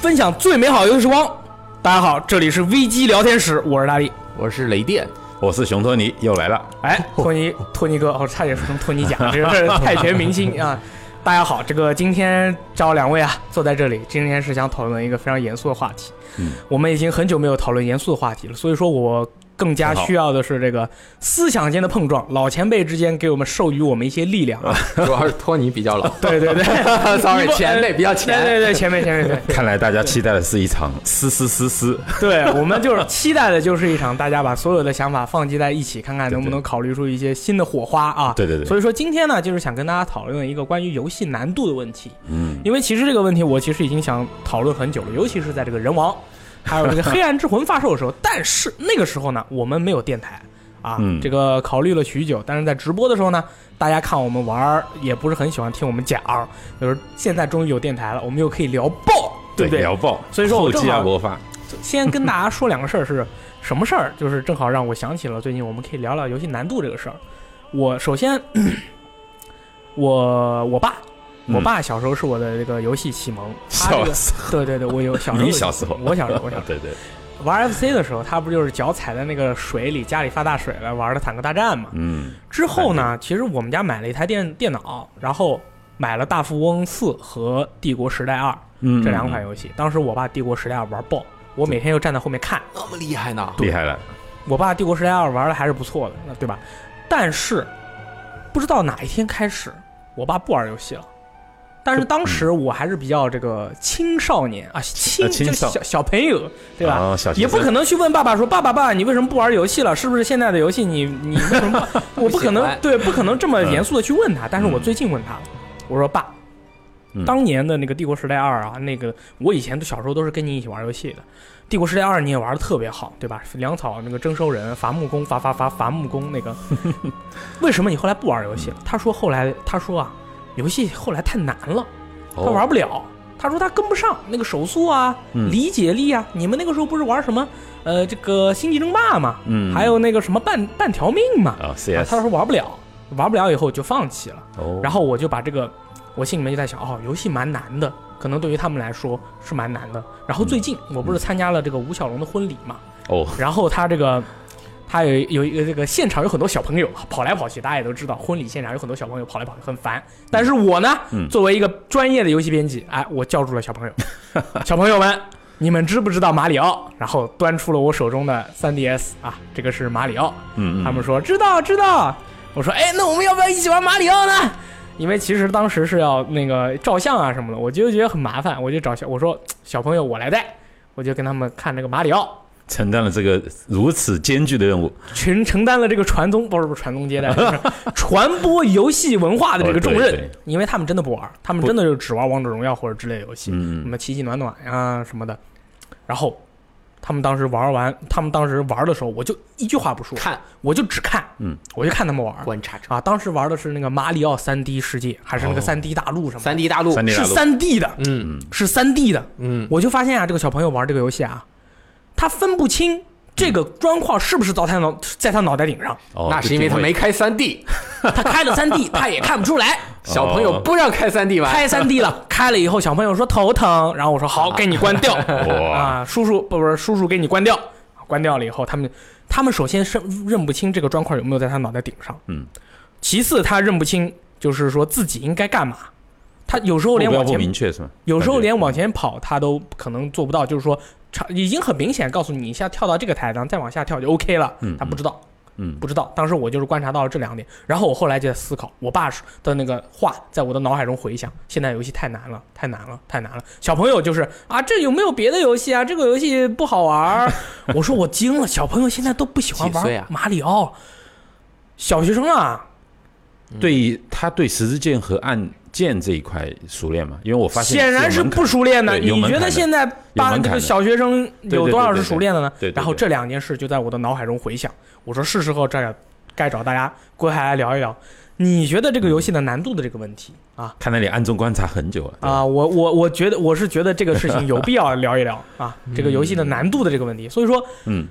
分享最美好游戏时光。大家好，这里是危机聊天室，我是大力。我是雷电，我是熊托尼，又 来了。哎，托尼，托尼哥，我哦差点说成托尼贾， 这是泰拳明星 啊！大家好，这个今天找两位啊坐在这里，今天是想讨论一个非常严肃的话题。嗯，我们已经很久没有讨论严肃的话题了，所以说我更加需要的是这个思想间的碰撞，老前辈之间给我们授予我们一些力量啊！主要是托尼比较 老对对对，sorry，前辈比较对前。对对，前辈前辈对。看来大家期待的是一场嘶嘶嘶嘶， 对我们就是期待的就是一场大家把所有的想法放集在一起，看看能不能考虑出一些新的火花啊。对对对所以说今天呢，就是想跟大家讨论一个关于游戏难度的问题，嗯，因为其实这个问题我其实已经想讨论很久了，尤其是在这个人王，还有这个黑暗之魂发售的时候，但是那个时候呢，我们没有电台。啊，嗯这个考虑了许久，但是在直播的时候呢，大家看我们玩儿也不是很喜欢听我们讲，就是现在终于有电台了，我们又可以聊爆，对不对？聊爆，所以说我后正好继亚国发，先跟大家说两个事儿是什么事儿，就是正好让我想起了最近我们可以聊聊游戏难度这个事儿。我首先， 我我爸，嗯我爸小时候是我的这个游戏启蒙，他这笑个死，对对对，我有小时候你有小时候我小时候我小时候对对，玩 FC 的时候，他不就是脚踩在那个水里，家里发大水了，玩的坦克大战嘛。 嗯，之后呢，其实我们家买了一台电电脑，然后买了《大富翁四》和《帝国时代二》嗯这两款游戏。当时我爸《帝国时代二》玩爆，我每天就站在后面看。那么厉害呢？嗯厉害了，我爸《帝国时代二》玩的还是不错的，那对吧？但是不知道哪一天开始，我爸不玩游戏了。但是当时我还是比较这个青少年啊，青呃嗯青就少小小朋友，对吧？啊小学也不生可能去问爸爸说：“爸爸，爸爸，你为什么不玩游戏了？是不是现在的游戏你你为什 么不？”我不可不能喜欢嗯对，不可能这么严肃的去问他。但是我最近问他了，我说：“爸，嗯当年的那个《帝国时代二》啊，那个我以前都小时候都是跟你一起玩游戏的，《帝国时代二》你也玩的特别好，对吧？粮草那个征收人、伐木工、伐伐伐伐木工那 个，为什么你后来不玩游戏了？他说后来他说啊，游戏后来太难了，哦他玩不了。他说他跟不上那个手速啊、嗯理解力啊。你们那个时候不是玩什么呃这个星际争霸嘛，嗯还有那个什么半半条命嘛，啊啊，CS，他说玩不了，玩不了以后就放弃了。哦然后我就把这个，我心里面就在想，哦，游戏蛮难的，可能对于他们来说是蛮难的。然后最近嗯我不是参加了这个吴小龙的婚礼嘛，哦，然后他这个。他有有一个这个现场有很多小朋友跑来跑去，大家也都知道，婚礼现场有很多小朋友跑来跑去，很烦。但是我呢，嗯作为一个专业的游戏编辑，哎，我叫住了小朋 友，小朋友们，你们知不知道马里奥？然后端出了我手中的 3DS 啊，这个是马里奥。嗯嗯，他们说知道知道。我说哎，那我们要不要一起玩马里奥呢？因为其实当时是要那个照相啊什么的，我就觉得很麻烦，我就找小我说小朋友我来带，我就跟他们看那个马里奥，承担了这个如此艰巨的任务，群承担了这个传宗不是不是传宗接代， 就是传播游戏文化的这个重哦任对对，因为他们真的不玩，他们真的就只玩王者荣耀或者之类的游戏，嗯什么奇迹暖暖呀、什么的。然后他们当时玩完，他们当时玩的时候，我就一句话不说，看我就只看，嗯，我就看他们玩，观察者，啊，当时玩的是那个马里奥三 D 世界，还是哦那个三 D 大陆什么的，三 D 大陆，三 D 是大陆，三 D 的，嗯是三 D 的。嗯，我就发现啊，这个小朋友玩这个游戏啊，他分不清这个砖块是不是到他脑在他脑袋顶 上，哦那是因为他没，开三 D，他开了三 D，他也看不出来。小朋友不让开三 D 玩，开三 D 了，开了以后，小朋友说头疼，然后我说哎好，给你关掉。 哇啊，叔叔不不是叔叔给你关掉，关掉了以后，他们他们首先是认不清这个砖块有没有在他脑袋顶上，嗯，其次他认不清就是说自己应该干嘛，他有时候连目标往不前明确是吗？有时候连往嗯前，前跑他都可能做不到，就是说差已经很明显告诉你一下跳到这个台上再往下跳就 OK 了，嗯他不知道。嗯不知道，当时我就是观察到了这两点，然后我后来就在思考，我爸的那个话在我的脑海中回响。现在游戏太难了，太难了，太难了。小朋友就是啊，这有没有别的游戏啊？这个游戏不好玩儿。 我说我惊了，小朋友现在都不喜欢几岁玩啊马里奥，小学生啊，对他对十字键和按键这一块熟练吗？因为我发现显然是有门槛不熟练的。对有你门觉槛得的现在有八门这槛个的小学生有多少是熟练的呢？对对对对对对然后这两件事就在我的脑海中回响，我说是时候这儿该找大家归还来聊一聊。你觉得这个游戏的难度的这个问题啊看来你暗中观察很久了对吧啊、我我我觉得我是觉得这个事情有必要聊一聊 啊，这个游戏的难度的这个问题。所以说，嗯，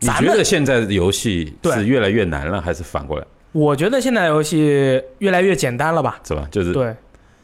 你咱觉们得现在的游戏对是越来越难了，还是反过来，我觉得现在游戏越来越简单了吧？是吧？就是对，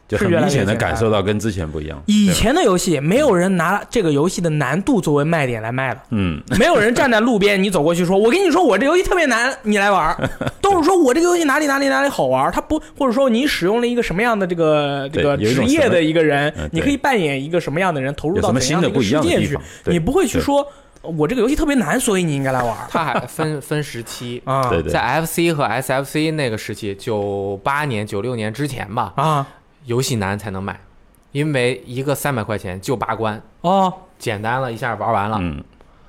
就很是越来明越显的简单感受到跟之前不一样。以对吧前的游戏没有人拿这个游戏的难度作为卖点来卖的，嗯， 没有人站在路边，你走过去说：“我跟你说，我这游戏特别难，你来玩 儿。”都是说我这个游戏哪里哪里哪里好玩儿，他不或者说你使用了一个什么样的这个这对个有一职种业什么的一个人嗯对，你可以扮演一个什么样的人，投入有到什么怎样新的一个不一世样的界地去方，？对你不会去对说我这个游戏特别难，所以你应该来玩儿它还分分时期，啊对对在 FC 和 SFC 那个时期，九八年、九六年之前吧，啊游戏难才能卖，因为一个三百块钱就八关，哦简单了一下玩完了。嗯，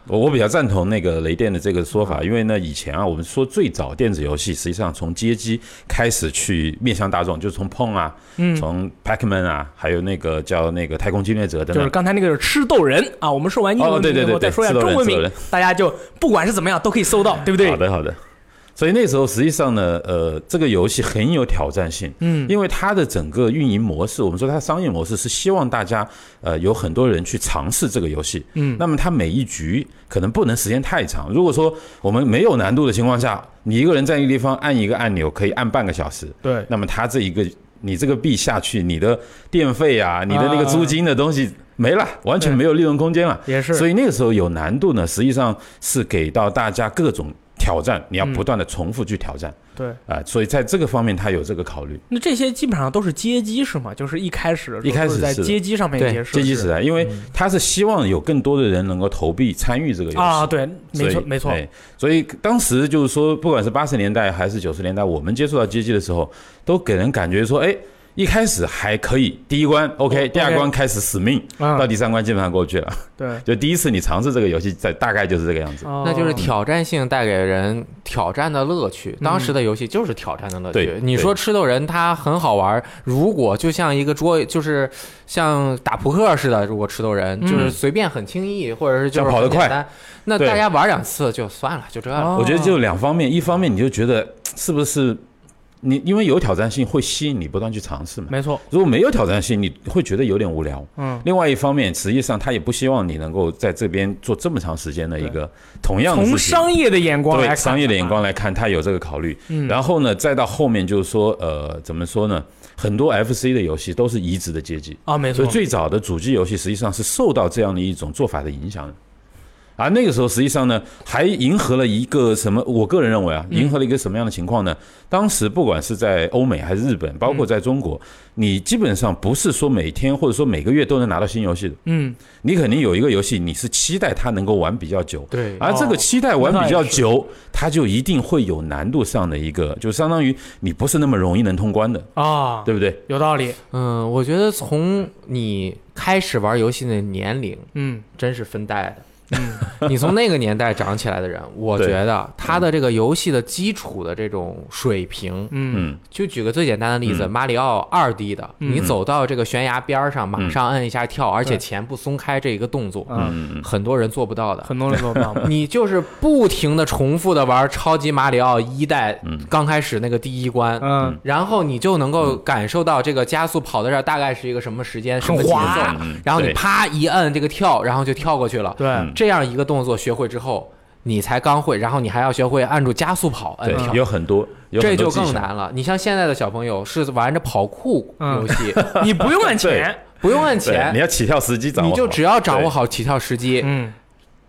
我我比较赞同那个雷电的这个说嗯法，因为呢，以前啊，我们说最早电子游戏实际上从街机开始去面向大众，就是从碰啊，嗯，从 Pac-Man 啊，还有那个叫那个太空侵略者等就是等。刚才那个吃豆人啊，我们说完英哦，文对对名以对后对，再说一下吃豆人中文吃豆名人，大家就不管是怎么样都可以搜到，对不对好？的好的。所以那时候实际上呢，呃，这个游戏很有挑战性，嗯，因为它的整个运营模式，我们说它的商业模式是希望大家，呃，有很多人去尝试这个游戏，嗯那么它每一局可能不能时间太长。如果说我们没有难度的情况下，你一个人在一个地方按一个按钮，可以按半个小时，对那么它这一个你这个币下去，你的电费啊，你的那个租金的东西没了，完全没有利润空间了。也是，所以那个时候有难度呢，实际上是给到大家各种挑战，你要嗯不断的重复去挑战对。啊、所以在这个方面它有这个考虑。那这些基本上都是街机是吗？就是一开始的时候一开始都是在是的街机上面对结阶级时代，啊因嗯为他是希望有更多的人能够投币参与这个游戏啊，对，没所错以没错，哎所以当时就是说，不管是八十年代还是九十年代，我们接触到街机的时候，都给人感觉说，哎，一开始还可以，第一关 OK，第二关开始死命，到哦嗯，第三关基本上过去了。对，就第一次你尝试这个游戏，在大概就是这个样子。那那就是挑战性带给人挑战的乐趣。当时的游戏就是挑战的乐趣嗯对。你说吃豆人它很好玩，如果就像一个桌，就是像打扑克似的，如果吃豆人嗯就是随便很轻易，或者是就是像跑得很简快单，那对大家玩两次就算了，就这样。哦我觉得就两方面，一方面你就觉得是不是你因为有挑战性，会吸引你不断去尝试嘛。没错，如果没有挑战性，你会觉得有点无聊。嗯，另外一方面，实际上他也不希望你能够在这边做这么长时间的一个同样的事从情商业的眼光来对看，商业的眼光来看，他有这个考虑。嗯然后呢，再到后面就是说，呃，怎么说呢？很多 FC 的游戏都是移植的街机，啊，没所错以，最早的主机游戏实际上是受到这样的一种做法的影响的。而那个时候，实际上呢，还迎合了一个什么？我个人认为啊，嗯迎合了一个什么样的情况呢？当时不管是在欧美还是日本，包括在中嗯国，你基本上不是说每天或者说每个月都能拿到新游戏的，嗯，你肯定有一个游戏，你是期待它能够玩比较久，对而这个期待玩哦那比也较是久，它就一定会有难度上的一个，就相当于你不是那么容易能通关的，啊，对不对？有道理，嗯，我觉得从你开始玩游戏的年龄嗯真是分代的。嗯， 你从那个年代长起来的人，我对觉得他的这个游戏的基础的这种水平，嗯嗯，就举个最简单的例子，嗯马里奥二 D 的，嗯你走到这个悬崖边儿上，马上摁一下跳，而且对前不松开这一个动作，嗯，嗯嗯很多人做不到的。很多人做不到， 你就是不停的重复的玩超级马里奥一代嗯刚开始那个第一关，嗯，然后你就能够感受到这个加速跑到这儿大概是一个什么时间、什么节滑奏，嗯，然后你对啪一摁这个跳，然后就跳过去了。对，嗯这样一个动作学会之后，你才刚会，然后你还要学会按住加速跑摁跳对，。有很多，嗯有这很就多技更巧。难了。你像现在的小朋友是玩着跑酷嗯游戏， 你不用按钱，不用按对，你钱，要起跳时机掌握你好，就只要掌握好起跳时机，嗯，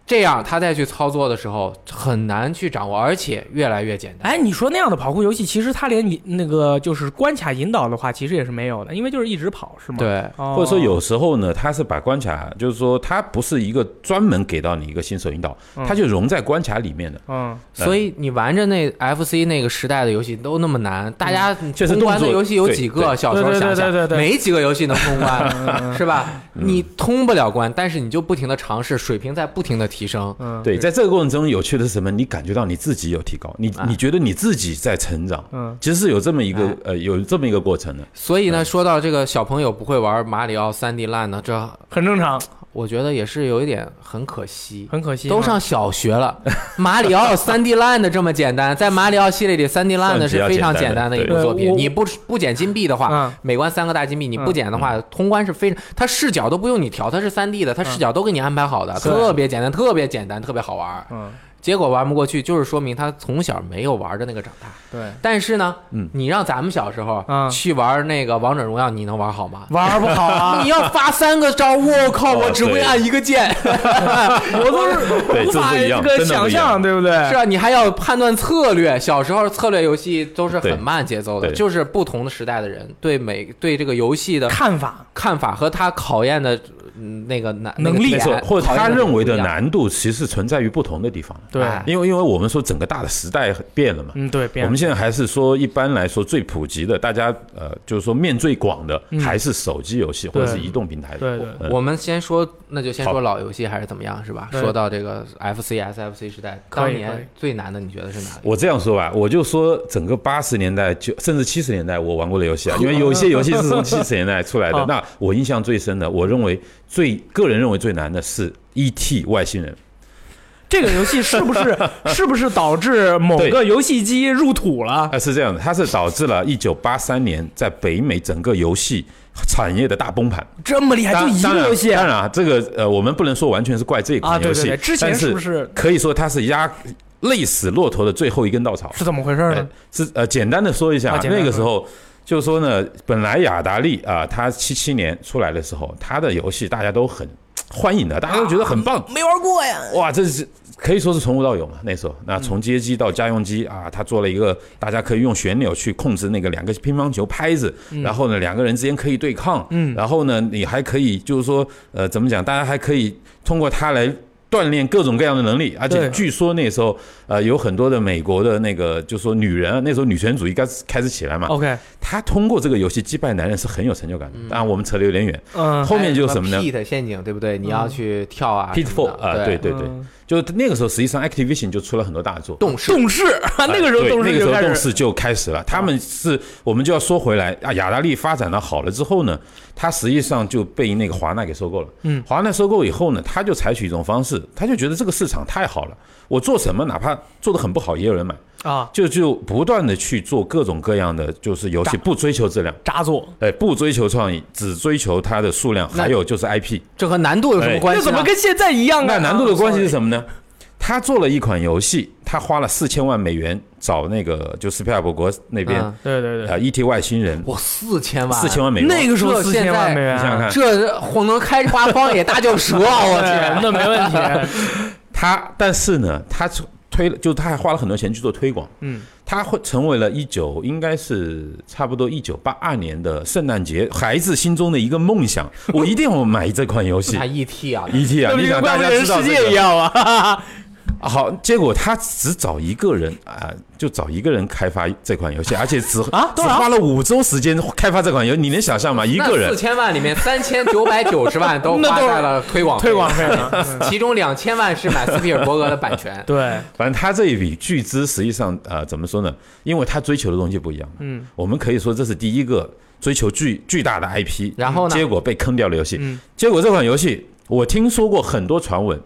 这样他再去操作的时候很难去掌握，而且越来越简单。哎，你说那样的跑酷游戏，其实它连你那个就是关卡引导的话，其实也是没有的，因为就是一直跑，是吗？，哦对，或或者说有时候呢，它是把关卡，就是说它不是一个专门给到你一个新手引导，嗯它就融在关卡里面的。嗯，所以你玩着那 FC 那个时代的游戏都那么难，大家确实通关的动作游戏有几对个？对小时候嗯对对想对对嗯想，对没几个游戏能通关，是吧？嗯你通不了关，但是你就不停的尝试，水平在不停的提升。嗯，对，在这个过程中有趣的是什么？你感觉到你自己有提高，你啊你觉得你自己在成长，嗯，其实是有这么一个哎呃有这么一个过程的。所以呢，说到这个小朋友不会玩马里奥三 D 烂呢，这很正常，我觉得也是有一点很可惜。很可惜，啊都上小学了， 马里奥三 D 烂的这么简单，在马里奥系列里，三 D 烂的是非常简单的一部作对品。我你不不捡金币的嗯话，每关三个大金币，你不捡的话，通关是非常，它视角都不用你调，它是三 D 的，它视角都给你安排好的，嗯对特别简单，特别简单，特别好玩。嗯，结果玩不过去，就是说明他从小没有玩的那个长大。 对，但是呢，嗯你让咱们小时候嗯去玩那个王者荣耀，你能玩 好吗？玩不好啊你，要发三个招，我靠，哦我只会对按一个键，我都是对无这法不一样这个真的不想一样象，对不对？ 是啊，你还要判断策略。小时候策略游戏都是对很慢节奏的，对就是不同的时代的人对每对这个游戏的看法，看法和他考验的嗯那个难能力啊那没个错点，或者考验他认为的不一样难度其实存在于不同的地方。对，哎因为因为我们说整个大的时代变了嘛，嗯，对，我变们现在还是说一般来说最普及的，大家呃就是说面最广的嗯还是手机游戏或者对是移动平台的。对对嗯我们先说，那就先好说老游戏还是怎么样，是吧？对说到这个 FC、SFC 时代，可以当可以年最难的你觉得是哪里？我这样说吧，我就说整个八十年代就甚至七十年代我玩过的游 戏啊，因为有一些游戏是从七十年代出来的好。那我印象最深的，我认为最个人认为最难的是 E.T. 外星人。这个游戏是不 是是不是导致某对个游戏机入土了？啊，是这样的，它是导致了1983年在北美整个游戏产业的大崩盘。这么厉害，哎就当一当个然游戏当然啊，这个呃，我们不能说完全是怪这啊？款对游对戏，对，之前但是不是是可以说它是压累死骆驼的最后一根稻草。是怎么回事对呢？是呃，简单的说一下，啊简单那地个时候就是说呢，本来雅达利啊、他七七年出来的时候，他的游戏大家都很欢迎的，大家都觉得很棒，啊没玩过呀，嗯哇，这是可以说是从无到有嘛。那时候，那从街机到家用机啊，他做了一个大家可以用旋钮去控制那个两个乒乓球拍子，然后呢，两个人之间可以对抗，嗯然后呢，你还可以就是说，呃，怎么讲？大家还可以通过它来。锻炼各种各样的能力，而且对据说那时候，呃，有很多的美国的那个，就说女人，啊那时候女权主义开始开始起来嘛， OK，她通过这个游戏击败男人是很有成就感的。啊当然，我们扯得有点远，嗯后面就是什么呢 p e t 陷阱，对不对？你要去跳啊什么的？Pitfall 啊、对对对，嗯就那个时候，实际上 Activision 就出了很多大作，哎动视动视，啊 那个时候对动那视个时就候开动始视就开始了。他们是，我们就要说回来啊，雅达利发展的好了之后呢，它实际上就被那个华纳给收购了。嗯，华纳收购以后呢，他就采取一种方式，他就觉得这个市场太好了，我做什么哪怕做的很不好也有人买，啊，就就不断的去做各种各样的就是游戏，炸不追求质量。扎作，哎，不追求创意，只追求它的数量，那还有就是 IP。这和难度有什哎么关系啊那呢？怎么跟现在一样啊？啊那难度的关系是么？什么呢？他做了一款游戏，他花了四千万美元找那个就斯皮尔伯格那边嗯对对啊，E.T. 外星人，哇，四千万，四千万美对，元，那个时候这四现千万在美元，你想想看这红能开花荒野大救赎啊！我对天，那没问题。他，但是呢，他推了，就他还花了很多钱去做推广，嗯，他会成为了一九，应该是差不多一九八二年的圣诞节，孩子心中的一个梦 想，我一定要买这款游戏那 ET 啊， E.T. 啊，那不你就想跟怪大物家猎人知道世这界一个样吗？啊好，结果他只找一个人啊，就找一个人开发这款游戏，而且只啊只多少花了五周时间开发这款游戏，你能想象吗？一个人四千万里面三千九百九十万都 那花都是在了推广推广费费 呢？嗯。其中两千万是买斯皮尔伯格的版权 对，反正他这一笔巨资，实际上呃，怎么说呢？因为他追求的东西不一样。嗯，我们可以说这是第一个追求巨巨大的 IP，然后呢结果被坑掉的游戏。嗯结果这款游戏，我听说过很多传闻，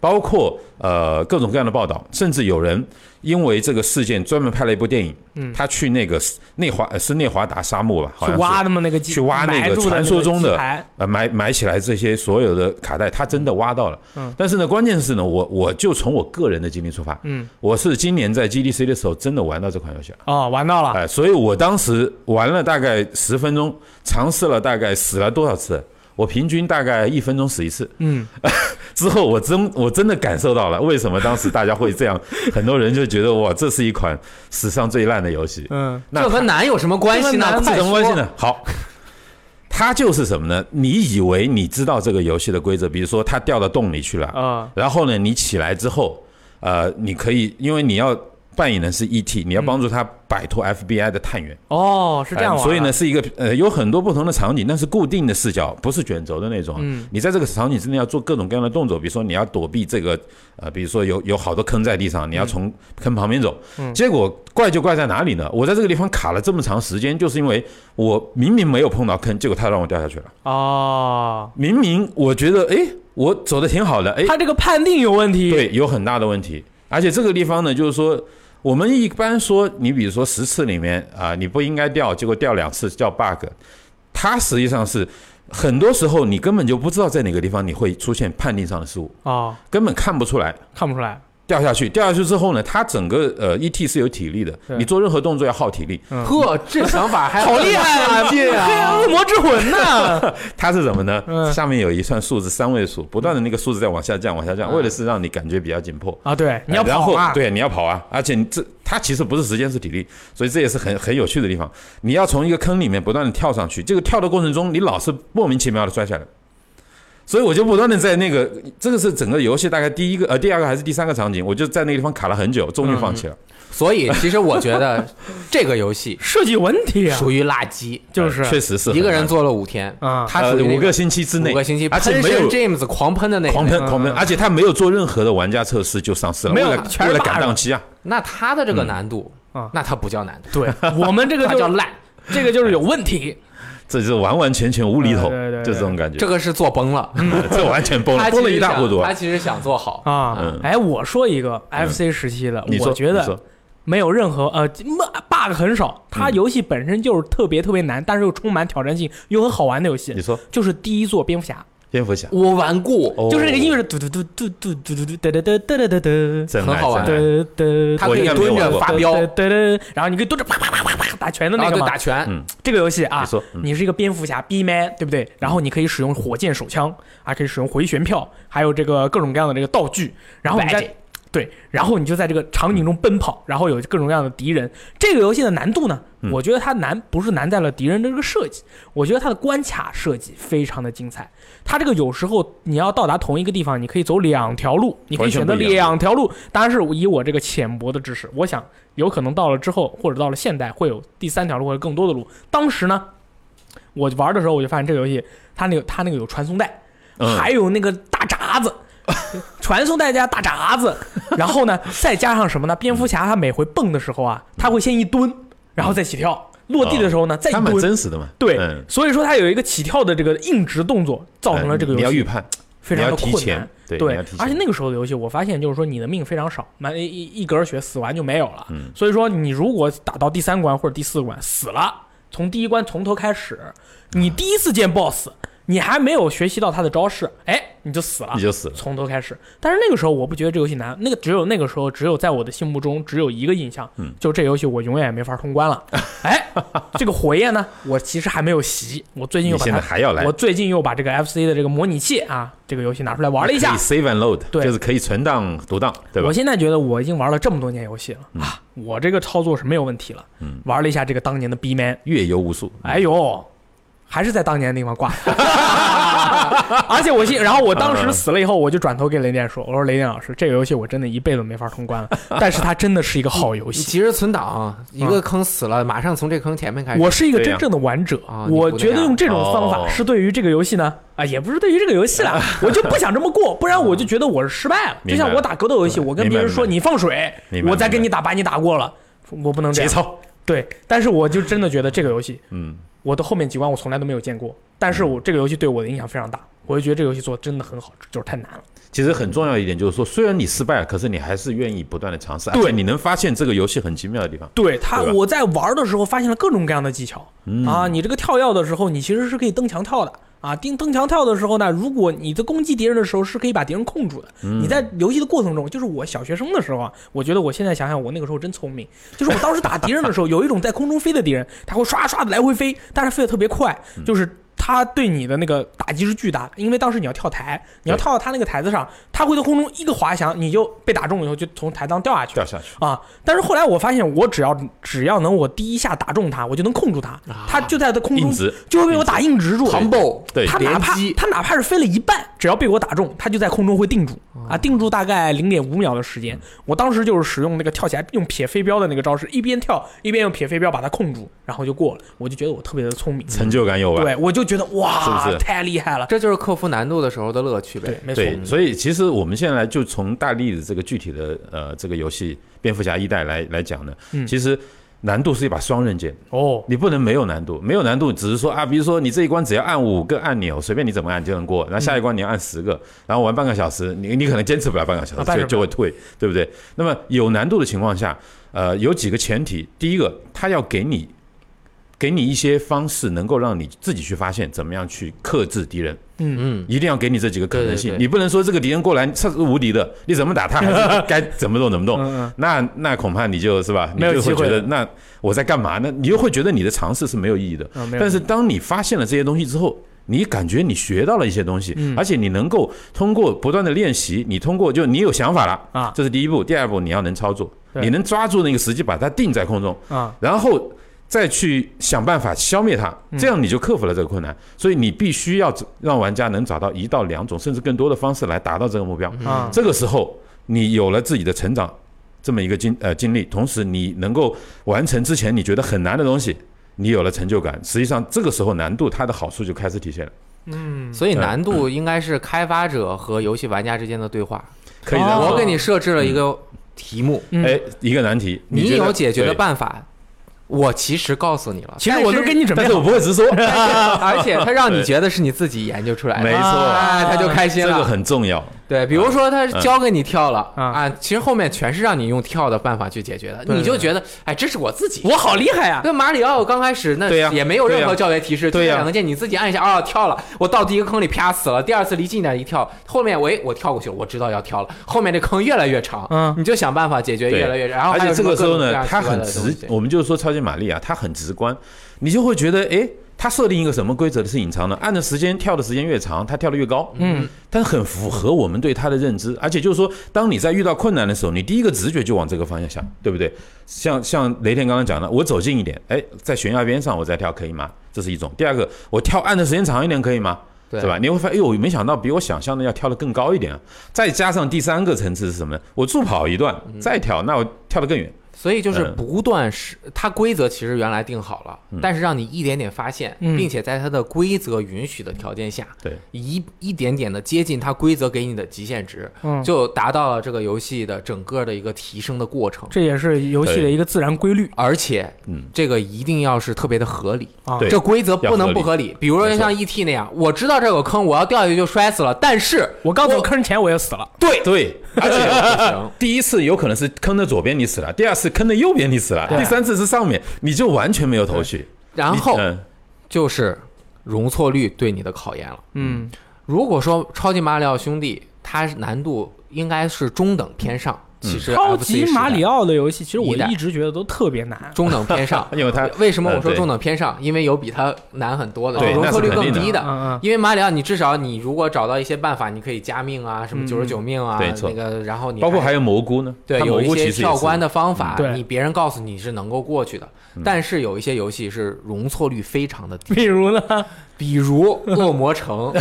包括呃各种各样的报道，甚至有人因为这个事件专门拍了一部电影。嗯他去那个斯内华呃是内华达沙漠吧，好去像是挖那么那个鸡去挖那埋个住的传说中那的个鸡排呃埋埋起来这些所有的卡带，他真的挖到了。嗯但是呢，关键是呢，我我就从我个人的经历出发，嗯，我是今年在 GDC 的时候真的玩到这款游戏了，哦，玩到了，哎，所以我当时玩了大概十分钟，尝试了大概死了多少次，我平均大概一分钟死一次。嗯， 之后我真我真的感受到了为什么当时大家会这样，很多人就觉得哇，这是一款史上最烂的游戏。嗯，那这和难有什么关系呢？这和难这快什么关系说？呢？好。它就是什么呢？你以为你知道这个游戏的规则，比如说它掉到洞里去了，啊，然后呢，你起来之后，呃，你可以，因为你要扮演的是 ET，你要帮助他摆脱 FBI 的探员，哦，是这样呃玩的，所以呢，是一个呃有很多不同的场景，但是固定的视角，不是卷轴的那种啊。嗯你在这个场景之内要做各种各样的动作，比如说你要躲避这个呃，比如说有有好多坑在地上，你要从坑旁边走。嗯结果怪就怪在哪里呢？我在这个地方卡了这么长时间，就是因为我明明没有碰到坑，结果他让我掉下去了。哦，明明我觉得诶，我走的挺好的，诶。他这个判定有问题，对，有很大的问题。而且这个地方呢，就是说，我们一般说，你比如说十次里面啊、你不应该掉，结果掉两次叫 bug，它实际上是很多时候你根本就不知道在哪个地方你会出现判定上的失误，哦，根本看不出来。看不出来，掉下去，掉下去之后呢，它整个呃 ET 是有体力的，对你做任何动作要耗体力。呵，这想法还好厉害啊！劲黑啊！暗恶魔之魂呢？它是什么呢？嗯下面有一串数字，三位数，不断的那个数字在往下降，往下降，嗯为的是让你感觉比较紧迫。啊，对，你要哎然跑后啊，对，你要跑啊！而且你这它其实不是时间，是体力，所以这也是很很有趣的地方。你要从一个坑里面不断的跳上去，这个跳的过程中，你老是莫名其妙的摔下来。所以我就不断的在那个，这个是整个游戏大概第一个呃第二个还是第三个场景，我就在那个地方卡了很久，终于放弃了。 所以其实我觉得这个 游戏设计问题啊，属于垃圾，就是呃确实是一个人很做了五天啊他呃属于那五个星期之内五个星期，而且喷没有 James 狂喷的那难狂那喷狂喷，嗯而且他没有做任何的玩家测试就上市了，没有为了全是为了 bug 赶档期啊。那他的这个难度嗯，那他不叫难度，对我们这个他叫就烂，这个就是有问题，这是完完全全无厘头，对对对就这种感觉，这个是做崩了，这完全崩他了，其实崩了一大糊涂想。他其实想做好，啊嗯。哎，我说一个 FC 时期的你，说，我觉你得说没有任何呃 bug 很少，它嗯游戏本身就是特别特别难，但是又充满挑战性又很好玩的游你戏，说就是第一座蝙蝠侠，蝙蝠侠，哦我顽固，就是那个音乐乐是嘟嘟嘟嘟嘟嘟嘟嘟哒哒哒哒哒哒哒。真爱很好玩真爱对对，他我可以应该没有蹲玩着过发飙，哦对对对，然后你可以蹲着啪啪啪啪啪打拳的然那后个就嘛，打拳嗯，这个游戏啊，你说嗯你是一个蝙蝠侠 B man，对不对？然后你可以使用火箭手枪，还可以使用回旋票，还有这个各种各样的这个道具。然后你白在姐对，然后你就在这个场景中奔跑，然后有各种各样的敌人。这个游戏的难度呢，嗯我觉得它难不是难在了敌人的这个设计，我觉得它的关卡设计非常的精彩。它这个有时候你要到达同一个地方，你可以走两条路，你可以完全选择不一样两条路。当然是以我这个浅薄的知识，我想有可能到了之后，或者到了现代，会有第三条路或者更多的路。当时呢，我玩的时候我就发现这个游戏它那个它那个有传送带，嗯还有那个大闸 子。传送带加大闸子，然后呢，再加上什么呢？蝙蝠侠他每回蹦的时候啊，他会先一蹲，然后再起跳；落地的时候呢，再一他蛮蹲。真实的嘛，对，嗯所以说它有一个起跳的这个硬直动作，造成了这个哎你游要预戏判，非常的你要提困前难。，对你对要提，前而且那个时候的游戏，我发现就是说你的命非常少，满一一一格血死完就没有了。嗯所以说你如果打到第三关或者第四关死了，从第一关从头开始，嗯你第一次见 BOSS，你还没有学习到他的招式，哎，你就死了你。就死了。从头开始，但是那个时候我不觉得这游戏难，那个只有那个时候只有在我的心目中只有一个印象，嗯就这游戏我永远也没法通关 了。哎，这个火焰呢，我其实还没有习，我最近你又把现在它还要来我，最近又把这个 FC 的这个模拟器啊，这个游戏拿出来玩了一下可以。save and load，对就是可以存档读档，哎对吧我？现在觉得我已经玩了这么多年游戏了、啊，我这个操作是没有问题了。嗯玩了一下这个当年的 B man，阅游无数，哎呦，还是在当年的地方挂。 而且我信，然后我当嗯时死了以后，我就转头给雷电说：“我说雷电老师，这个游戏我真的一辈子没法通关 了，但是它真的是一个好游你戏。及时存档，一嗯个坑死了，马上从这坑前面哎开始。我是一个真正的玩者啊，你不我那觉得样用这种方法哦是对于这个游戏呢，啊，也不是对于这个游戏 啦，我就不想这么过，不然我就觉得我是失败了。就啊明白像我打格斗游戏，我跟明白别人说明白你放水明，白我再跟明白你打，把你打过了，我不能这节样。操，对，但是我就真的觉得这个游戏嗯，我的后面几关我从来都没有见过，但是我这个游戏对我的影响非常大，我就觉得这个游戏做的真的很好，就是太难了。其实很重要一点就是说，虽然你失败了，可是你还是愿意不断的尝试，而对且你能发现这个游戏很奇妙的地方。对它，对吧嗯我在玩的时候发现了各种各样的技巧、啊，你这个跳跃的时候，你其实是可以蹬墙跳的。啊，蹬蹬墙跳的时候呢，如果你在攻击敌人的时候是可以把敌人控住的。嗯你在游戏的过程中，就是我小学生的时候啊，我觉得我现在想想，我那个时候真聪明。就是我当时打敌人的 时候，有一种在空中飞的敌人，他会刷刷的来回飞，但是飞得特别快，嗯就是他对你的那个打击是巨大的，因为当时你要跳台，你要对跳到他那个台子上，他会在空中一个滑翔，你就被打中以后就从台上掉下去了。掉下去，啊！但是后来我发现，我只要只要能我第一下打中他，我就能控住他，他就在他空中啊硬直就会被我打硬直住。 combo 对他哪怕连击他哪怕是飞了一半，只要被我打中，他就在空中会定住啊，定住大概零点五秒的时间。我当时就是使用那个跳起来用撇飞镖的那个招式，一边跳一边用撇飞镖把他控住，然后就过了。我就觉得我特别的聪明，成就感有吧？对我就觉得哇，啊是不是太厉害了。这就是克服难度的时候的乐趣对呗，。没错，对，所以其实我们现在就从大力的这个具体的呃这个游戏《蝙蝠侠一代来》来讲呢，嗯其实难度是一把双刃剑，哦，你不能没有难度，没有难度只是说啊，比如说你这一关只要按五个按钮，随便你怎么按就能过，嗯然后下一关你要按十个，然后玩半个小时，你你可能坚持不了半个小啊半时个就就会退，对不对？那么有难度的情况下，呃，有几个前提，第一个他要给你给你一些方式，能够让你自己去发现怎么样去克制敌人。嗯，一定要给你这几个可能性，对对对你不能说这个敌人过来他是无敌的，你怎 么打他还是该怎么弄怎么弄。嗯嗯那那恐怕你就是吧，你没有就会机会觉得了那我在干嘛呢？你就会觉得你的尝试是没有意义的。嗯，没有但是当你发现了这些东西之后，你感觉你学到了一些东西，嗯而且你能够通过不断的练习，你通过就你有想法了啊这是第一步。第二步你要能操作，对你能抓住那个时机，把它定在空中，啊，然后再去想办法消灭它，嗯这样你就克服了这个困难。所以你必须要让玩家能找到一到两种甚至更多的方式来达到这个目标。啊这个时候你有了自己的成长这么一个经呃经历，同时你能够完成之前你觉得很难的东西，你有了成就感。实际上这个时候难度它的好处就开始体现了，嗯，所以对难度应该是开发者和游戏玩家之间的对话。可以这样哦我说。给你设置了一个题目，嗯哎，一个难题，你有解决的办办法，我其实告诉你了。其实但我都是给你准但备是我好，不会直说，而且他让你觉得是你自己研究出来没的，啊错，哎，他就 开心这个了。很重要。对，比如说他教给你跳了嗯啊，其实后面全是让你用跳的办法去解决的，对你就觉得哎，这是我自己。我好厉害啊呀，跟马里奥刚开始那对呀也没有任对何呀教学提示，就对呀是两个键你自己按一下，哦，跳了，我到第一个坑里啪死了，第二次离近一点一跳，后面喂我跳过去了，我知道要跳了，后面这坑越来越长，嗯你就想办法解决对越来越，然后而还且有这什个么时各候种各呢，样奇它怪很的东直西，我们就是说超级玛丽啊，它很直观，你就会觉得哎。它设定一个什么规则是隐藏的？按的时间跳的时间越长，它跳的越高。嗯，但很符合我们对它的认知，而且就是说，当你在遇到困难的时候，你第一个直觉就往这个方向想，对不对？像像雷天刚刚讲的，我走近一点，哎，在悬崖边上我再跳可以吗？这是一种。第二个，我跳按的时间长一点可以吗？对是吧？？你会发现，哎呦，没想到比我想象的要跳得更高一点啊！再加上第三个层次是什么呢？我助跑一段，嗯再跳，那我跳得更远。所以就是嗯不断是它规则其实原来定好了，但是让你一点点发现，嗯并且在它的规则允许的条件下，对，一一点点的接近它规则给你的极限值，嗯，就达到了这个游戏的整个的一个提升的过程。这也是游戏的一个自然规律而且嗯，这个一定要是特别的合理，啊，对这规则不能不合理。比如说没错像 E.T. 那样，我知道这有个坑，我要掉下去就摔死了，但是我刚走坑前我也死了，对对，而这且个不行第一次有可能是坑的左边你死了，第二次坑的右边你死了，对第三次是上面，你就完全没有头绪。啊然你后嗯，就是容错率对你的考验了。嗯如果说超级马里奥兄弟，它难度应该是中等偏上，其实超级 FC 时代马里奥的游戏，其实我一代一直觉得都特别难。中等偏上 因为它为什么我说呃对中等偏上？因为有比它难很多的，对容错率更那是肯低定嗯嗯因为马里奥，你至少你如果找到一些办法，你可以加命啊，什嗯么九十九命啊，对错那个，然后你包括还有蘑菇呢，对它有蘑菇一其实些也是跳关的方法嗯，对你别人告诉你是能够过去的，嗯但是有一些游戏是容错率非常的低，比如呢，比如《恶魔 城》，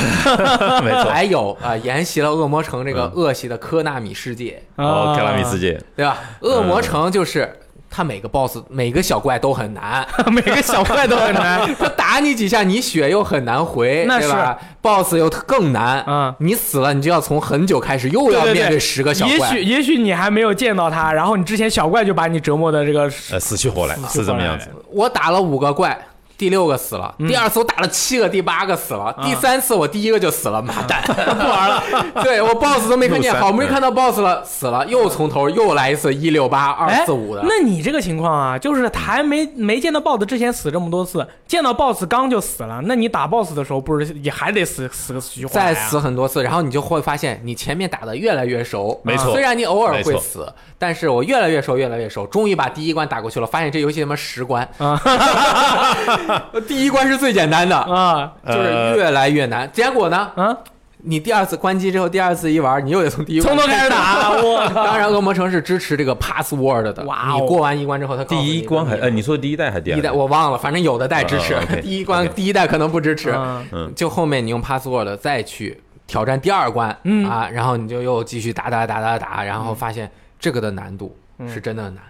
没错。 还有啊、呃沿袭了《恶魔城》这嗯个恶习的科纳米世界，哦，啊克拉米世，界，对吧？嗯《恶魔城》就是它每个 BOSS 每个小怪都很难， 每个小怪都很难。他打你几下，你血又很难回，那对吧？BOSS 又更难嗯你死了，你就要从很久开始，又要对对对面对十 个小怪。也许也许你还没有见到他，然后你之前小怪就把你折磨的这个呃，死去活来死去是这活么来样子。我打了五个怪，第六个死了，嗯第二次我打了七个，第八个死了，第三次我第一个就死了，妈 蛋，不玩了。对我 BOSS 都没看见，入山好不容易看到 BOSS 了，死了，又从头又来一次一六八二哎四五的。那你这个情况啊，就是还没没见到 BOSS 之前死这么多次，见到 BOSS 刚就死了，那你打 BOSS 的时候不是也还得死死个死去活来、再啊？死很多次，然后你就会发现你前面打的越来越熟，没错虽然你偶尔没会错死，但是我越来越熟，越来越熟，终于把第一关打过去了，发现这游戏他妈 十关，第一关是最简单的，啊就是越来越难。结果呢，啊！你第二次关机之后，第二次一玩，你又得从第一关从头开始。打，我靠 当然，恶魔城是支持这个 password 的，哇哦你过完一关之后，它告诉你第一关还怎么呃，你说第一代还是第一二代我忘了，反正有的代支持哦哦 ，OK，，第一关 OK 第一代可能不支持嗯，嗯就后面你用 password 再去挑战第二关，嗯啊，然后你就又继续打打打打打，然后发现这个的难度嗯是真的难，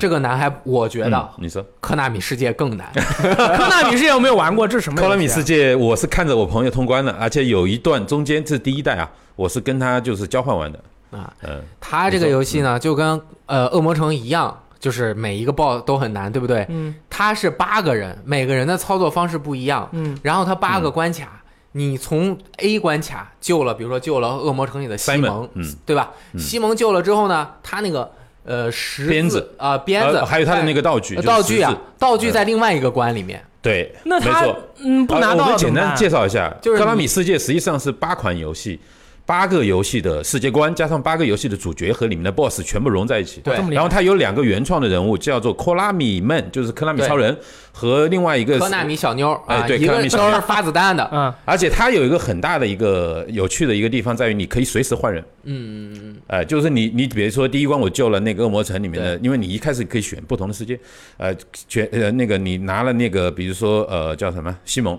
这个难还我觉得嗯嗯你说科纳米世界更难， 科纳米世界有没有玩过？这是什么游戏克啊？拉米世界，我是看着我朋友通关的，而且有一段中间是第一代啊，我是跟他就是交换玩的啊。嗯，它这个游戏呢，就跟呃恶魔城一样，就是每一个 BOSS 都很难，对不对？嗯它是八个人，每个人的操作方式不一样，嗯然后它八个关嗯卡，你从 A 关卡救了，比如说救了恶魔城里的西蒙 Simon，嗯对吧？西蒙救了之后呢，他那个呃十鞭子啊、鞭子，呃还哎有他的那个道具，呃就是道具十啊字，嗯道具在另外一个关里面，对，那没他错嗯不呃拿我到们怎简么单办？介绍一下，就是格拉你米世界实际上是八款游戏。八个游戏的世界观，加上八个游戏的主角和里面的 BOSS 全部融在一起。对这么厉害然后它有两个原创的人物，叫做 Konami Man，就是科拉米对超人，和另外一个科纳米小妞儿哎啊，对一科纳个米小妞妞儿发子弹的， 嗯，而且它有一个很大的一个有趣的一个地方在于，你可以随时换人。嗯，呃，就是你你比如说第一关我救了那个恶魔城里面的，因为你一开始可以选不同的世界，呃，选呃那个你拿了那个比如说呃叫什么西蒙，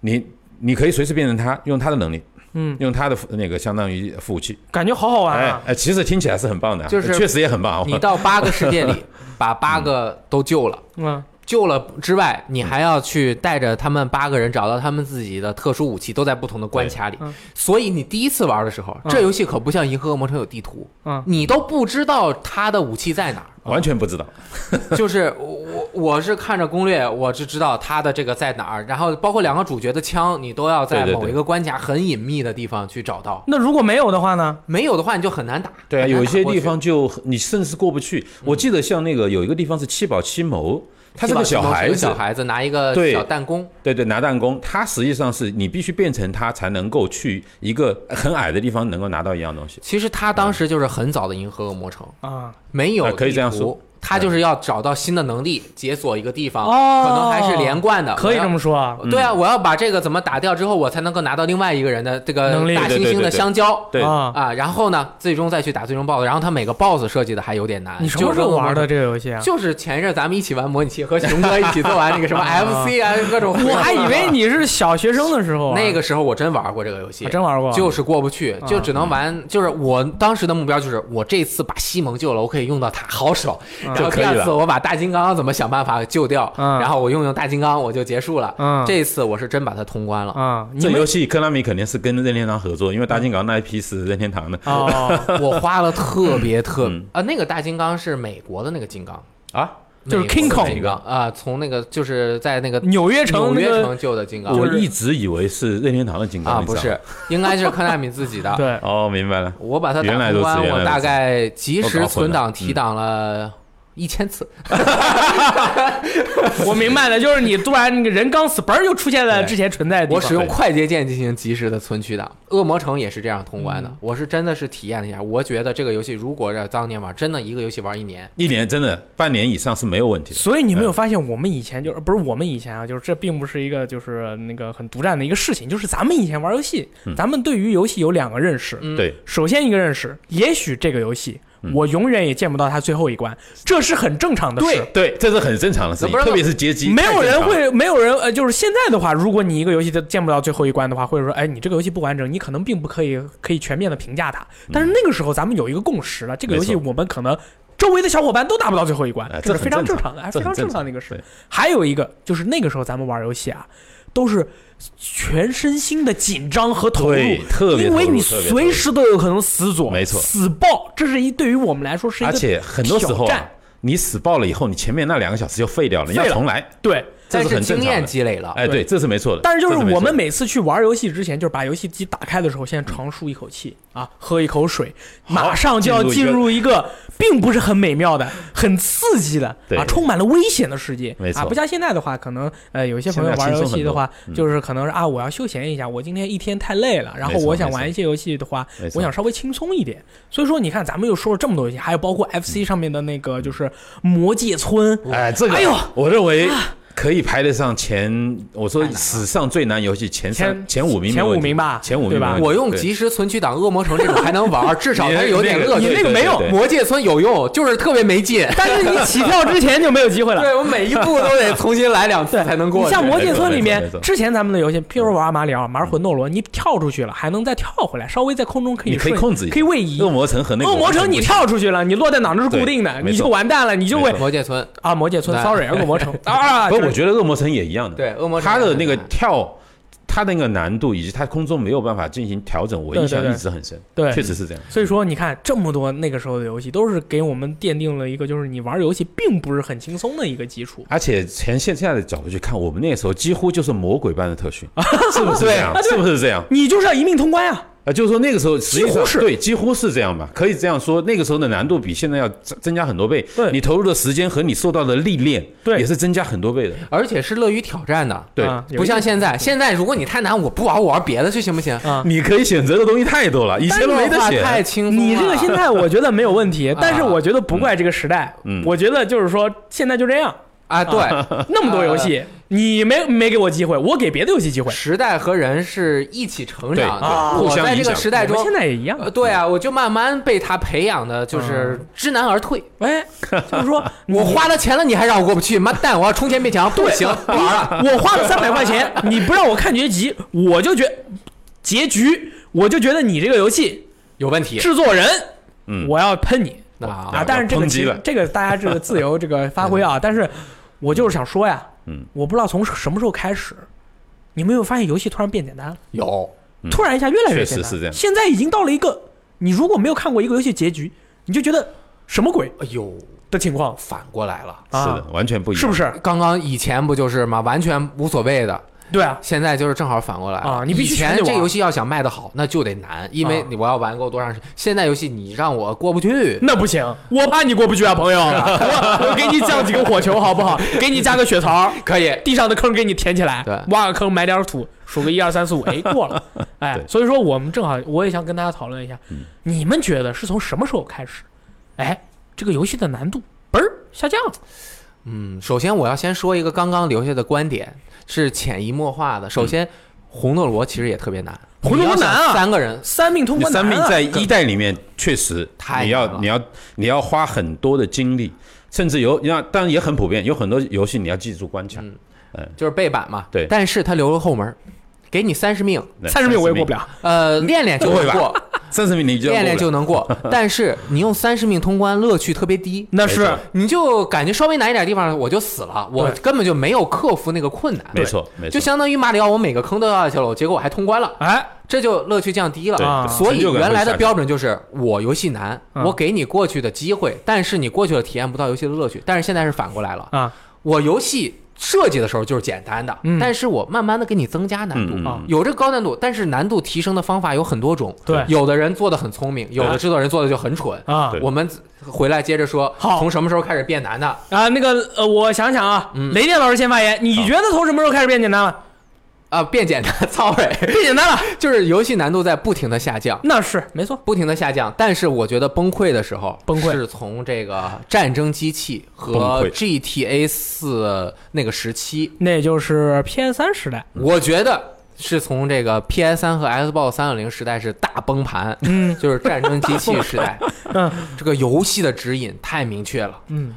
你你可以随时变成他，用他的能力。嗯，用他的那个相当于服务器，感觉好好玩哎啊！哎，其实听起来是很棒的啊，就是确实也很棒啊。你到八个世界里把八个都救哎了。嗯，救了之外，你还要去带着他们八个人找到他们自己的特殊武器，都在不同的关卡里对嗯。所以你第一次玩的时候，嗯这游戏可不像《银河恶魔城》有地图嗯，你都不知道它的武器 在哪儿。完全不知道，就是我我我是看着攻略，我是知道它的这个在哪儿，然后包括两个主角的枪，你都要在对对对某一个关卡很隐秘的地方去找到。那如果没有的话呢？没有的话，你就很难打。对啊，很难有一打些过地去方就你甚至是过不去。我记得像那个有一个地方是七宝七谋，他是个七宝小城是孩个子小，孩子拿一个对小弹弓，对对，拿弹弓，它实际上是你必须变成它才能够去一个很矮的地方能够拿到一样东西。其实他当时就是很早的银河恶魔城，啊，没有、啊可以这样说，嗯他就是要找到新的能力，解锁一个地方，哦可能还是连贯的，可以这么说啊我。要。对嗯啊，我要把这个怎么打掉之后，我才能够拿到另外一个人的这个能力大对猩对对猩的对对香蕉对，啊，啊，然后呢，最终再去打最终 BOSS，然后他每个 BOSS 设计的还有点难。你什么时候就是玩的？这个游戏啊？就是前一阵咱们一起玩模拟器，和熊哥一起做完那个什么啊 FC 啊，各种。我还以 为你是小学生的时候啊那个时候我真玩过这个游戏啊，真玩过，就是过不去，啊就只能玩。就是我当时的目标就是，我这次把西蒙救了，我可以用到他，好手。嗯然后第就可以二次了我把大金刚怎么想办法救掉，嗯然后我用用大金刚我就结束了。嗯这次我是真把它通关了。啊，你这们游戏科拉米肯定是跟任天堂合作，因为大金刚那一批是任天堂的哦， 我花了特别 特嗯啊，那个大金刚是美国的那个金刚，啊。就是美国 King 的 Kong 金刚啊，从那个就是在那个纽约城纽那约个城救的金刚我啊就是一直以为是任天堂的金刚，啊，你知不道吗 是，应该是科纳米自己的。 对，哦，明白了。我把它打原来通如此关，原来我如大此概及我搞时混存了嗯档提档了一千次。我明白了，就是你突然那个人刚死，嘣儿就出现在之前存在的地我方使用快捷键进行及时的存取档，《恶魔城》也是这样通嗯关的。我是真的是体验了一下，我觉得这个游戏如果要当年玩，真的一个游戏玩一年，一年真的半年以上是没有问题的。所以你没有发现，我们以前就是不是我们以前啊，就是这并不是一个就是那个很独占的一个事情，就是咱们以前玩游戏，嗯咱们对于游戏有两个认识。嗯对，首先一个认识，也许这个游戏嗯我永远也见不到它最后一关，这是很正常的事。对，这是很正常的事情不，是特别是街机，没有太正人常了会，没有人呃，就是现在的话，如果你一个游戏都见不到最后一关的话，或者说，哎，你这个游戏不完整，你可能并不可以可以全面的评价它。但是那个时候咱们有一个共识了，这个游戏嗯没我们可能周围的小伙伴都达不到最后一关哎，这这是很非常正正常的，哎这非常很正正常的常一个事对。还有一个就是那个时候咱们玩游戏啊，都是全身心的紧张和投入对，特别因为投入你特别随时都有可能死左，没错死爆，这是一对于我们来说是一而个且很多时候挑啊战，你死爆了以后，你前面那两个小时就废掉了，你要废了重来，对。这但是是很正经常验的。积累了。哎，对，这是没错的。但是就这没是错我的们每次去玩游戏之前，就是把游戏机打开的时候，先长舒一口气啊，喝一口水，好马上就要进进入入一个并不是很美妙的、很刺激的对啊，充满了危险的世界。没错啊，不像现在的话，可能呃有一些朋友现在玩轻游松戏很的多话，嗯就是可能是啊，我要休闲一下，我今天一天太累了，然后没错我想没错玩一些游戏的话没，错我想稍微轻松一点。所以说，你看咱们又说了这么多游戏，还有包括 FC 上面的那个就是魔界村，哎，这个，哎呦，啊我认为可以排得上前，我说史上最难游戏前三前前五名，前五名吧前五对名没吧问题，我用对及时存取档《恶魔城》这种还能玩，至少你还是有点乐你趣。那个没用对对对魔界村有用，就是特别没 劲。 但是你起跳之前就没有机会了。对我每一步都得重新来两次对，才能过你去。像《魔没界错村》没里错面没错之前咱们的游戏，譬如玩马里奥、玩魂斗罗，你跳出去了还能再跳回来，稍微在空中可以你可以瞬控制一下可以位移。恶魔城和那个恶魔城你跳出去了，你落在哪儿都是对固定的，没你就错完蛋了，你就会没错魔界村，啊魔界村对，sorry，恶魔 城啊，不，就我是觉得恶魔城也一样的，，对恶魔城它的很那个难跳。它的那个难度以及它空中没有办法进行调整，我对印对象对一直很深，对确实是这样。所以说，你看这么多那个时候的游戏，都是给我们奠定了一个就是你玩游戏并不是很轻松的一个基础。而且从现在的角度去看， 我们那个时候几乎就是魔鬼般的特训，是不是这样？是不是这样？你就是要一命通关啊！啊，就是说那个时候实际几上乎是对，几乎是这样吧，可以这样说，那个时候的难度比现在要增增加很多倍，对你投入的时间和你受到的历练，对也是增加很多倍的，而且是乐于挑战的，对，啊有不一像现在，现在如果你太难，我不玩，我玩别的去行不行？啊，你可以选择的东西太多了，以前没得单人化太选，轻松了，你这个心态我觉得没有问 题，但是我觉得不怪这个时代，啊嗯我觉得就是说现在就这样，啊，对，那么多游戏，你没没给我机会，我给别的游戏机会， 时代和人是一起成长对啊的，我互相在这影个响时代我们中现。在也一样。呃对啊，我就慢慢被他培养的，嗯就是知难而退。哎，就是说我花了钱了，你还让我过不去？妈蛋！我要冲天变墙，不 行，不玩了。我花了三百块钱，你不让我看结局，我就觉结局，我就觉得你这个游戏有问题。制作人，嗯我要喷你啊啊！但是这个抨击其了这个大家这个自由这个发挥啊，但是我就是想说呀，嗯，我不知道从什么时候开始，你们有没有发现游戏突然变简单了？有嗯突然一下越来越简确单，实是这样现在已经到了一个，你如果没有看过一个游戏结局，你就觉得什么鬼哎呦，的情况反过来了。是啊的，，完全不一样，是不是？是？刚刚以前不就是吗？完全无所谓的，对啊，现在就是正好反过来了啊你必须以前全得这玩游戏要想卖得好，那就得难，因为啊你我要玩够多长时间。现在游戏你让我过不去，那不行，我怕你过不去啊，朋友，我 我给你降几个火球好不好？给你加个血槽。可以地上的坑给你填起来，对挖个坑埋点土，数个一二三四五， 哎，过了，哎，对嗯所以说我们正好，我也想跟大家讨论一下，你们觉得是从什么时候开始，哎，这个游戏的难度嘣儿下降了？嗯，首先我要先说一个刚刚留下的观点，是潜移默化的。首先，红斗罗其实也特别难，嗯红斗罗你要想难啊三个人三命通你关难三啊，命在一代里面确实太，你难了要你要你要花很多的精力，甚至有那当然也很普遍，有很多游戏你要记住关卡，嗯就是背板嘛，对但是他留了后门，给你三十命，对三十命我也过不，了，呃，嗯练练就不会能吧 过，三十命你就要练练过就能过。但是你用三十命通关，乐趣特别低。那没是错你就感觉稍微难一点地方我就死了，我对根本就没有克服那个困难不了，没错没错，就相当于马里奥我每个坑都要下去了，结果我还通关了，哎，这就乐趣降低了。对啊所以成就感会原来下的降标准就是我游戏难，嗯我给你过去的机会，但是你过去了体验不到游戏的乐趣。但是现在是反过来了，嗯啊我游戏设计的时候就是简单的，嗯但是我慢慢的给你增加难度。嗯嗯啊有这个高难度，但是难度提升的方法有很多种。对有的人做的很聪明，有的制作人做的就很蠢。啊对我们回来接着说，好从什么时候开始变难的？啊！那个呃，我想想啊，雷电老师先发言，你觉得从什么时候开始变简单了？啊，变简单， 操哎，变简单了，就是游戏难度在不停的下降，那是没错，不停的下降。但是我觉得崩溃的时候，崩溃是从这个战争机器崩和溃 GTA 四那个时期，那就是 PS 三时代，我觉得是从这个 PS 三和 Xbox 三六零时代是大崩盘， 嗯就是战争机器时代， 嗯这个游戏的指引太明确了，嗯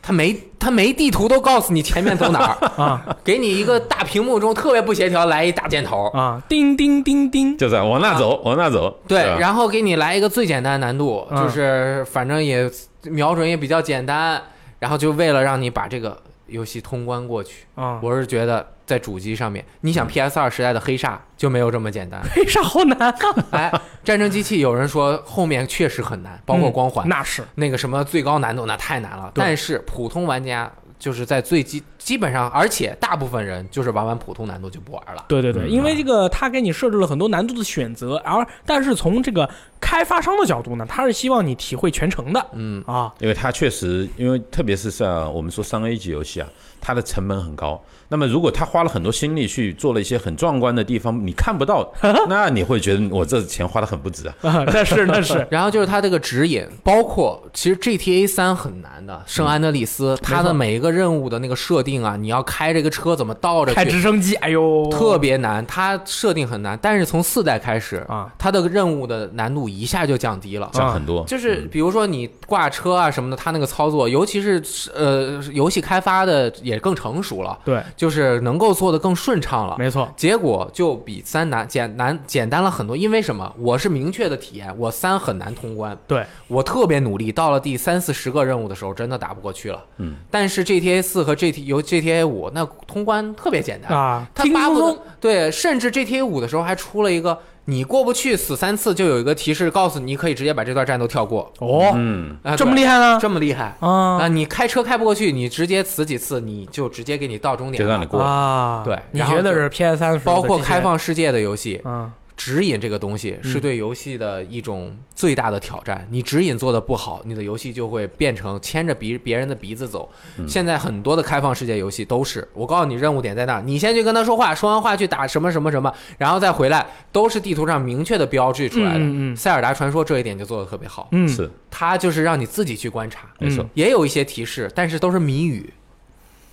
它没它没地图都告诉你前面走哪 儿，啊给你一个大屏幕中特别不协调来一大箭头，啊，叮叮叮叮，就是啊往那走往那走，对是吧，然后给你来一个最简单的难度，嗯就是反正也瞄准也比较简单，然后就为了让你把这个游戏通关过去。啊，我是觉得在主机上面，你嗯想 PS 二时代的黑煞就没有这么简 单。为啥好难啊？哎，战争机器有人说后面确实很难，包括光环、嗯那是那个什么最高难度那太难了。对但是普通玩家就是在最基基本上，而且大部分人就是玩完普通难度就不玩了。对对对，嗯因为这个他给你设置了很多难度的选择，而但是从这个开发商的角度呢，他是希望你体会全程的嗯，啊，因为它确实，因为特别是像我们说三 A 级游戏啊，它的成本很高。那么如果他花了很多心力去做了一些很壮观的地方，你看不到， 那你会觉得我这钱花的很不值啊。啊那是那 是然后就是它这个指引，包括其实 GTA 三很难的，圣安德里斯它的每一个任务的那个设定啊，你要开这个车怎么倒着开去，直升机，哎呦，特别难，它设定很难。但是从四代开始啊，哦它的任务的难度一下就降低了。讲很多，就是比如说你挂车啊什么的，它那个操作，尤其是呃游戏开发的也更成熟了，对，就是能够做的更顺畅了。没错，结果就比三难简难简单了很多，因为什么？我是明确的体验，我三很难通关，对，我特别努力，到了第三四十个任务的时候，真的打不过去了。嗯，但是 GTA 四和 GT 由 GTA 五那通关特别简单，啊，它轻轻巴松不松得，对，甚至 GTA 五的时候还出了一个你过不去死三次就有一个提示告诉你可以直接把这段战斗跳过，哦，嗯，啊、这么对厉害呢这么厉害啊啊！你开车开不过去，你直接死几次，你就直接给你到终就点让你了。过。啊，对你然后觉得就是 PS 三包括开放世界的游戏，啊指引这个东西嗯是对游戏的一种最大的挑战。你指引做的不好，你的游戏就会变成牵着别别人的鼻子走。嗯现在很多的开放世界游戏都是，我告诉你任务点在那儿，你先去跟他说话，说完话去打什么什么什么，然后再回来，都是地图上明确的标志出来的。嗯嗯嗯塞尔达传说这一点就做的特别好，嗯，是它就是让你自己去观察，没错嗯，也有一些提示，但是都是谜语，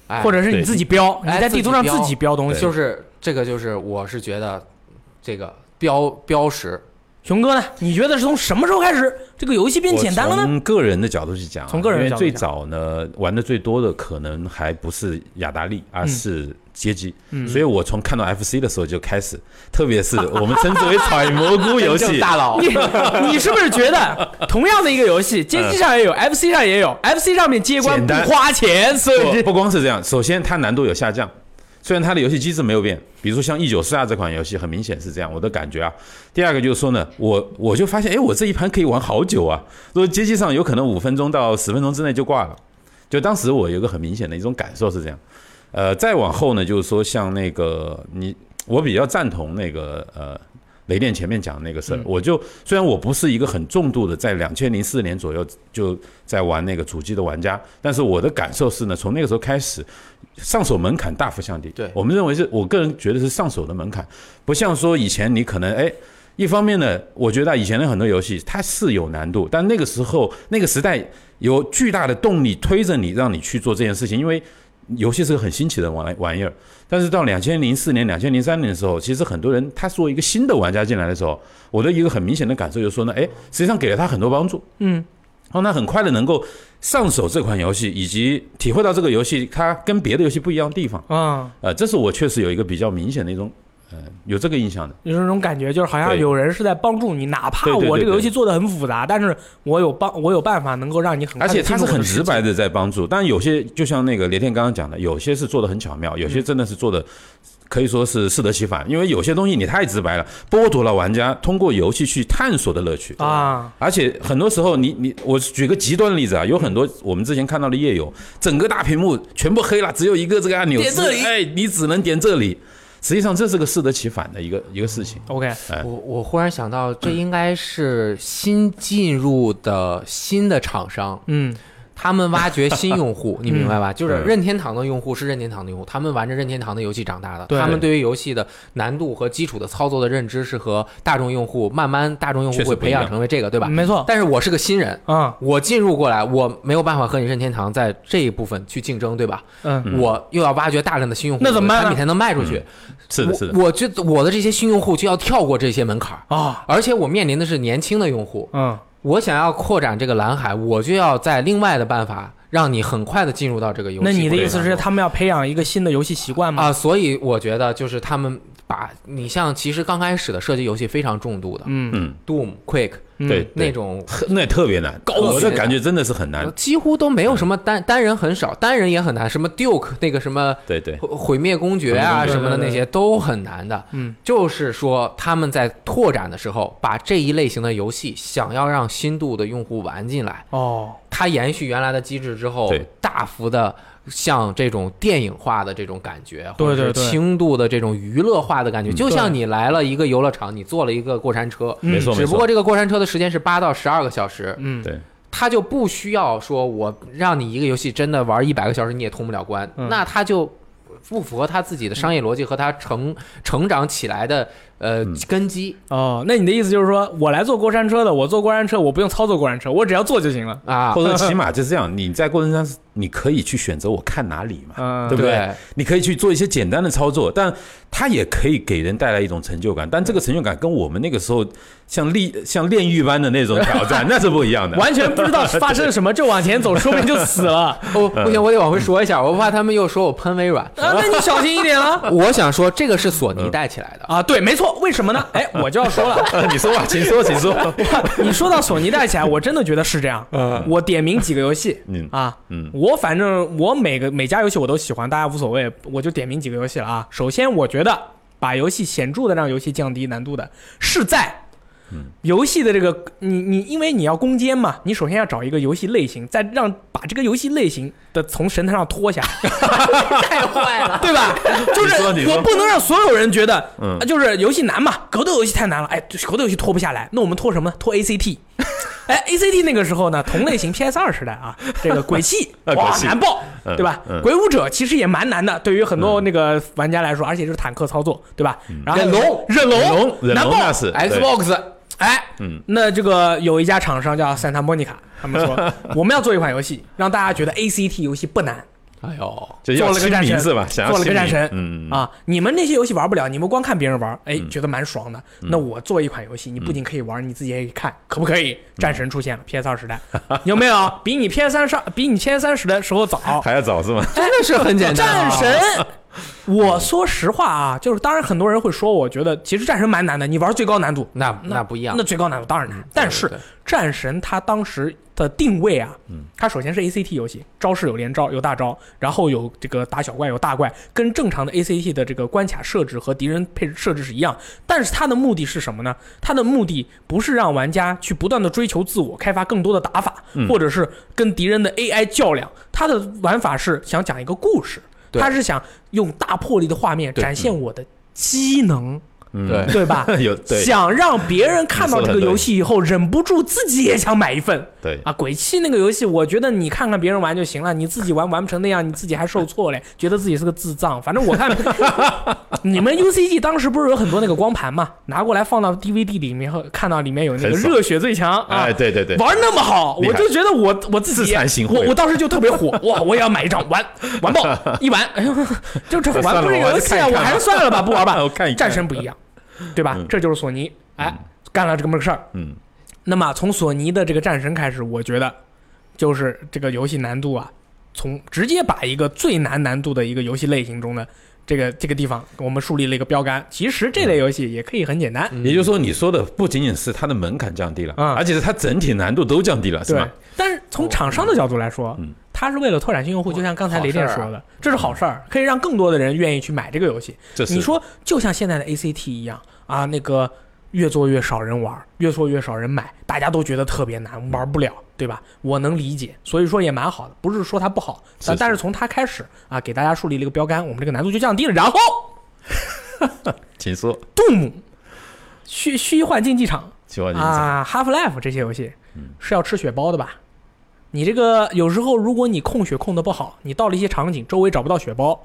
哎，或者是你自己标，你哎在地图上自己标东西。就是是这个就是我是觉得这个标标识熊哥呢？你觉得是从什么时候开始这个游戏变简单了我呢？从个人的角度去讲啊，从个人的因角为度最讲早呢玩的最多的可能还不是雅达利，而是街机。嗯所以我从看到 FC 的时候就开始，特别是我们称之 为采蘑菇游真正戏。大佬 你你是不是觉得同样的一个游戏，街机上也有，FC 上也有，FC 上面接关不简单花钱，所以不这不光是这样，首先它难度有下降，虽然它的游戏机制没有变，比如说像《一九四二》这款游戏，很明显是这样，我的感觉啊。第二个就是说呢，我我就发现，哎，我这一盘可以玩好久啊，如果街机上有可能五分钟到十分钟之内就挂了，就当时我有一个很明显的一种感受是这样。呃，再往后呢，就是说像那个你，我比较赞同那个呃。雷电前面讲的那个嗯事儿，我就虽然我不是一个很重度的，在两千零四年左右就在玩那个主机的玩家，但是我的感受是呢，从那个时候开始，上手门槛大幅降低。对我们认为是我个人觉得是上手的门槛，不像说以前你可能哎。一方面呢，我觉得啊以前的很多游戏它是有难度，但那个时候那个时代有巨大的动力推着你，让你去做这件事情，因为游戏是个很新奇的玩玩意儿。但是到两千零四年、两千零三年的时候，其实很多人他作为一个新的玩家进来的时候，我的一个很明显的感受就是说呢，哎，实际上给了他很多帮助，嗯，让哦他很快的能够上手这款游戏，以及体会到这个游戏它跟别的游戏不一样的地方。啊，呃，这是我确实有一个比较明显的一种，呃，有这个印象的。有这种感觉，就是好像对有人是在帮助你，哪怕对对对我这个对游戏做的很复杂，但是我有帮，我有办法能够让你很快而地且进它入是我的很世直界白的在帮助，但有些就像那个雷电刚刚讲的，有些是做的很巧妙，嗯有些真的是做的可以说是适得其反，因为有些东西你太直白了，剥夺了玩家通过游戏去探索的乐趣。啊，而且很多时候你，你我举个极端的例子啊，有很多我们之前看到的夜游，整个大屏幕全部黑了，只有一个这个按钮，点这里只哎，你只能点这里。实际上，这是个适得其反的一个一个事情。 OK，我我忽然想到，这应该是新进入的新的厂商，嗯他们挖掘新用户， 你明白吧？就是嗯任天堂的用户是任天堂的用户，他们玩着任天堂的游戏长大的，对他们对于游戏的难度和基础的操作的认知是和大众用户慢慢大众用户确实会不一培样养成为这个，对吧？没错，但是我是个新人，啊我进入过来，我没有办法和你任天堂在这一部分去竞争，对吧？嗯我又要挖掘大量的新用户，那怎么办呢嗯我的产品才能卖出去？是的，是的，我我就我的这些新用户就要跳过这些门槛儿，啊而且我面临的是年轻的用户，嗯我想要扩展这个蓝海，我就要在另外的办法让你很快的进入到这个游戏。那你的意思对是吧他们要培养一个新的游戏习惯吗？啊、所以我觉得就是他们把你像其实刚开始的射击游戏非常重度的、嗯，嗯， Doom、Quick 嗯对，那对种。那特别难，高呃我难的感觉真的是很难。几乎都没有什么单单人很少，单人也很难。什么 Duke 那个什么对对，毁毁灭公爵啊灭公毁爵什么的对对那些都很难的。嗯，就是说他们在拓展的时候，把这一类型的游戏想要让新度的用户玩进来，哦，它延续原来的机制之后对，大幅的像这种电影化的这种感觉，对或者是对对轻度的这种娱乐化的感觉，就像你来了一个游乐场，你坐了一个过山车。嗯没错没只不过错，这个过山车的时间是八到十二个小时，嗯，对，他就不需要说我让你一个游戏真的玩一百个小时你也通不了关，嗯那他就不符合他自己的商业逻辑和他成成长起来的呃嗯根基哦，那你的意思就是说我来坐过山车的，我坐过山车，我不用操作过山车，我只要坐就行了。啊。或者起码就是这样，你在过程中你可以去选择我看哪里嘛，嗯，对不对对？你可以去做一些简单的操作，但它也可以给人带来一种成就感。但这个成就感跟我们那个时候像炼像炼狱般的那种挑战，那是不一样的。 完全不知道发生了什么，就往前走，说不定就死了。 啊，哦，不嗯行，我得往回说一下，我怕他们又说我喷微 软。那你小心一点啊！我想说，这个是索尼带起来的， 啊，对，没错，为什么呢？哎，我就要说了， 你说吧，请 说，请说。你说到索尼带起来，我真的觉得是这样。我点名几个游戏嗯啊，嗯我反正我每个每家游戏我都喜欢，大家无所谓，我就点名几个游戏了啊。首先，我觉得把游戏显著的让游戏降低难度的是在嗯游戏的这个你你，因为你要攻坚嘛，你首先要找一个游戏类型，再让把这个游戏类型的从神坛上拖下， 太坏了。 对吧？就你说你是说我不能让所有人觉得，嗯啊就是游戏难嘛，格斗游戏太难了，哎，就是格斗游戏拖不下来，那我们拖什么呢？拖 ACT。哎，ACT 那个时候呢，同类型 PS 二时代啊，这个鬼泣 啊哇鬼泣难爆，嗯对吧嗯？鬼武者其实也蛮难的，对于很多那个玩家来说，而且就是坦克操作，对吧？然后还有忍龙忍嗯忍龙龙，忍难龙爆那。是嗯对 Xbox 哎，嗯，那这个有一家厂商叫 Santa Monica，他们 说我们要做一款游戏，让大家觉得 ACT 游戏不难，哎呦，就做要了个亲战神名字吧，想要做了个亲战民神嗯，啊，你们那些游戏玩不了，你们光看别人玩，哎，觉得蛮爽的。嗯那我做一款游戏，你不仅可以玩，你自己也可以看，可不可以？战嗯神出现了，PS 二时代 有没有？比你 PS 三上，比你 PS 三时代时候 早。还要找是吗？真的是很简单啊、战 神，我说实话啊，就是当然很多人会说，我觉得其实战神蛮难的，你玩最高难度，嗯那那不一样那，最高难度当然难。但是对对战神它当时的定位啊，嗯它首先是 ACT 游戏，招式有连招，有大招，然后有这个打小怪，有大怪，跟正常的 ACT 的这个关卡设置和敌人配置设置是一样。但是它的目的是什么呢？它的目的不是让玩家去不断的追求自我，开发更多的打法，嗯或者是跟敌人的 AI 较量。它的玩法是想讲一个故事，对它是想用大魄力的画面对展现我的机能，嗯，对吧？有对想让别人看到这个游戏以后，忍不住自己也想买一份对，啊！鬼泣那个游戏，我觉得你看看别人玩就行了，你自己玩玩不成那样，你自己还受挫嘞，觉得自己是个智障。反正我看 你们 UCG 当时不是有很多那个光盘嘛，拿过来放到 DVD 里面后，看到里面有那个很爽热血最强啊哎，。对对对，玩那么好，厉我害就觉得我我自己自惭形秽我我当时就特别火，哇，我也要买一张玩玩爆，一玩， 哎呦，就这玩不是游戏啊，算了我我还是看一看吧还是算了吧，不玩吧。 我看一看战神不一样，对吧？嗯这就是索尼，哎，干了这么个事儿。嗯，那么从索尼的这个战神开始，我觉得就是这个游戏难度啊，从直接把一个最难难度的一个游戏类型中的这个这个地方，我们树立了一个标杆。其实这类嗯游戏也可以很简单，也就是说你说的不仅仅是它的门槛降低了，嗯而且是它整体难度都降低了，是对吗？。但是从厂商的角度来说嗯，它是为了拓展新用户，就像刚才雷电说啊好事的，这是好事儿，可以让更多的人愿意去买这个游戏。这是你说就像现在的 ACT 一样啊，那个越做越少人玩，越做越少人买，大家都觉得特别难，玩不了，对吧？我能理解，所以说也蛮好的，不是说它不好，是但是但是从它开始啊，给大家树立了一个标杆，我们这个难度就降低了。然 后请说，杜姆、虚虚幻竞技场嗯请问你们啊、Half Life 这些游戏是要吃血包的吧？你这个有时候如果你控血控的不好，你到了一些场景，周围找不到血包，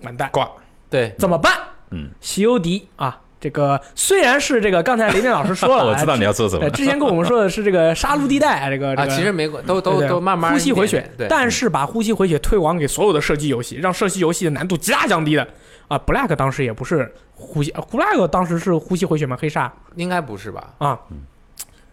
完蛋。挂，对，怎么办？嗯，西欧迪啊，这个虽然是这个刚才雷电老师说了， 我知道你要说什哎。么呃，，之前跟我们说的是这个杀戮地 带，哎这个这啊，个其实没关都都对对都慢慢呼吸回血一点，点对，但是把呼吸回血推广给所有的射击游戏，让射击游戏的难度极大降低的啊。Black 当时也不是呼吸呃，Black 当时是呼吸回血吗？黑鲨应该不是吧？啊，嗯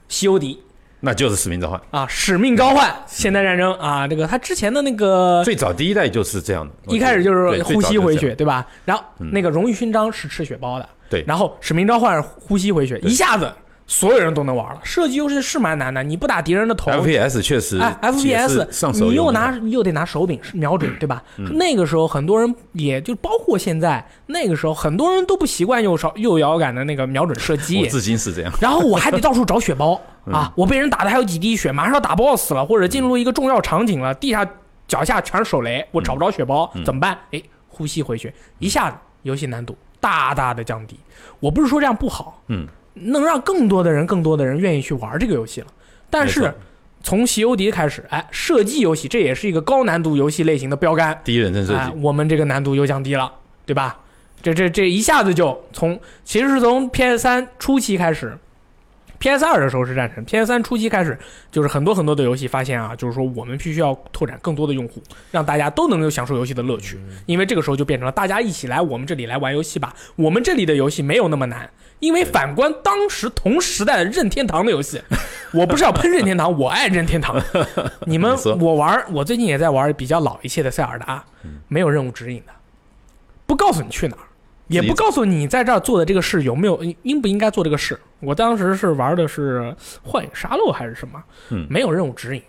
西欧迪那就是使命召唤。啊，使命召唤，现代战争啊，这个他之前的那个最早第一代就是这样的，一开始就是对呼吸回，最血，对吧？然后嗯那个荣誉勋章是吃血包的，对然后使命召唤是呼吸回血，一下子所有人都能玩了。射击游戏是蛮难的，你不打敌人的头。早就这样 FPS 确实哎也是上，FPS，手你游又的嗯拿又得拿手柄瞄准，对吧？那个时候很多人，也就包括现在，那个时候很多人都不习惯右手右摇杆的那个瞄准射击。我至今是这样，嗯然后我还得到处找血包啊！我被人打的还有几滴血，马上要打 BOSS 了，或者进入一个重要场景了，地下脚下全是手雷，我找不着血包，嗯怎么办？哎，呼吸回血，一下子游戏难度大大的降低。我不是说这样不好，嗯，能让更多的人、更多的人愿意去玩这个游戏了。但没是错从西游迪开始，哎，射击游戏这也是一个高难度游戏类型的标杆，第一人称射哎击，，我们这个难度又降低了，对吧？这这这一下子就从其实是从 PS 三初期开始，PS 二的时候是战神，PS 三初期开始就是很多很多的游戏发现啊，就是说我们必须要拓展更多的用户，让大家都能够享受游戏的乐趣，因为这个时候就变成了大家一起来我们这里来玩游戏吧，我们这里的游戏没有那么难。因为反观当时同时代的任天堂的游戏，我不是要喷任天堂，我爱任天堂。你们没错我玩，我最近也在玩比较老一些的塞尔达，没有任务指引的，不告诉你去哪儿，也不告诉你在这儿做的这个事有没有应不应该做这个事。我当时是玩的是幻影杀戮还是什么，嗯没有任务指引。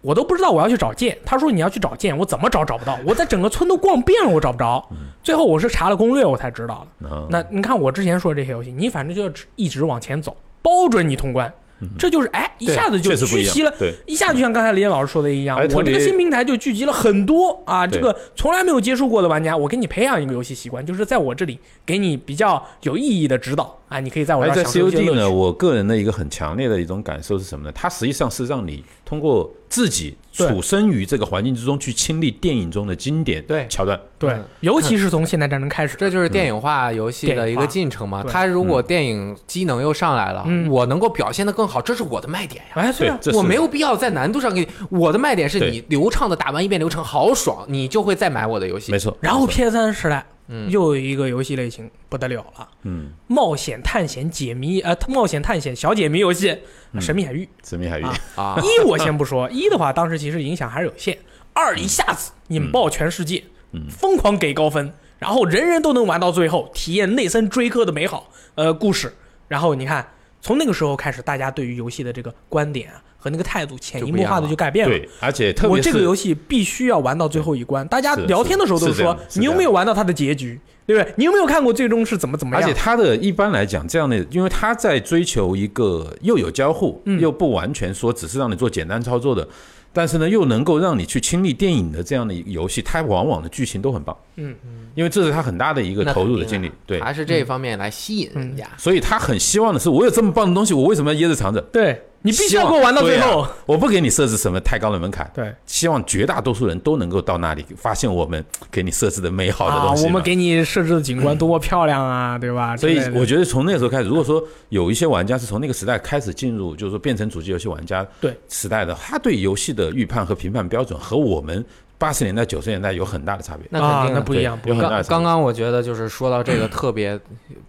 我都不知道我要去找剑，他说你要去找剑，我怎么找找不到？我在整个村都逛遍了，我找不着。嗯最后我是查了攻略，我才知道的。那那你看我之前说这些游戏，你反正就只一直往前走，包准你通关。这就是哎，一对下子就嗯确实不聚一集了样。，对，一下就像刚才李岩老师说的一样哎，我特这别个新平台就聚集了很多啊，这对个从来没有接触过的玩家，我给你培养一个游戏习惯，就是在我这里给你比较有意义的指导啊，你可以在我这而儿哎在享受一些 COD 呢，乐趣。我个人的一个很强烈的一种感受是什么呢？它实际上是让你通过自己对处身于这个环境之中，去亲历电影中的经典对桥段。对嗯，尤其是从现代战争开始，这就是电嗯影化游戏的一个进程嘛。电影化它如嗯果电影机能又上来了，嗯我能够表现的更好，这是我的卖点呀。哎，对啊，这是我没有必要在难度上给你，我的卖点是对你流畅的打完一遍流程，好爽，你就会再买我的游戏。没错。然后 PS 三时代嗯又有一个游戏类型不得了了，嗯，冒险探险解谜呃，冒险探险小解谜游戏《嗯神秘海域》。神秘海域啊啊，一我先不说， 一的话当时其实影响还是有限，二一下子引爆全世界，嗯疯狂给高分，然后人人都能玩到最后，体验内森追科的美好，呃，故事。然后你看，从那个时候开始，大家对于游戏的这个观点啊和那个态度，潜移默化的就改变了。对，而且特我别这是个游戏必须要玩到最后一关。大家聊天的时候都是说是是这样的，是你有没有玩到它的结局，对不对？你有没有看过最终是怎么怎么而且样？他的一般来讲，这样的，因为他在追求一个呃又有交互，嗯又不完全说只是让你做简单操作的，但是呢，又能够让你去亲历电影的这样的一个游戏，它往往的剧情都很棒。嗯，因为这是他很大的一个那投入的肯定精啊力，对，还是这方面来吸引人家。所以他很希望的是，我有这么棒的东西，我为什么要掖着藏着？对你必须要希给望我玩到最后对。啊我不给你设置什么太高的门槛，对希望绝大多数人都能够到那里发现我们给你设置的美好的啊东，西嘛。我们给你设置的景观多么漂亮啊，对吧？所之以类的我觉得从那个时候开始，如果说有一些玩家是从那个时代开始进入，就是说变成主机游戏玩家对时代的，他对游戏的预判和评判标准和我们八十年代九十年代有很大的差别。那啊肯定，那的。不一样，不一有样。很大刚的差别嗯刚刚我觉得就是说到这个特别，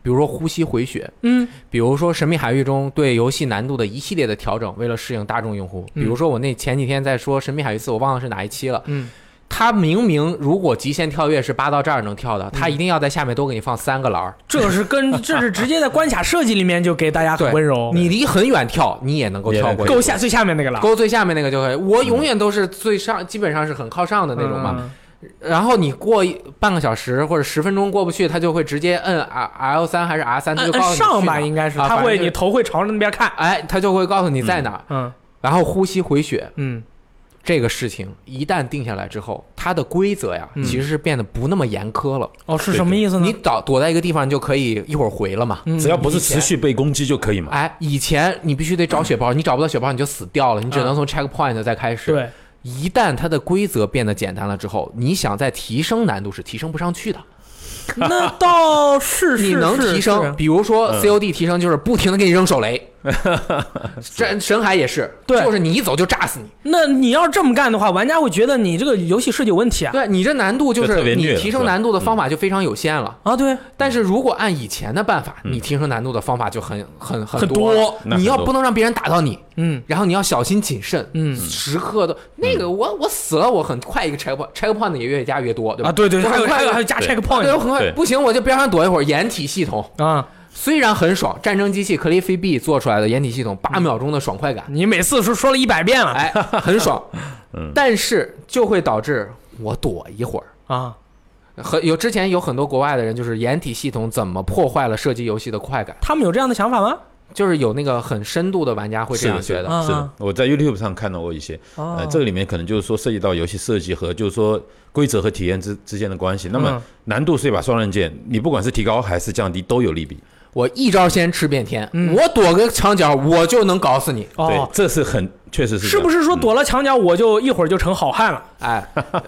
比如说呼吸回血，嗯，比如说《神秘海域》中对游戏难度的一系列的调整，为了适应大众用户。比如说我那前几天在说《神秘海域四》，我忘了是哪一期了。嗯，它明明如果极限跳跃是八到这儿能跳嗯的，它一定要在下面多给你放三个栏儿。这是跟这是直接在关卡设计里面就给大家很对温柔，你离很远跳，你也能够也跳能过去。勾下最下面那个了，勾最下面那个就可以，我永远都是最上，基本上是很靠上的那种嘛。嗯。然后你过一半个小时或者十分钟过不去，它就会直接摁 R L 三还是 R 三，它按就告诉按你呃上去哪吧，应该是啊他反会正你就头会朝着那边看，哎，它就会告诉你在哪儿，嗯然后呼吸回血嗯，这个事情一旦定下来之后，它的规则呀嗯其实是变得不那么严苛了。哦，是对什么意思呢你？躲躲在一个地方，你就可以一会儿回了嘛。嗯只要不是持续被攻击就可以嘛。哎，以前你必须得找血包，你找不到血包你就死掉了，你只能从 checkpoint 再开始。对，一旦它的规则变得简单了之后，你想再提升难度是提升不上去的。那倒是是你能是提是升，比如说嗯 COD 提升就是不停的给你扔手 雷，这神海也是，对就是你一走就炸死你。那你要这么干的话，玩家会觉得你这个游戏设计有问题啊对你这难度就这特是嗯别虐你了提升难度的方法就非常有限了。啊！对，但是如果按以前的办法，你提升难度的方法就很很很嗯很多多那你很要多不能让别人打到你，嗯然后你要小心谨慎，嗯时刻都那个我我死了，我很快一个 checkpoint checkpoint 也越加越多，对吧？啊，对对，我还有很还快有还有加对 checkpoint 对，我很快对不行，我就边上躲一会儿。掩体系统啊！虽然很爽，战争机器克里菲 B 做出来的掩体系统，八秒钟的爽快感，你每次说说了一百遍了哎，很爽。嗯但是就会导致我躲一会儿。啊！很有之前有很多国外的人，就是掩体系统怎么破坏了射击游戏的快感，他们有这样的想法吗？就是有那个很深度的玩家会这是样的，是觉的得。啊是的。我在 YouTube 上看到过一些，啊呃，，这个里面可能就是说涉及到游戏设计和就是说规则和体验之之间的关系。那么嗯难度是一把双刃剑，你不管是提高还是降低都有利弊。我一招先吃遍天，嗯我躲个墙角，我就能搞死你。哦对，，这是很确实是这是样。嗯不是说躲了墙角我就一会儿就成好汉了？ 哎，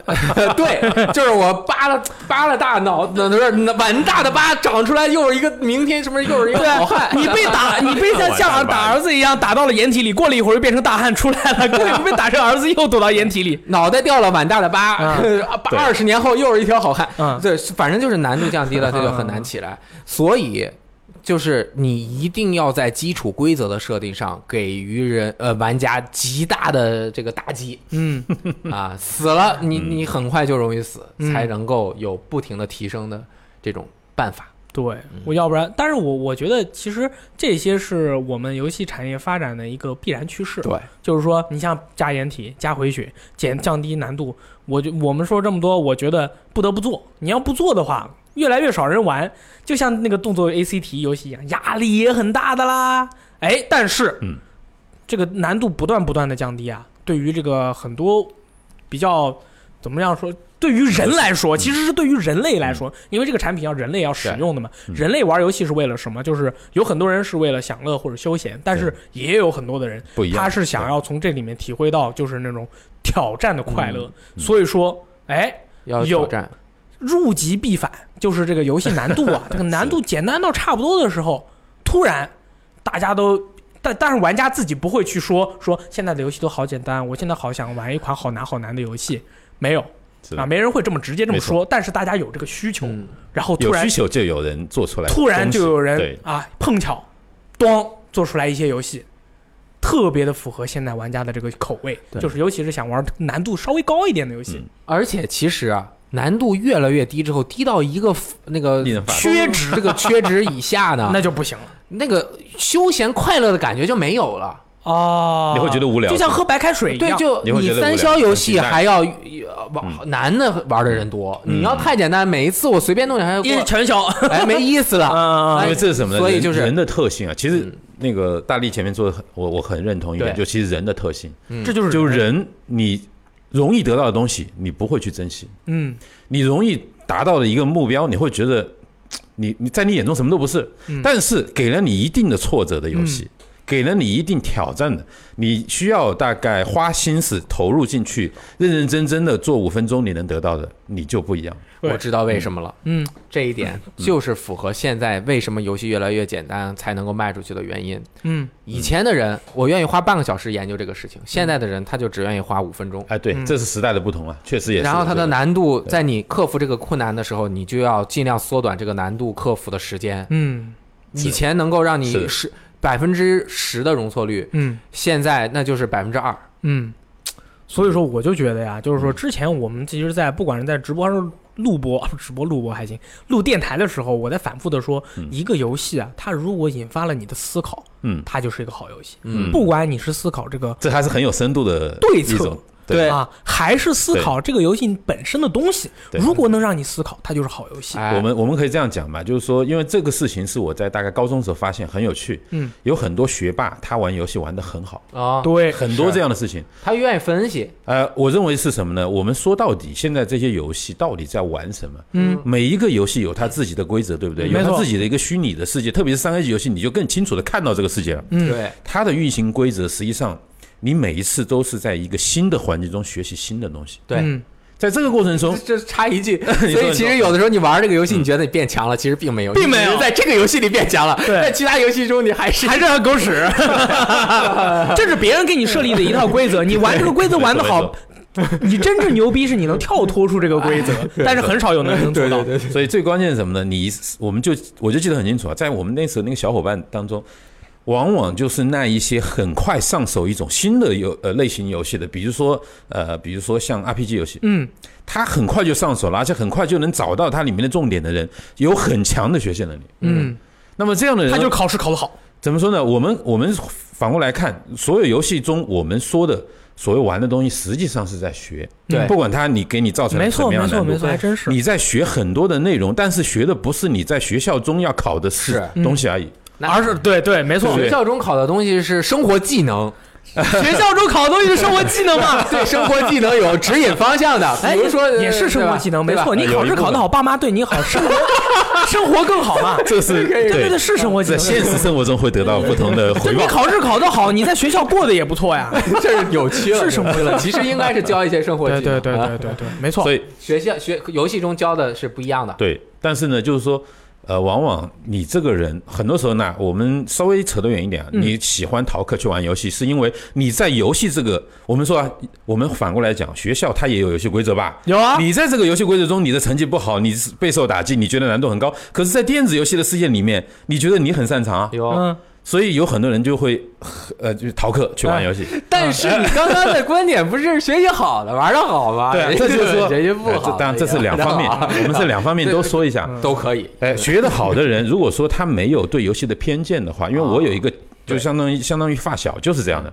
对，就是我扒拉扒拉大脑，脑袋碗大的疤长出来，又是一个明天，什么又是一个好 汉。 你被打， 你被像像打儿子一样打到了掩体里，过了一会儿又变成大汉出来 了，过一会儿被打成儿子又躲到掩体里。脑袋掉了，碗大的疤，嗯对 二十年后又是一条好汉。嗯对，反正就是难度降低了，它就很难起来。所以，就是你一定要在基础规则的设定上给予人呃玩家极大的这个打击嗯，啊，死了你嗯你很快就容易死，嗯才能够有不停的提升的这种办法。对，我要不然，但是我我觉得其实这些是我们游戏产业发展的一个必然趋势。对，就是说，你像加掩体、加回血、减降低难度，我就我们说这么多，我觉得不得不做。你要不做的话，越来越少人玩，就像那个动作 ACT 游戏一样，压力也很大的啦。哎，但是，嗯，这个难度不断不断的降低啊，对于这个很多比较怎么样说，对于人来嗯说，其实是对于人类来说，因为这个产品要人类要使用的嘛。嗯人类玩游戏是为了什么？就是有很多人是为了享乐或者休闲，但是也有很多的人不一样。他是想要从这里面体会到就是那种挑战的快嗯乐。所以说，哎，要有挑战，入极必反，就是这个游戏难度 啊，这个难度简单到差不多的时候，突然大家都。但但是玩家自己不会去说说现在的游戏都好简单，我现在好想玩一款好难好难的游戏，没有是啊，没人会这么直接这么没错说，但是大家有这个需求，嗯，然后突有然需求就有人做出来东西，突然就有人对啊碰巧，咣做出来一些游戏，特别的符合现在玩家的这个口味，对就是尤其是想玩难度稍微高一点的游戏嗯，而且其实啊，难度越来越低之后，低到一个 f- 那个令人发指 缺值，这个缺值以下嗯呢，那就不行了那个休闲快乐的感觉就没有了。哦啊你会觉得无聊，就像喝白开水一对，样，就你会觉得无聊三消游戏很期待嗯还要呃玩男的玩的人多，你要太简单，每一次我随便弄点还一全消。哎没意 思了。哎啊因为这是什么呢？所以人就是人的特性啊。其实嗯那个大力前面做的很，我我很认同一点，对就其实人的特性，这就是就人你容易得到的东西，你不会去珍惜，嗯，你容易达到的一个目标，你会觉得嘖你你在你眼中什么都不是，嗯但是给了你一定的挫折的游戏。给了你一定挑战的，你需要大概花心思投入进去，认认真真的做五分钟，你能得到的你就不一样。对我知道为什么了，嗯，这一点就是符合现在为什么游戏越来越简单才能够卖出去的原因。嗯，以前的人，我愿意花半个小时研究这个事情，现在的人他就只愿意花五分钟。哎，对，嗯这是时代的不同啊，确实也是。然后它我觉的得难度，在你克服这个困难的时候，你就要尽量缩短这个难度克服的时间。嗯，是以前能够让是你十百分之十的容错率，嗯，现在那就是百分之二。嗯。所以说，我就觉得呀，就是说，之前我们其实，在不管是在直播还 是录播，直播录播还行，录电台的时候，我在反复的说，一个游戏啊，它如果引发了你的思考，嗯，它就是一个好游戏。嗯不管你是思考这个这还是很有深度的对一策种对啊，还是思考这个游戏本身的东西，对如果能让你思考，它就是好游戏。哎，我们我们可以这样讲吧，就是说，因为这个事情是我在大概高中的时候发现很有趣，嗯，有很多学霸他玩游戏玩得很好，啊，对，很多这样的事情。他愿意分析，呃，我认为是什么呢？我们说到底，现在这些游戏到底在玩什么？嗯，每一个游戏有它自己的规则，对不对？没有错它自己的一个虚拟的世界，特别是三 A 级游戏，你就更清楚的看到这个世界了。嗯对，它的运行规则，实际上你每一次都是在一个新的环境中学习新的东西。对嗯在这个过 程中，这插一句，哦你说所以其实有的时候你玩这个游戏，你觉得你变强了，其实并没有，并没有你只是在这个游戏里变强了，对在其他游戏中你还 是 还是很狗屎，这是别人给你设立的一套规则，你玩这个规则玩得好， 你真正牛逼是你能跳脱出这个规则，但是很少有能能做到。所以最关键是什么呢？你我们就我就记得很清楚啊，在我们那时候那个小伙伴当中，往往就是那一些很快上手一种新的游呃类型游戏的，比如说呃，比如说像 RPG 游戏，嗯，他很快就上手了，而且很快就能找到它里面的重点的人，有很强的学习能力。嗯，那么这样的人呢，他就是考试考得好，怎么说呢？我们我们反过来看，所有游戏中我们说的所谓玩的东西，实际上是在学。对不管它你给你造成没什错么样没的错难度没，错，还真是。你在学很多的内容，但是学的不是你在学校中要考的是嗯东西而已。而是对对，没错，学校中考的东西是生活技能，？学校中考的东西是生活技能嘛 对生活技能有指引方向的，哎，比如说也是生活技能，没错。。对吧对吧你考试考得好，爸妈对你好，生活生活更好嘛？这 是对对对，是生活技在能。现实生活中会得到不同的就回 你报。考试考得好，你在学校过得也不错呀。这是扭曲了，是生活技能其实应该是教一些生活技对能。对对啊对对对，没错所。以学校学游戏中教的是不一样的。对，但是呢，就是说，呃，往往你这个人很多时候呢，我们稍微扯得远一点啊，嗯你喜欢逃课去玩游戏，是因为你在游戏这个，我们说啊，我们反过来讲，学校它也有游戏规则吧？有啊，你在这个游戏规则中，你的成绩不好，你是备受打击，你觉得难度很高。可是，在电子游戏的世界里面，你觉得你很擅长啊，有，嗯，所以有很多人就会呃，就逃课去玩游戏。但是你刚刚的观点不是学习好的玩的好吗？对啊，这就是说，学习不呃好的哎这，当然这是两方面，我们这两方面都说一下。 都可以。哎，学得好的人，如 果哦说他没有对游戏的偏见的话，因为我有一个，就相当于相当于发小，就是这样的。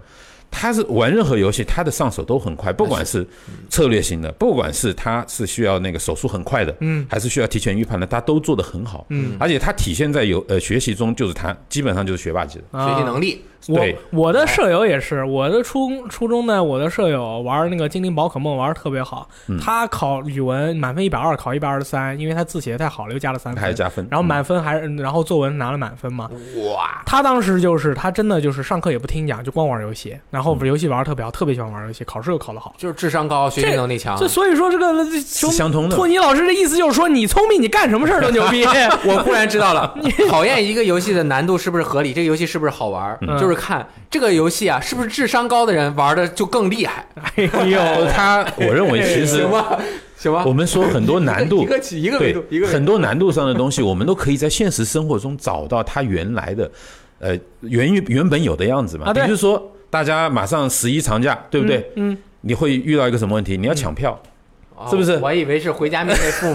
他是玩任何游戏，他的上手都很快，不管是策略型的，不管是他是需要那个手速很快的，嗯，还是需要提前预判的，他都做得很好，嗯，而且他体现在游呃学习中，就是他基本上就是学霸级的，学习啊能力，我对我的舍友也是，我的初初中呢，我的舍友玩那个精灵宝可梦玩的特别好，嗯他考语文满分一百二，考一百二十三，因为他字写的太好了，又加了三他还分，加分，然后满分还是然后作文拿了满分嘛。哇，他当时就是他真的就是上课也不听讲，就光玩游戏，然后游戏玩的特别好，特别喜欢玩游戏，考试又考得好。就是智商高，学习这能力强，这所以说这个这啊是相通的托尼老师的意思就是说，你聪明，你干什么事儿都牛 逼。 我忽然知道了，考验一个游戏的难度是不是合理，这个游戏是不是好玩儿，嗯就是看这个游戏啊，是不是智商高的人玩的就更厉 害，哎呦，嗯他我认为 其实行吧，行吧我，们说很多难度一，个起一个维对度，一个维度很多难度上的东西，我们都可以在现实生活中找到它原来的，呃，原于原本有的样子嘛。啊对比如说，大家马上十一长假，对不对？嗯，嗯你会遇到一个什么问题？你要抢票，哦是不是我以为是回家面对父母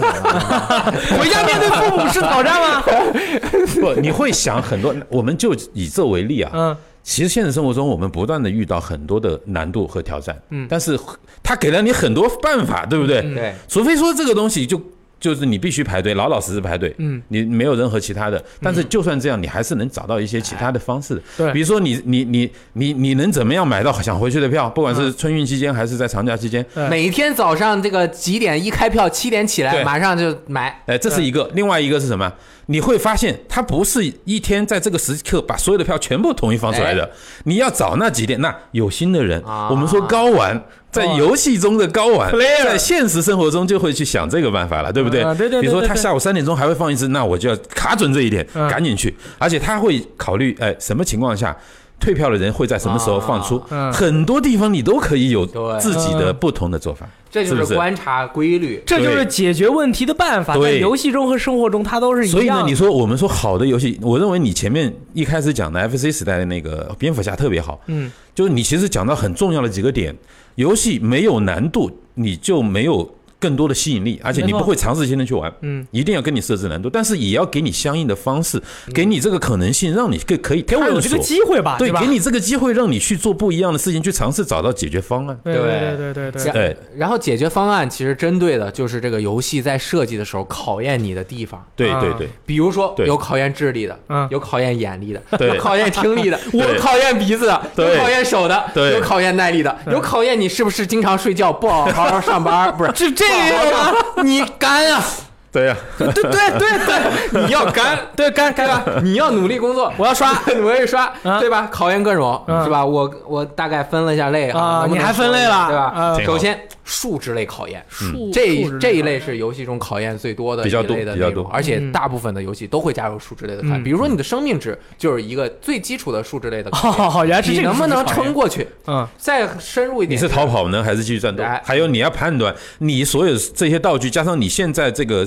了，回家面对父母是挑战吗？嗯不，你会想很多。 我们就以这为例啊，嗯，其实现实生活中我们不断的遇到很多的难度和挑战，嗯但是它给了你很多办法，对不对？嗯对，除非说这个东西就就是你必须排队，老老实实排队，嗯，你没有任何其他的。但是就算这样，你还是能找到一些其他的方式的。对比如说你你你你你能怎么样买到想回去的票？不管嗯是春运期间还是在长假期间，对每天早上这个几点一开票，七点起来嗯对马上就买，哎，这是嗯一个。另外一个是什么？啊你会发现它不是一天在这个时刻把所有的票全部统一放出来哎的，你要找那几点。那有心的人，啊我们说高玩。在哦游戏中的高玩 Player，在现实生活中就会去想这个办法了，对不对？啊对对对比如说对对他下午三点钟还会放一支，那我就要卡准这一点，嗯赶紧去。而且他会考虑，哎，什么情况下退票的人会在什么时候放出？嗯很多地方你都可以有对自己的嗯不同的做法，这就是是不是？观察规律。这就是对解决问题的办法，在对游戏中和生活中它都是一样所的。以呢，你说我们说好的游戏，我认为你前面一开始讲的 FC 时代的那个哦蝙蝠侠特别好，嗯，就是你其实讲到很重要的几个点，游戏没有难度，你就没有更多的吸引力，而且没你错不会长时间的去玩，嗯，一定要跟你设置难度，但是也要给你相应的方式，给你这个可能性，让你可可以给探我有这个索，机会吧，对，吧给？你这个机会，让你去做不一样的事情，去尝试找到解决方案。对对对对对对，然对然后解决方案其实针对的就是这个游戏在设计的时候考验你的地方，对啊对对，比如说对有考验智力的，嗯有考验眼力的，对有考验听力的， 对有考验鼻子的，有对考验手的，对有考验耐力的，嗯有考验你是不是经常睡觉，不好好 上班，不是这啊这这个个你干 啊，对呀、对对对 对，你要干。对该该对吧？ 你要努力工作，我要刷， 努力刷，嗯对吧？考验各种，嗯是吧？我我大概分了一下类啊，能你不能还分类了，对吧？啊哎挺好首先，数值类考验，树这树一之这类一的类是游戏中考验最多的比较一多类的比较内容多而且嗯大部分的游戏都会加入数值类的考验，嗯比如说你的生命值就是一个最基础的数值 类的考验，哦，原来是这你个能不能考验撑？过去？嗯，再深入一你点，是逃跑呢，还是继续战斗哎？还有你要判断你所有这些道具，加上你现在这个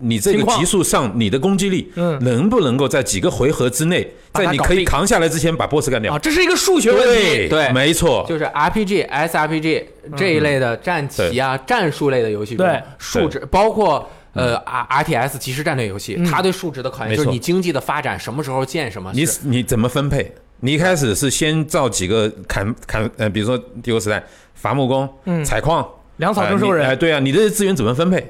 你这个情况级数上你的攻击力，嗯能不能够在几个回合之内，把它在你搞可以定扛下来之前把 BOSS 干掉啊，？这是一个数学问题，对对没错，就是 RPG、SRPG 这一类的战棋啊、战术类的游戏中嗯对，数值包括。呃，R R T S 即时战略游戏，嗯它对数值的考验嗯没就错是你经济的发展什么时候建什么你是你怎么分配？你一开始是先造几个砍砍呃，比如说帝国时代伐木工、嗯采矿、粮草征收哎、你哎人，对啊，你的资源怎 么分配，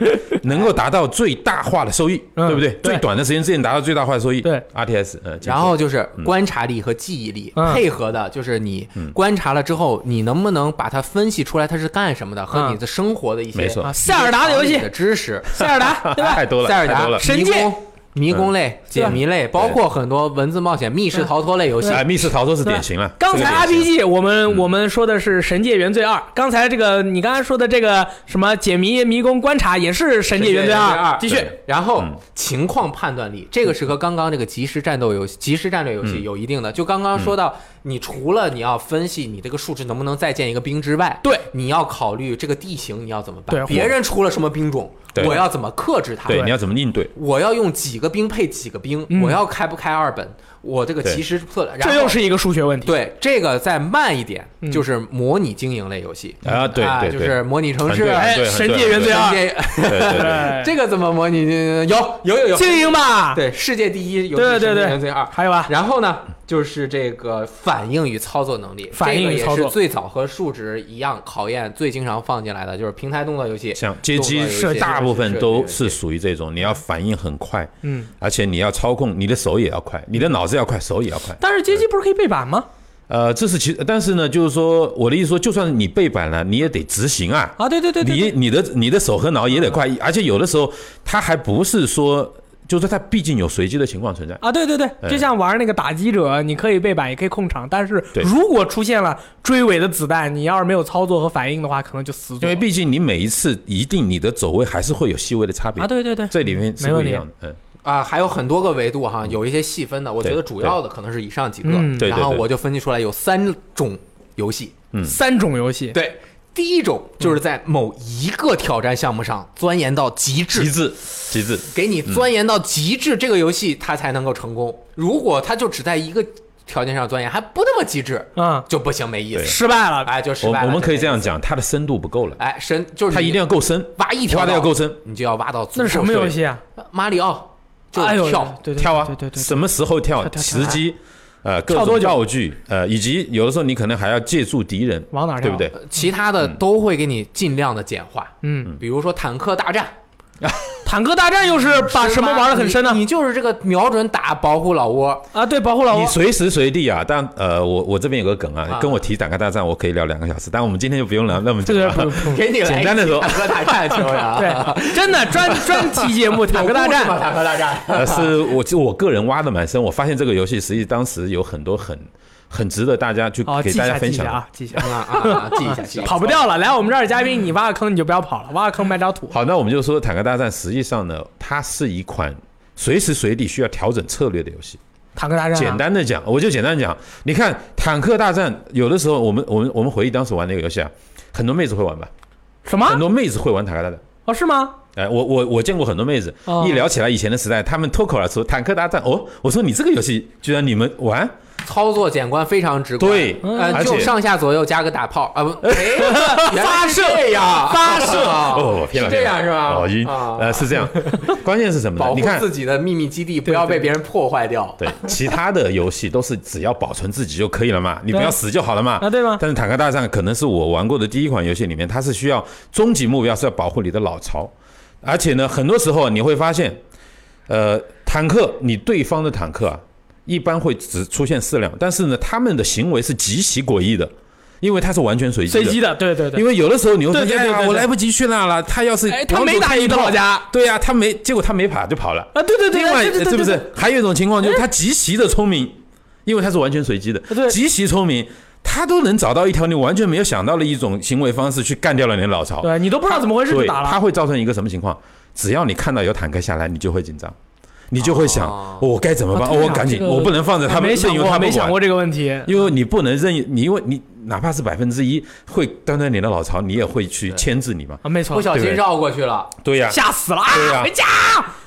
能够达到最大化的收益，嗯对不对？对最短的时间之内达到最大化的收益，对，RTS，呃，请然说后就是观察力和记忆力、嗯配合的，就是你嗯观察了之后，你能不能把它分析出来它是干什么的，和嗯你的生活的一些没错啊塞尔达的游戏一些常理的知识，塞尔达对吧？太多了，塞尔太达多了。嗯神迷界宫迷宫类、解谜类，包括很多文字冒险、密嗯室逃脱类游戏。哎，密室逃脱是典型了。 刚这才个典型 RPG 我们我们说的是《神界原罪二》，刚才这个你刚才说的这个什么解谜迷宫观察也是《神界原罪二》，继续对然后嗯情况判断力，这个是和刚刚这个即时战斗嗯游戏、即时战略游戏有一定的。就刚刚说到，你除了你要分析你这个数值能不能再建一个兵之外，对，你要考虑这个地形你要怎么对办，别人出了什么兵种，对我要怎么克制它？对，你要怎么应对？我要用几个兵配几个兵，嗯我要开不开二本，我这个对其实策略，然这后又是一个数学问题。对，这个再慢一点嗯，就是模拟经营类游戏啊对对就对是模拟城很市啊哎，《对，很对神界原罪哎对二世》界对对 对对，这个怎么模拟？有有有有，精英吧？对，世界第一游戏对对神啊对经元罪二。还有啊，然后呢，就是这个反应与操作能力，反应与操作这个也是最早和数值一样考验最经常放进来的，就是平台动作游戏。像街机是大部分都是是属于这种，你要反应很快，嗯，而且你要操控，你的手也要快，你的脑子要快，手也要快。但是街机不是可以背板吗？呃，这是其，但是呢，就是说我的意思说，就算你背板了，你也得执行啊。啊，对对对对你对，嗯你的你的手和脑也得快，而且有的时候它还不是说，就是它毕竟有随机的情况存在。啊，对对对，嗯就像玩那个打击者，你可以背板，也可以控场，但是对如果出现了追尾的子弹，你要是没有操作和反应的话，可能就死因对为毕竟你每一次一定你的走位还是会有细微的差别，啊，对对对，这里面是没不问一题样的。嗯，啊、还有很多个维度哈，有一些细分的，我觉得对主要的可能是以上几个，嗯对对然后对我就分析出来有三种游戏，嗯三种游戏，对。第一种就是在某一个挑战项目上钻研到极致，极致，极致。给你钻研到极致，这个游戏它才能够成功。如果它就只在一个条件上钻研，还不那么极致，嗯，就不行，没意思。失败了，哎，就失我败了。我们可以这样，样讲，它的深度不够了，哎，深就是它一定要够深，挖一条挖的道要够深。你就要挖到足那够是什么深游？戏啊？马里奥，就哎呦，跳。对对跳啊，对对对，什么时候跳跳，跳跳时机，呃，各跳多种久道具，呃，以及有的时候你可能还要借助敌人，往哪儿跳？对不对？？其他的嗯都会给你尽量的简化，嗯，比如说坦克大战，坦克大战又是把什么玩的很深呢你？你就是这个瞄准打保护老窝，啊，对，保护老你窝。随时随地啊，但呃，我我这边有个梗啊啊，跟我提坦克大战，我可以聊两个小时，但我们今天就不用聊那么 这久啊个了。不不，给你来简单地一期说坦克大战，就是 啊对，真的专专题节目《坦克大 有故事吗战坦克大战， 呃，是我就我个人挖的蛮深，我发现这个游戏实际当时有很多很很值得大家去》哦，给记一大下家记分一下享的。啊，记一下，啊啊，啊记一下，记一下跑不。掉了。来我们这儿嘉宾，你挖个坑你就不要跑了，挖个坑埋点土。好，那我们就说坦克大战实际上呢，它是一款随时随地需要调整策略的游戏。坦克大战啊简单的讲，我就简单讲，你看坦克大战，有的时候我们我们我们回忆当时玩那个游戏啊，很多妹子会玩吧，什啊么很？多妹子会玩坦克大战。哦，是吗？哎，我我我见过很多妹子，哦一聊起来以前的时代，她们脱口而出坦克大战。哦，我说你这个游戏居然你们玩？操作简观，非常直观。对呃，而且就上下左右加个打炮 啊，不，哎原来是这样，啊发射哦，我骗了，是这骗了样是吧？哦，晕，啊呃，是 这样。关键是什么呢保？护你看自，己的秘密基地，不要被别人破坏掉。对，其他的游戏都是只要保存自己就可以了嘛，你不对啊要死就好了嘛。啊，对 吗？但是坦克大战可能是我玩过的第一款游戏里面，它是需要终极目标是要保护你的老巢，而且呢，很多时候你会发现，呃，坦克你对方的坦克啊，一般会只出现四辆，但是呢，他们的行为是极其诡异的，因为它是完全随机的。随机的，对对对因。为有的时候你会发现，对对对对哎呀对我来不及去那了。他要是哎，他往左没打开一你的炮老，家对呀、他没，结果他没跑就跑了。啊？对对对，另外呃对对对是不对哎是还有一种情况就是他极其的聪明，因为他是完全随机的呃对，极其聪明，他都能找到一条你完全没有想到的一种行为方式去干掉了你的老巢。对你都不知道怎么回事就对，打他了。会造成一个什么情况？只要你看到有坦克下来，你就会紧张，你就会想哦我该怎么办？啊对啊我赶紧这，个我不能放着他们没想任由他过，们没想玩过。这个问题。啊因为你不能任意，你因为你哪怕是百分之一会端断你的老巢，你也会去牵制你嘛。啊，没不错，小心绕过去了，对呀、吓死了对啊！呀回家。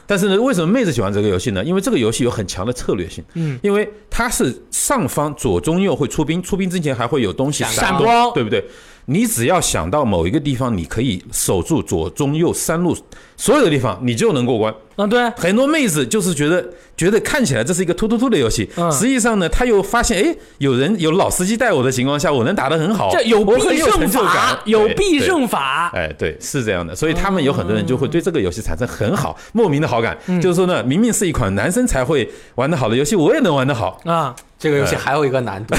但是呢，为什么妹子喜欢这个游戏呢？因为这个游戏有很强的策略性，嗯，因为它是上方左中右会出兵，出兵之前还会有东西闪闪光对不对？你只要想到某一个地方，你可以守住左中右三路所有的地方，你就能过关。啊，对，很多妹子就是觉得觉得看起来这是一个突突突的游戏，嗯实际上呢，她又发现哎，有人有老司机带我的情况下，我能打得很好，这有我必很有胜成就感法，，有对必。胜 法。对哎，对，是这样的，所以他们有很多人就哦会对这个游戏产生很好、莫名的好感，嗯就是说呢，明明是一款男生才会玩得好的游戏，我也能玩得好。啊，这个游哎戏还有一个难 度，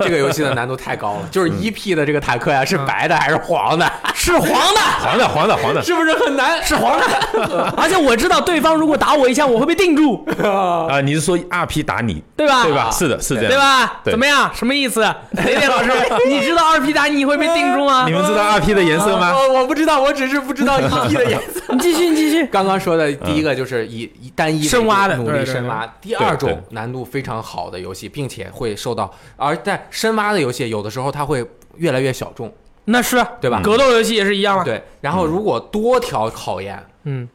这个游戏的难度太高了，就是嗯一 P 的这个坦克呀，是白的还是黄的？是黄的，黄的，黄的，黄的是不是很难？是黄的，而且我知道对方如果打我一枪，我会被定住，啊、你 是说二 P 打你，对吧？对啊吧？是的，是这样。对？吧？对怎么样？什么意思？雷电老 师，你知道二皮打你会被定住吗你？们知道二 P 的颜色吗？我我不知道，我只是不知道一 P 的颜色。你继续，你继续。刚刚说的第一个就是以嗯以单一为主深挖的努对力对对深挖，第二对种对难度非常好的游戏，并且会受到而但深挖的游戏有的时候它会越来越小众，那是对吧？格斗游戏也是一样啊。，对，然后如果多条考验嗯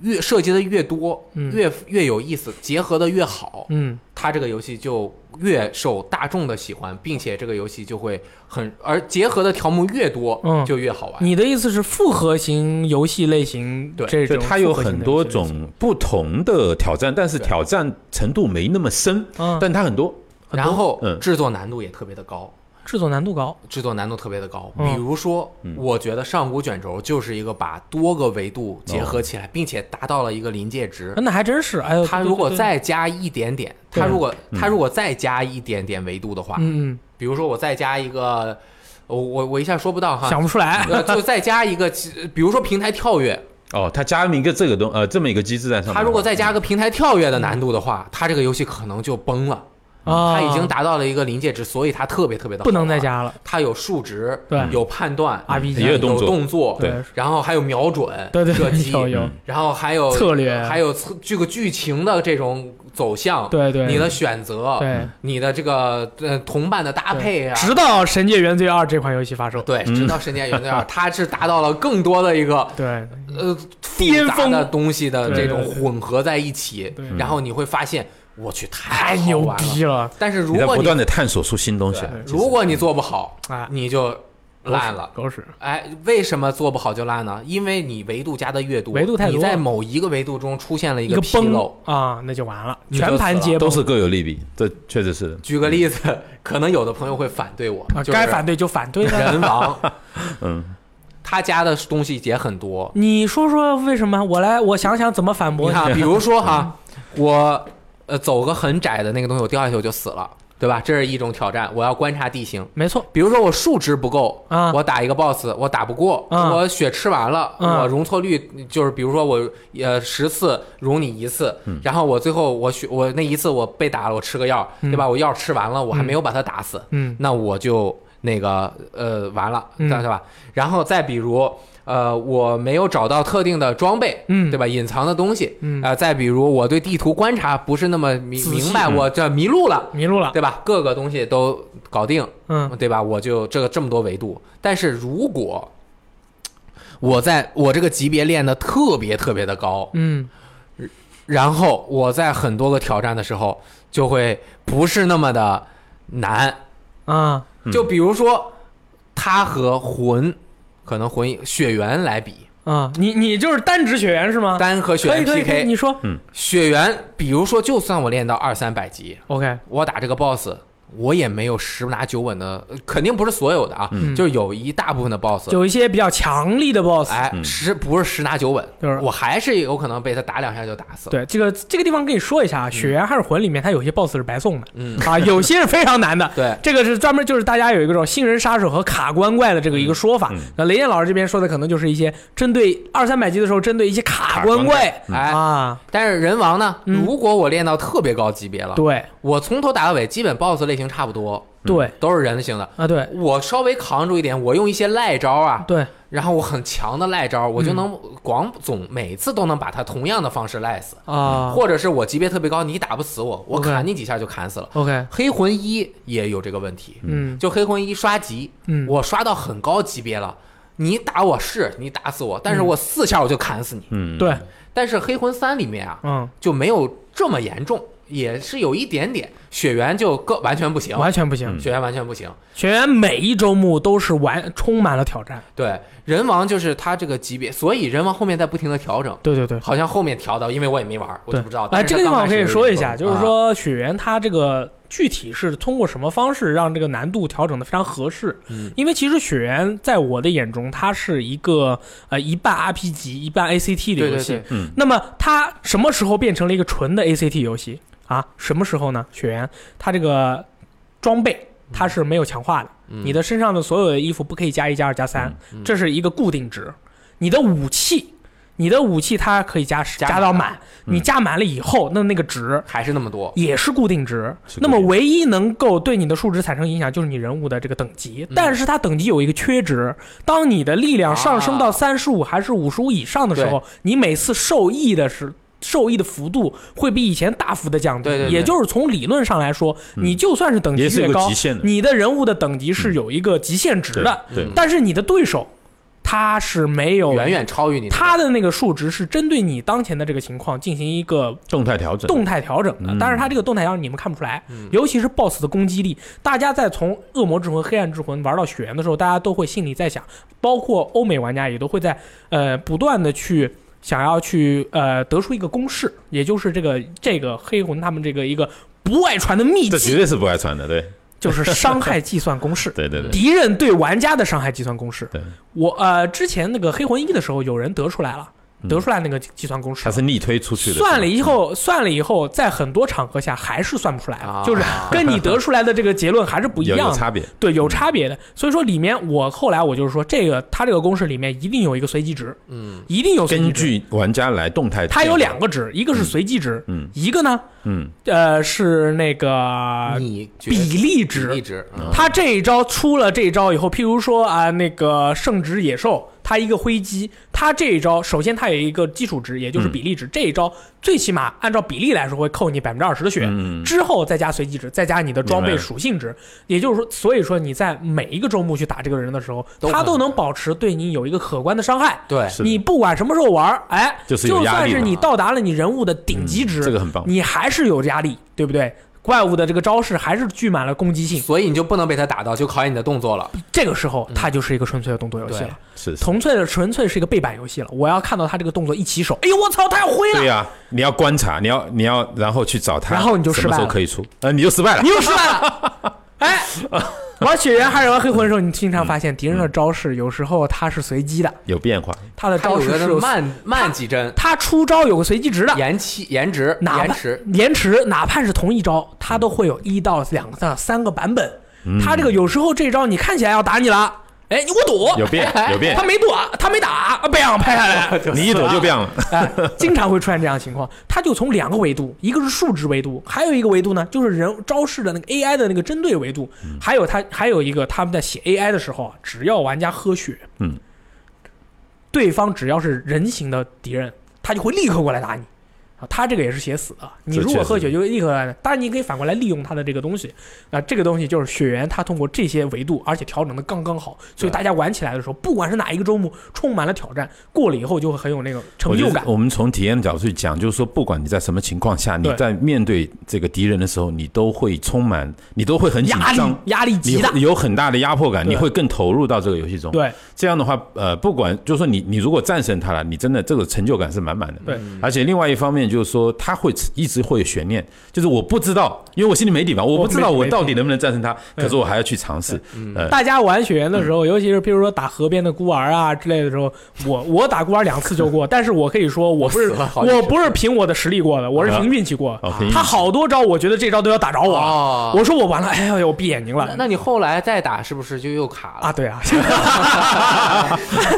越涉及的越多，嗯越越有意思，结合的越好，嗯，它这个游戏就越受大众的喜欢，并且这个游戏就会很而结合的条目越多，嗯就越好玩。你的意思是复合型游戏类型？对这就种它有复合型很的多游戏类型种不同的挑战，但是对挑战程度没那么深，嗯但它很多。很多然后嗯制作难度也特别的高，制作难度高，制作难度特别的高。嗯比如说，我觉得上古卷轴就是一个把多个维度结合起来，并且达到了一个临界值。那还真是。哎呦，它对如果，对对再加一点点，它如果它如果再加一点点维度的话，嗯比如说我再加一个，我我我一下说不到嗯，哈，想不出来。呃，就再加一个，比如说平台跳跃，哦，它加了一个这个东呃这么一个机制在上面的话，它如果再加个平台跳跃的难度的话，它这个游戏可能就崩了。啊，它已经达到了一个临界值，所以它特别特别的不能再。加了。它有数值，对有判断 RPG 也有动动作，作对然后还有瞄准，啊对对射击，有有，然后还有策略嗯还有策这个剧情的这种走向，对对你的嗯选择，对，你的这个呃同伴的搭配啊，直到《神界原罪二》这款游戏发售，对，直到《神剑原罪嗯二》，它是达到了更多的一个对呃巅复杂峰的东西的对这种对对混合在一起对，嗯然后你会发现，我去太太好牛玩了逼了，但是如你在果不你断的探索出新东西对来，其实如果你做不好哎，你就烂了。狗屎。哎，为什么做不好就烂呢？因为你维度加的越多，维度太多你在某一个维度中出现了一一个纰崩漏。啊，那就完了，你就全盘死了皆崩都是各有利弊，这确实是的。举个例子， 可能有的朋友会反对我，啊，就是该反对就反对了。人王，嗯，他加的东西也很多。你说说为什么？我来，我想想怎么反驳你你。看，比如说哈，嗯我呃走个很窄的那个东西，我掉下去我就死了，对吧？这是一种挑战，我要观察地形。没错，比如说我数值不够啊我打一个 boss 我打不过，啊我血吃完了，啊我容错率就是比如说我呃十次容你一次，然后我最后我血我那一次我被打了，我吃个药，对吧？我药吃完了，我还没有把他打死，嗯那我就那个呃完了，嗯对吧？然后再比如。呃，我没有找到特定的装备，嗯对吧？隐藏的东西，嗯呃，再比如我对地图观察不是那么明仔细嗯明白，我这迷路了，迷路了。对吧？各个东西都搞定，嗯对吧？我就这个这么多维度，但是如果我在我这个级别练的特别特别的高，嗯，然后我在很多个挑战的时候就会不是那么的难，啊，嗯就比如说它和魂，可能魂血缘来比，啊，你你就是单指血缘是吗？单和血可以缘啊可以可以， PK，你说血缘，比如说就算我练到二三百级， OK，我打这个 boss，我也没有十拿九稳的，呃肯定不是所有的啊，嗯就是有一大部分的 boss，有一些比较强力的 BOSS，哎，十不是十拿九稳，就是我还是有可能被他打两下就打死了。对这个这个地方跟你说一下啊，《血缘还是魂》里面它有些 BOSS 是白送的，嗯啊，有些是非常难的。对这个是专门就是大家有一个这种新人杀手和卡关怪的这个一个说法。那雷电老师这边说的可能就是一些针对二三百级的时候，针对一些卡关怪哎，啊，但是人王呢？嗯如果我练到特别高级别了，对我从头打到尾，基本 BOSS 类型差不多，对都是人型的。啊对我稍微扛住一点，我用一些赖招啊，对然后我很强的赖招，我嗯就能广总每次都能把他同样的方式赖死，啊或者是我级别特别高，你打不死我，我 OK 砍你几下就砍死了。 ，OK，黑魂一也有这个问题，嗯就黑魂一刷级，嗯我刷到很高级别了，你打我是你打死我，但嗯是我四下我就砍死你。嗯，对，但是黑魂三里面啊嗯，就没有这么严重，也是有一点点血缘就更完全不行，嗯完全不行。血缘完全不行。学员每一周目都是完充满了挑战，对，人王就是他这个级别，所以人王后面在不停的调整。对对对。好像后面调到，因为我也没玩儿，我对，就不知道。哎，但是这个地他方刚我开可始以有说这一种下，就是啊说雪原它这个具体是通过什么方式让这个难度调整的非常合适？嗯因为其实雪原在我的眼中，它是一个呃一半 RPG 一半 ACT 的对游对戏。对，那么它什么时候变成了一个纯的 ACT 游戏啊？什么时候呢？雪原它这个装备它是没有强化的，嗯你的身上的所有的衣服不可以加一、加二、加三，嗯这是一个固定值。你的武器，你的武器它可以加十加满嗯到满，你加满了以后，那那个值。还是那么多。也是固定值，是固定那么唯一能够对你的数值产生影响就是你人物的这个等嗯级，但是它等级有一个缺值，当你的力量上升到啊三十五还是五十五以上的时候，你每次受益的是。受益的幅度会比以前大幅的降低，对对对也就是从理论上来说，你就算是等级嗯也是有越个高极限，的嗯你的人物的等级是有一个极限值的，对嗯对但是你的对手他是没有远远超于你的他的那个数值是针对你当前的这个情况进行一个动态调整，动态调整嗯的，但是它这个动态调整你们看不出来，尤其是 BOSS 的攻击力。大家在从恶魔之魂、黑暗之魂玩到血缘的时候，大家都会心里在想，包括欧美玩家也都会在呃不断的去想要去呃得出一个公式，也就是这个这个黑魂他们这个一个。不外传的秘这绝籍，对是不爱传的，对。就是伤害计算公式 对对对，敌人对玩家的伤害计算公式对，我呃之前那个黑魂一的时候，有人得出来了，嗯得出来那个计算公式它了，是嗯逆推出去的，算了以后，算了以后，在很多场合下还是算不出来啊了，就是跟你得出来的这个结论还是不一有样有的。差嗯别，对，有差别的。所以说里面我后来我就是说，这个它这个公式里面一定有一个随机值，嗯，一定有随机根值。据玩家来动态，它有两，个值，一个是随机值，嗯一个呢，嗯，呃，是那个你觉比例值。比例值，嗯他这一招出了这一招以后，譬如说啊，那个圣职野兽，他一个挥击，他这一招首先他有一个基础值，也嗯就是比例值，这一招最起码按照比例来说会扣你百分之二十的血，嗯之后再加随机值，再加你的装明备白属性值，也就是说，所以说你在每一个周目去打这个人的时候，都他可都能能保持对你有一个可观的伤害。对，是的你不管什么时候玩，哎，就就是有压算力是的你到达了你人物的顶级值，这个很棒，你还是有压力，对不对？怪物的这个招式还是聚满了攻击性，所以你就不能被他打到，就考验你的动作了。这个时候嗯它就是一个纯粹的动作游戏了，是是纯粹的纯粹是一个背板游戏了。我要看到他这个动作一起手，哎呦我操，他要挥了，对呀、你要观察，你要你要，然后去找他，然后你就失败了什么时候可以出？呃，你就失败了你。又失败了。 哎，玩雪人还是玩黑魂的时候，你经常发现敌人的招式有时候它是随机的，有变化，他的他招有式的是是有，慢慢几帧，他出招有个随机值的，延期、延迟、哪延怕迟，延迟，哪怕是同一招，它都会有一到两到三个版本。嗯它这个有时候这招你看起来要打你了，哎，我躲，哎有变，有 变他，没躲，他没打，啊被俺拍下 来。你一躲就变了。哎，经常会出现这样的情况。它就从两个维度，一个是数值维度，还有一个维度呢，就是人招式的那个 AI 的那个针对维度，还有它还有一个他们在写 AI 的时候啊，只要玩家喝血，嗯，对方只要是人形的敌人，他就会立刻过来打你。啊，他这个也是写死的，你如果喝血就立刻过来，当然你可以反过来利用他的这个东西。啊，这个东西就是血缘，它通过这些维度，而且调整的刚刚好，所以大家玩起来的时候，不管是哪一个周末，充满了挑战，过了以后就会很有那个成我就觉感得。我们从体验的角度去讲，就是说，不管你在什么情况下，你对在面对这个敌人的时候，你都会充满，你都会很紧压力张，压力你极大会。有很大的压迫感，对你会更投入到这个游戏中。对这样的话，呃，不管就是说你你如果战胜他了，你真的这个成就感是满满的。对，而且另外一方面就是说，他会一直会有悬念，就是我不知道，因为我心里没底嘛，我不知道没底我没底到底能不能战胜他，嗯可是我还要去尝试。呃，大家玩雪原的时嗯候，尤其是比如说打河边的孤儿啊之类的时候，我我打孤儿两次就 过，但是我可以说我不是我死了好几次我不是凭我的实力过的，我是啊凭运气过的。哦，可以他好多招，我觉得这招都要打着我了。啊哦我说我完了，哎呀，我闭眼睛那了那你后来再打是不是就又卡了？啊！ 对啊，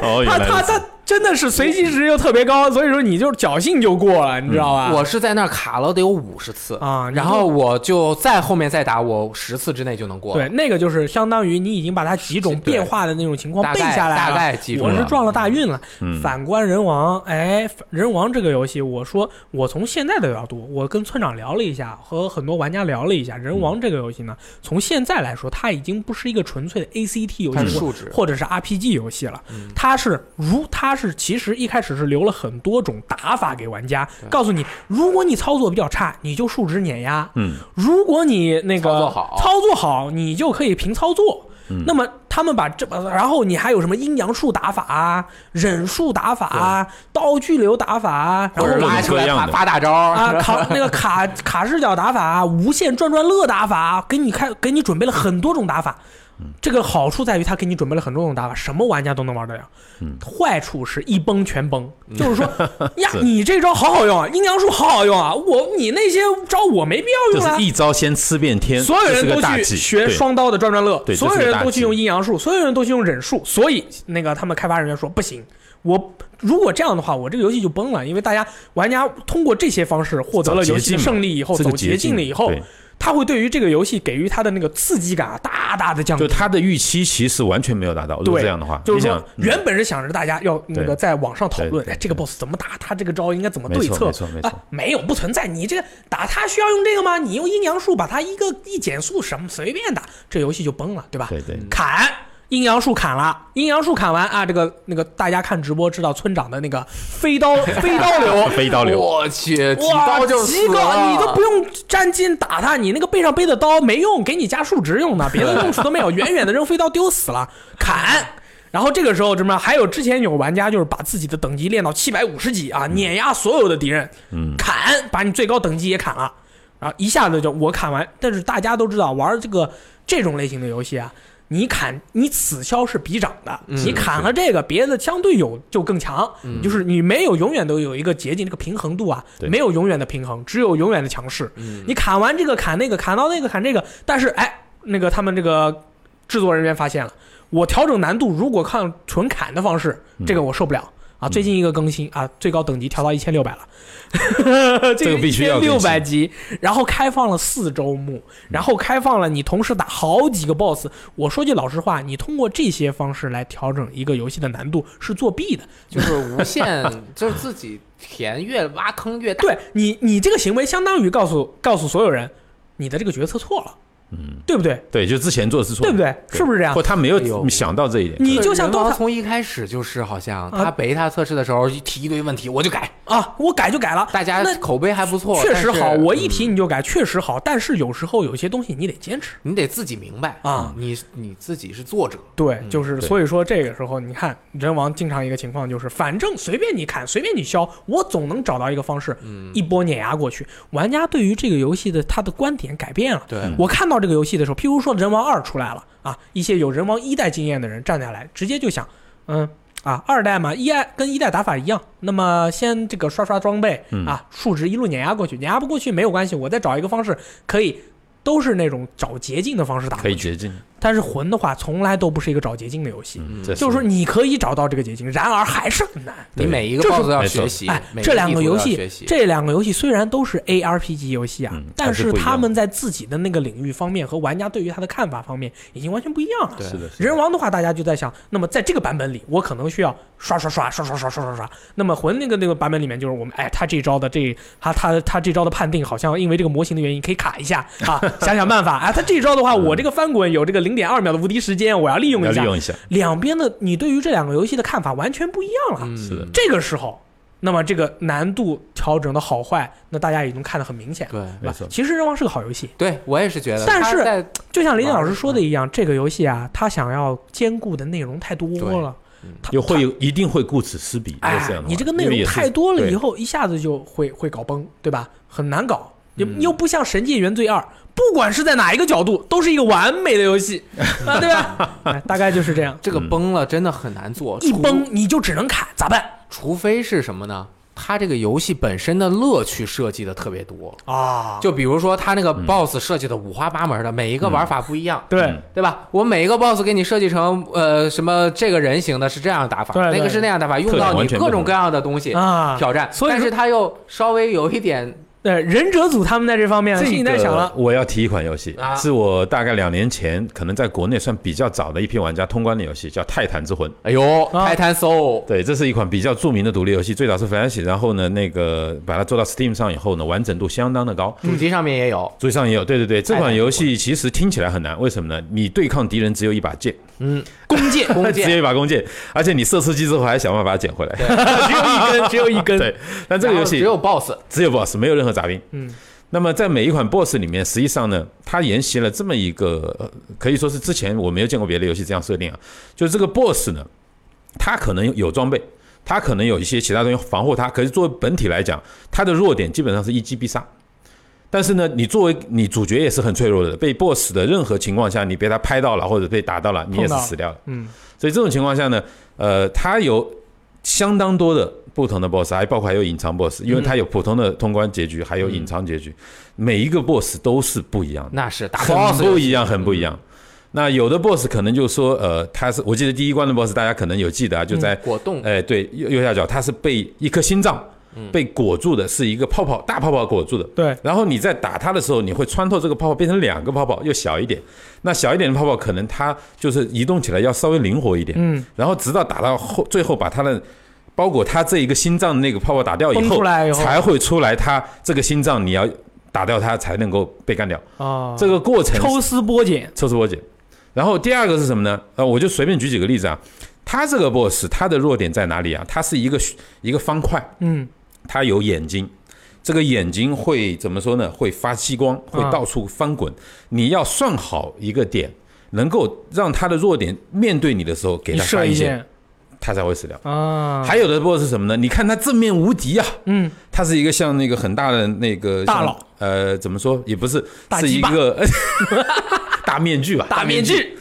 哦，原他来他如此他真的是随机值又特别高，所以说你就侥幸就过了，你知道吧？嗯我是在那儿卡了得有五十次啊啊你然后我就再后面再打，我十次之内就能过。对，，那个就是相当于你已经把它几种对变化的那种情况大背概下来了，大概记住我是了撞了大运了。嗯反观人王，哎，人王这个游戏，我说我从现在的角度，我跟村长聊了一下，和很多玩家聊了一下，人王这个游戏呢，从现在来说，它已经不是一个纯粹的 ACT 游它戏是或数值嗯或者是 RPG 游戏了，它是如它是其实一开始是留了很多种打法给玩家，告诉你，如果你操作比较差，你就数值碾压，嗯，如果你那个操作好操作好，你就可以凭操作。那么他们把这，然后你还有什么阴阳术打法啊、忍术打法啊、刀锯流打法啊，然或后者拉出来发各种各样的发大招啊卡那个卡卡视角打法啊、无限转转乐打法啊，给你看给你准备了很多种打法。这个好处在于他给你准备了很多种打法，什么玩家都能玩得了。坏处是一崩全崩，就是说呀，你这招好好用啊，阴阳术好好用啊，我你那些招我没必要就用啊是。一招先吃遍天，所有这人是个都大去忌学对双刀的转转乐，对所有这是个人大都忌去用阴阳术，所有人都去用忍术，所以那个他们开发人员说不行。我如果这样的话，我这个游戏就崩了，因为大家玩家通过这些方式获得了走捷游戏的径嘛胜利以后，是个走捷径了以后对，他会对于这个游戏给予他的那个刺激感啊大大的降低就。他的预期其实完全没有达到。如果对，这样的话，就是你说想嗯原本是想着大家要那个对在网上讨论，对对哎，这个 boss 怎么打，他这个招应该怎么没对错策，没错没错啊，没有不存在，你这个打他需要用这个吗？你用阴阳术把他一个一减速什么随便打，这游戏就崩了，对吧？对对砍。阴阳术砍了，阴阳术砍完啊，这个那个大家看直播知道村长的那个飞 刀飞刀流，飞刀流，我去，几哇，刀极就死高，了，你都不用战金打他，你那个背上背的刀没用，给你加数值用的，别 的用处都没有。远远的扔飞刀丢死了，砍。然后这个时候，什么？还有之前有玩家就是把自己的等嗯级练到七百五十级啊，碾压所有的敌人，砍，把你最高等级也砍了。然后一下子就我砍完。但是大家都知道，玩这个这种类型的游戏啊，你砍你此消是彼长的，嗯你砍了这个，别的相对有就更强，嗯就是你没有永远都有一个捷径，这个平衡度啊，对没有永远的平衡，只有永远的强势。嗯你砍完这个砍那个，砍到那个砍这个，但是哎，那个他们这个制作人员发现了，我调整难度，如果看纯砍的方式，嗯这个我受不了。啊，最近一个更新啊，最高等级调到一千六百 了，这个必须要更六新嗯百级，然后开放了四周目，然后开放了你同时打好几个 BOSS。我说句老实话，你通过这些方式来调整一个游戏的难度是作弊的，就是无限， 就是自己填越挖坑越大。对你，你这个行为相当于告诉告诉所有人，你的这个决策错了，嗯，对不对？对，就之前做的是错对的，不对？是不是这样或？他没哎有呦想到这一点，你就像刀 DOTA 从一开始就是好像啊他贝塔测试的时候一提一堆问题，我就改，啊，我改就改了，大家那口碑还不错，确实但是嗯好，我一提你就改，确实好。但是有时候有些东西你得坚持。你得自己明白啊，你你自己是作者，对，就是对所以说这个时候，你看人王经常一个情况就是，反正随便你砍，随便你削，我总能找到一个方式，嗯一波碾压过去。玩家对于这个游戏的他的观点改变了。嗯对我看到这个游戏的时候，譬如说人王二出来了啊，一些有人王一代经验的人站下来，直接就想，嗯啊，二代嘛，一代跟一代打法一样，那么先这个刷刷装备嗯啊，数值一路碾压过去，碾压不过去没有关系，我再找一个方式可以。都是那种找捷径的方式打，可以捷径，但是魂的话从来都不是一个找捷径的游戏，嗯这就是说你可以找到这个捷径，然而还是很难。你每一个这是 boss 要没错学习哎，每，这两地个图游都要戏学习，这两个游戏虽然都是 ARPG 游戏啊，嗯但还是不一样他们在自己的那个领域方面和玩家对于它的看法方面已经完全不一样了。对是的，是的人王的话，大家就在想，那么在这个版本里，我可能需要刷刷刷刷刷刷刷刷刷。那么魂那个那个版本里面，就是我们哎，他这招的这他他他这招的判定，好像因为这个模型的原因可以卡一下啊，想想办法啊。他这招的话，我这个翻滚有这个零点二秒的无敌时间，我要利用要一利下。用一下，两边的你对于这两个游戏的看法完全不一样了。嗯是的这个时候，那么这个难度调整的好坏，那大家已经看得很明显了。对对吧没错其实《人王》是个好游戏，对，我也是觉得，但他是在就像林啊老师说的一样，这个游戏啊，它想要兼顾的内容太多了，它嗯又会有一定会顾此失彼，就哎是这样的话，你这个内因为容也是太多了，对以后一下子就会会搞崩，对吧？很难搞，又嗯又不像《神界原罪二》，不管是在哪一个角度，都是一个完美的游戏，啊，对 吧？哎大概就是这样，这个崩了，真的很难做，一除崩你就只能砍，咋办除非是什么呢？它这个游戏本身的乐趣设计的特别多，啊？就比如说它那个 BOSS 设计的五花八门的，每一个玩法不一样，对嗯对吧？我每一个 BOSS 给你设计成呃什么这个人形的是这样打法，对对那个是那样打法，用特到点你完全各种不同各样的东西啊，挑战，所以但说是它又稍微有一点对，忍者组他们在这方面这心里在个想了，我要提一款游戏啊，是我大概两年前可能在国内算比较早的一批玩家通关的游戏，叫《泰坦之魂》。哎呦啊开摊 soul，对，这是一款比较著名的独立游戏，最早是 Flash，然后呢，那个把它做到 Steam 上以后呢，完整度相当的高。主机上面也有，桌上也有，对对对，这泰坦款之游戏其实听起来很难，为什么呢？你对抗敌人只有一把剑，嗯，弓箭弓 只箭，有一把弓箭，而且你射出去之后还想办法把它捡回来。只有一根，只有一根。 对，但这个游戏然后只有 BOSS，只有 BOSS，没有任何杂兵。嗯，那么在每一款 BOSS 里面，实际上呢，它沿袭了这么一个，呃可以说是之前我没有见过别的游戏这样设定啊，就是这个 BOSS 呢，它可能有装备。它可能有一些其他东西防护它，可是作为本体来讲，它的弱点基本上是一击必杀。但是呢，你作为你主角也是很脆弱的，被 BOSS 的任何情况下，你被他拍到了或者被打到了，你也碰是到死掉了。嗯，所以这种情况下呢，呃，它有相当多的不同的 BOSS，还包括还有隐藏嗯 BOSS，因为它有普通的通关结局，还有隐藏结局，每一个 BOSS 都是不一样的，那是嗯打嗯很 BOSS 不一样，很不一样。那有的 BOSS 可能就说，呃，他是我记得第一关的 BOSS，大家可能有记得啊，就在果冻，哎，对，右右下角它是被一颗心脏嗯被裹住的，是一个泡泡大泡泡裹住的。对然后你在打它的时候，你会穿透这个泡泡变成两个泡泡，又小一点。那小一点的泡泡可能它就是移动起来要稍微灵活一点。嗯，然后直到打到后最后把它的。包裹它这一个心脏的那个泡泡打掉以崩后，出来以后才会出来它这个心脏你要打掉它才能够被干掉。啊，这个过程是抽丝剥茧，抽丝剥茧。然后第二个是什么呢？呃，我就随便举几个例子啊。它这个 boss 它的弱点在哪里啊？它是一个虚一个方块，嗯，它有眼睛，这个眼睛会怎么说呢？会发激光，会啊到处翻滚。你要算好一个点，能够让它的弱点面对你的时候给你它发射一一箭，箭，他才会死掉。啊，还有的 BOSS 是什么呢？你看他正面无敌啊，嗯，他是一个像那个很大的那个大像佬，呃，怎么说也不是，大是鸡一巴个 大面具吧，大面具，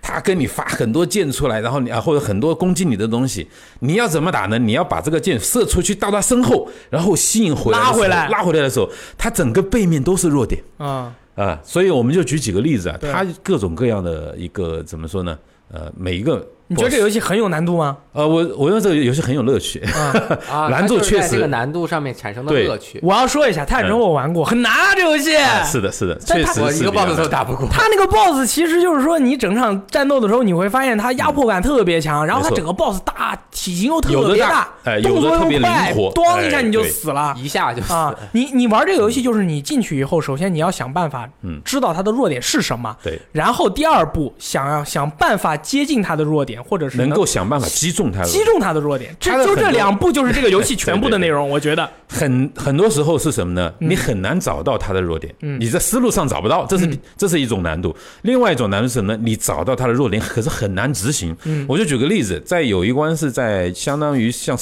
他跟你发很多箭出来，然后你啊或者很多攻击你的东西，你要怎么打呢？你要把这个箭射出去到他身后，然后吸引回来的时候，拉回来拉回来的时候，他整个背面都是弱点啊，啊。所以我们就举几个例子啊，对他各种各样的一个怎么说呢？呃，每一个 boss。你觉得这个游戏很有难度吗？呃，我我认为这个游戏很有乐趣， 啊，它拦住就是确在这实个难度上面产生的对乐趣。我要说一下，泰人我玩过，很难啊，这游戏。嗯是的，是的，但确他实我一是个比较 boss 都难打不过，他那个 BOSS 其实就是说，你整场战斗的时候，你会发现他压迫感特别强，然后他没错整个 BOSS 大，体型又特有别的大哎有的动作特别又快，灵活咣一下哎你就对死了。一下就 死。啊，你你玩这个游戏就是你进去以后，首先你要想办法，嗯知道他的弱点是什么，对，然后第二步想要想办法接近他的弱点，或者是能够想办法击中他的。击中他的弱点，这他的就这很多两步就是这个 游戏全部的内容，我觉得很很多时候是什么呢？嗯你很难找到他的弱点，你在思路上找不到，嗯这是、这是一种难度。另外一种难度是什么呢？你找到他的弱点，可是很难执行。嗯我就举个例子，在有一关是在相当于像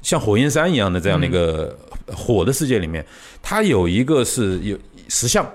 像火焰山一样的这样的一个嗯火的世界里面，它有一个是有石像。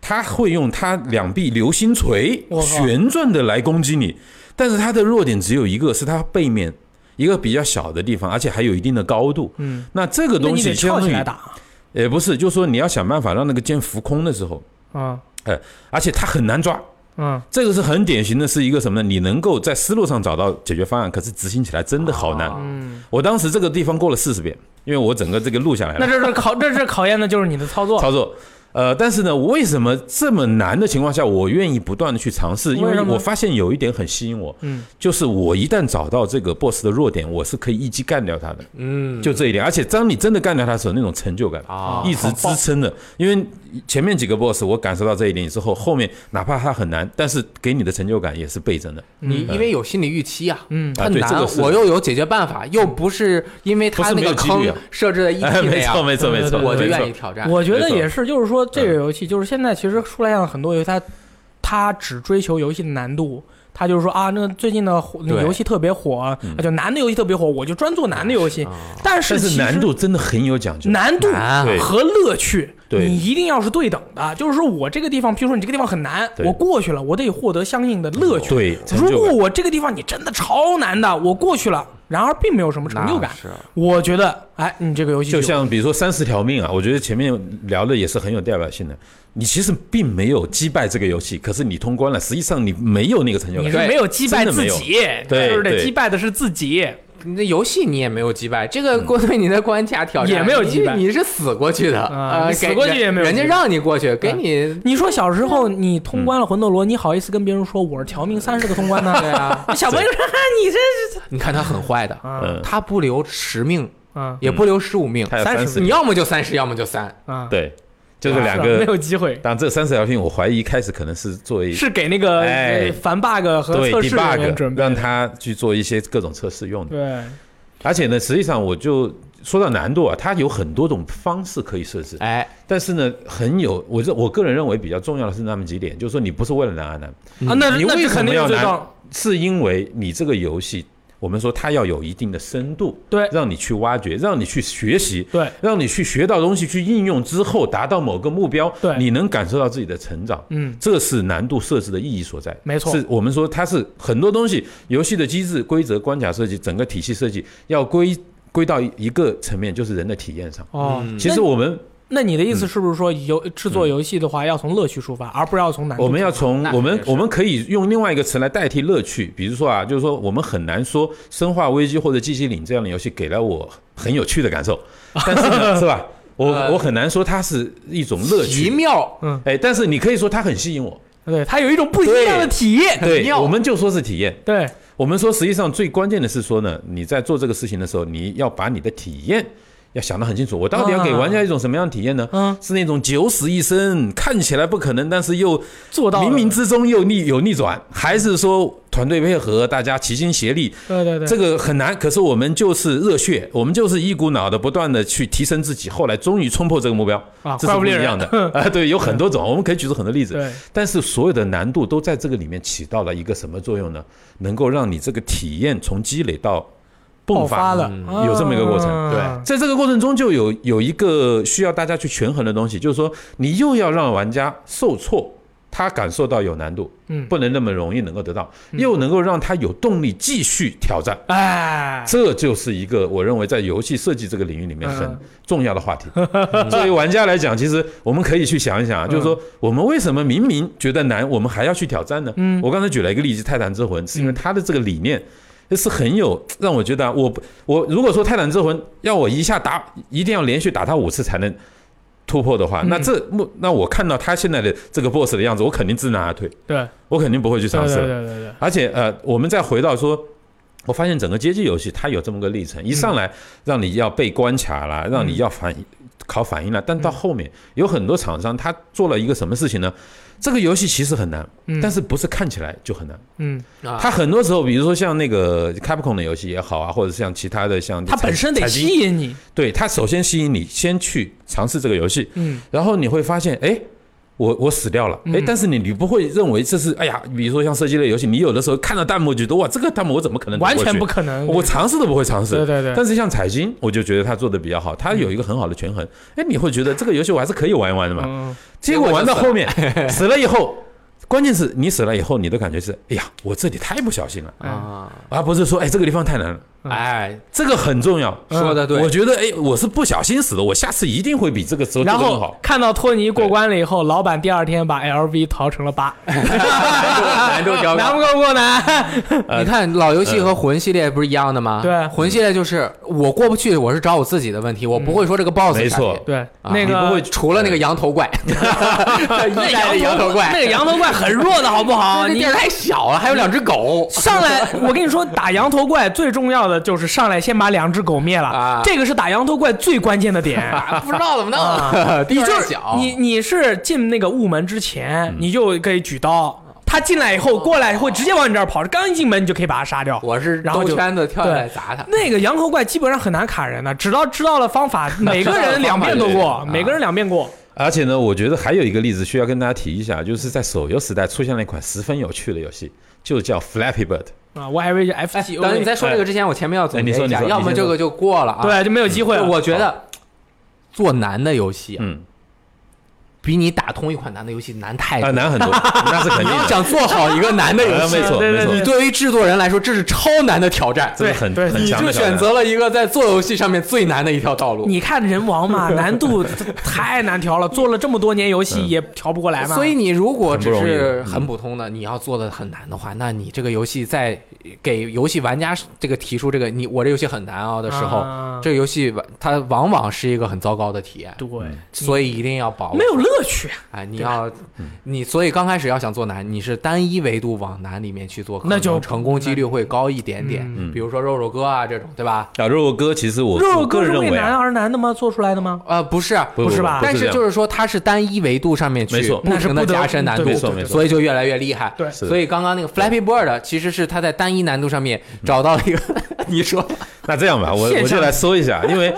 它会用它两臂流星锤我靠旋转的来攻击你，但是它的弱点只有一个，是它背面一个比较小的地方，而且还有一定的高度。嗯，那这个那东你得西相跳当起于来打啊也不是，就是说你要想办法让那个箭浮空的时候，啊，哎，而且它很难抓。嗯，这个是很典型的，是一个什么呢？你能够在思路上找到解决方案，可是执行起来真的好难。哦嗯我当时这个地方过了四十遍，因为我整个这个录下来那了这是考，这是考验的就是你的 操作。操作。呃，但是呢，为什么这么难的情况下，我愿意不断的去尝试？因为为什么我发现有一点很吸引我，嗯，就是我一旦找到这个 boss 的弱点，我是可以一击干掉他的。嗯，就这一点。而且当你真的干掉他的时候，那种成就感啊一直支撑的。因为前面几个 boss 我感受到这一点之后，后面哪怕他很难，但是给你的成就感也是倍增的。你因为有心理预期啊，嗯很啊对这难个，是我又有解决办法，又不是因为不他是那没个有几率坑啊设置的一哎，那没错样， 没错对没对错，对嗯我就没错愿意挑战。我觉得没错嗯也是，就是说这个游戏就是现在其实出来像很多游戏，它它只追求游戏的难度。它就是说啊，那最近的火那对嗯游戏特别火，啊那就难的游戏特别火，我就专做难的游啊戏。但是但其是实难度真的很有讲究。难度难对和乐趣，对你一定要是对等的。就是说我这个地方，比如说你这个地方很难，对我过去了，我得获得相应的乐趣。对，成如就果感我这个地方你真的超难的，我过去了，然而并没有什么成就感那是，我觉得，哎，你这个游戏就像比如说三十条命啊，我觉得前面聊的也是很有代表性的。你其实并没有击败这个游戏，可是你通关了，实际上你没有那个成就你感。是没有击败真的自没有己，对就是得对击败的是自己。你的游戏你也没有击败，这个嗯过对你的关卡挑战也没有击败你你是死过去的，啊呃，你死给过去人也没有人家击败嗯让你过去，给你你说小时候嗯你通关了魂斗罗，你好意思跟别人说我是条命三十个通关呢？ 对啊，小朋友 说哈哈你这是你看他很坏的，啊嗯他不留十命，啊也不留十五命，他有三十，你十，要么就三十，要么就三，啊！对，就是两是啊没个。哎有机会，但这三十条命，我怀疑一开始可能是作为是给那个哎呃反 bug 和对测试人员 debug 准备让的。他去做一些各种测试用的。对，而且呢，实际上我就说到难度啊，它有很多种方式可以设置，哎，但是呢，很有我这我个人认为比较重要的是那么几点，就是说你不是为了难而难，啊，那嗯你那为这什肯么定要是最难高。？是因为你这个游戏，我们说它要有一定的深度，对让你去挖掘，让你去学习，对，让你去学到东西，去应用之后达到某个目标，对你能感受到自己的成长，嗯，这是难度设置的意义所在。没错是我们说它是很多东西，游戏的机制、规则、关卡设计、整个体系设计要归归到一个层面，就是人的体验上。哦，其实那我嗯们那你的意思是不是说游制作游戏的话，要从乐趣出发，而不是要从难度出发？我们要从那我们肯定是我们可以用另外一个词来代替乐趣，比如说啊，就是说我们很难说《生化危机》或者《寂静岭》这样的游戏给了我很有趣 的感受，但是呢，是吧？我呃我很难说它是一种乐奇趣，妙，哎，但是你可以说它很吸引我。对它有一种不一样的体验。对，妙我们就说是体验。对，我们说实际上最关键的是说呢，你在做这个事情的时候，你要把你的体验。要想得很清楚，我到底要给啊玩家一种什么样的体验啊呢？嗯是那种九死一生，看起来不可能，但是又做到了冥冥之中又逆有逆转，还是说团队配合，大家齐心协力，对对对，这个很难。可是我们就是热血，我们就是一股脑的不断的去提升自己，后来终于冲破这个目标，啊，这怪是不不猎一样人 的啊。对，有很多种，我们可以举出很多例子。对，但是所有的难度都在这个里面起到了一个什么作用呢？能够让你这个体验从积累到爆迸发。了，嗯啊有这么一个过程对在这个过程中，就有有一个需要大家去权衡的东西，就是说，你又要让玩家受挫，他感受到有难度，嗯，不能那么容易能够得到，嗯又能够让他有动力继续挑战。哎，这就是一个我认为在游戏设计这个领域里面很嗯重要 的话题。作为玩家来讲，其实我们可以去想一想啊，嗯就是说我们为什么明明觉得难，我们还要去挑战呢？嗯我刚才举了一个例子，《泰坦之魂》是因为它的这个理念。是很有让我觉得啊，我不我如果说《泰坦之魂》要我一下打，一定要连续打它五次才能突破的话，嗯那这目那我看到他现在的这个 BOSS 的样子，我肯定知难而退，对，我肯定不会去对尝对试了对。对对，而且呃，我们再回到说。我发现整个街机游戏它有这么个历程，一上嗯来让你要背关卡啦，让你要反考反应啦，但到嗯后面有很多厂商他做了一个什么事情呢？这个游戏其实很难，嗯，但是不是看起来就很难？嗯，啊，它很多时候，比如说像那个 Capcom 的游戏也好啊，或者像其他的像它本身得财经吸引你，对它首先吸引你先去尝试这个游戏，嗯，然后你会发现，哎，我我死掉了，哎、嗯但是你你不会认为这是，哎呀，比如说像射击类游戏，你有的时候看到弹幕觉得哇，这个弹幕我怎么可能完全不可可能，我尝试都不会尝试。对对对，但是像彩金，我就觉得他做的比较好，他有一个很好的权衡。哎，你会觉得这个游戏我还是可以玩一玩的嘛？嗯，结果玩到后面 死了以后，关键是你死了以后，你的感觉是，哎呀，我这里太不小心了，嗯啊，而、不是说，哎，这个地方太难了，哎，这个很重要。说嗯的对我，觉得，哎，我是不小心死的，我下次一定会比这个时候做然得更好后。看到托尼过关了以后，老板第二天把 LV 调成了 八，难度较难高。不过过难， 呃你看老游戏和魂系列不是一样的吗？对魂系列就是我过不去，我是找我自己的问题，我不会说这个 boss 没错下去。对，啊那你个除了那个羊头怪，那那羊头怪，那个 羊头怪很弱的好不好？那你地儿太小了，还有两只狗。上来，我跟你说，打羊头怪最重要的就是上来先把两只狗灭了，啊这个是打羊头怪最关键的 点。啊不知道怎么弄，啊 地你儿就太是小，嗯你你是进那个雾门之前，你就可以举刀，他进来以后过来以后直接往你这儿跑，刚一进门你就可以把他杀掉。我是然后兜就圈子跳下来砸他。那个羊头怪基本上很难卡人的，直到知道了方 法，每个人两遍都知道了过方，法啊每个人两遍过。而且呢，我觉得还有一个例子需要跟大家提一下，就是在手游时代出现了一款十分有趣的游戏，就叫 Flappy Bird。啊，我还以为是 F G O，哎等你在说这个之前，我前面要总结哎一你说下，你说要么这个就过了啊。，对就没有机会了。我觉得做难的游戏啊嗯，比你打通一款难的游戏难太多。啊，难很多，那是肯你定要的。想做好一个难的游啊戏，没错，对没对错对你，对于制作人来说，这是超难的挑战。这是很对很你强就的挑战选择了一个在做游戏上面最难的一条道路。你看人王 嘛，难度太难调了，做了这么多年游戏也调不过来嘛。嗯所以你如果只很不容是易嗯很普通的，你要做的很难的话，那你这个游戏在给游戏玩家这个提出这个你我这游戏很难啊的时候，啊这个游戏玩它往往是一个很糟糕的体验，对所以一定要保没有乐趣，哎，你要嗯你所以刚开始要想做难，你是单一维度往难里面去做，可那能就嗯成功几率会高一点点。嗯比如说肉肉哥啊这种，对吧？啊，肉肉哥，其实我肉肉我哥个是人认为为难啊，而难的吗？做出来的吗？呃，不是，不不是吧但是是这就样是说它是单一维度上面去没错不停的加深难度那是不得，没错所以就越来越厉害。对是的所以刚刚那个 Flappy Bird 啊其实是它在单一难度上面找到了一个，嗯 你说那这样吧，我线我上就来说一下，因为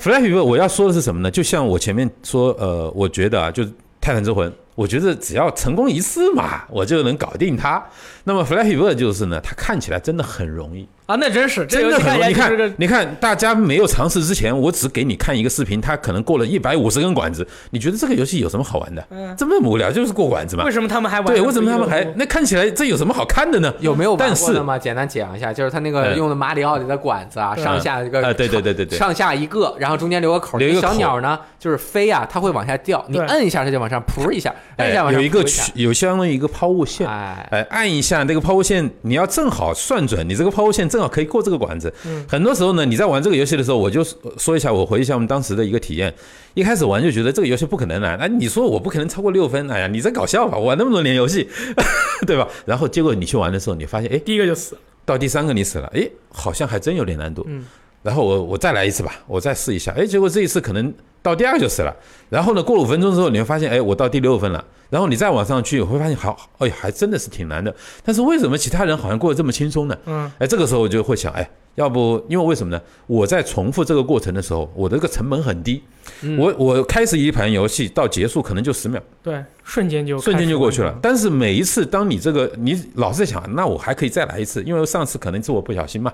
Flappy Bird 我要说的是什么呢？就像我前面说，呃，我觉得啊，就是《泰坦之魂》，我觉得只要成功一次嘛，我就能搞定它。那么 Flappy Bird 就是呢，它看起来真的很容易，啊，那真是这真游的戏看很起容来易。就是你个看，你看，大家没有尝试之前，我只给你看一个视频，它可能过了一百五十根管子，你觉得这个游戏有什么好玩的？嗯这么无聊，就是过管子嘛为。什么他们还玩？对，为什么他们还不一样那看起来这有什么好看的呢？有没有玩但过是的吗？简单讲一下，就是它那个嗯用的马里奥里的管子啊，嗯上下一个啊对对对对对上下一个，然后中间留个口，留一个那小口鸟呢就是飞啊，它会往下掉，你对摁一下它就往上，噗一下，摁一哎下往，上有一个噗下区，有相当于一个抛物啊线。哎，哎，按一下那个抛物线，你要正好算准，你这个抛物线正好可以过这个管子。嗯很多时候呢，你在玩这个游戏的时候，我就说一下，我回忆一下我们当时的一个体验。一开始玩就觉得这个游戏不可能难，哎，你说我不可能超过六分，哎呀，你在搞笑吧？我玩那么多年游戏， 对吧？然后结果你去玩的时候，你发现，哎，第一个就死了，到第三个你死了，哎，好像还真有点难度。嗯然后我我再来一次吧，我再试一下，哎，结果这一次可能到第二个就死了。然后呢，过了五分钟之后，你会发现，哎，我到第六分了。然后你再往上去，我会发现好，哎呀，还真的是挺难的。但是为什么其他人好像过得这么轻松呢？嗯，哎，这个时候我就会想，哎，要不因为为什么呢？我在重复这个过程的时候，我的这个成本很低。我我开始一盘游戏到结束可能就十秒，对，瞬间就瞬间就过去了开。始但是每一次当你这个你老是在想，那我还可以再来一次，因为上次可能是我不小心嘛。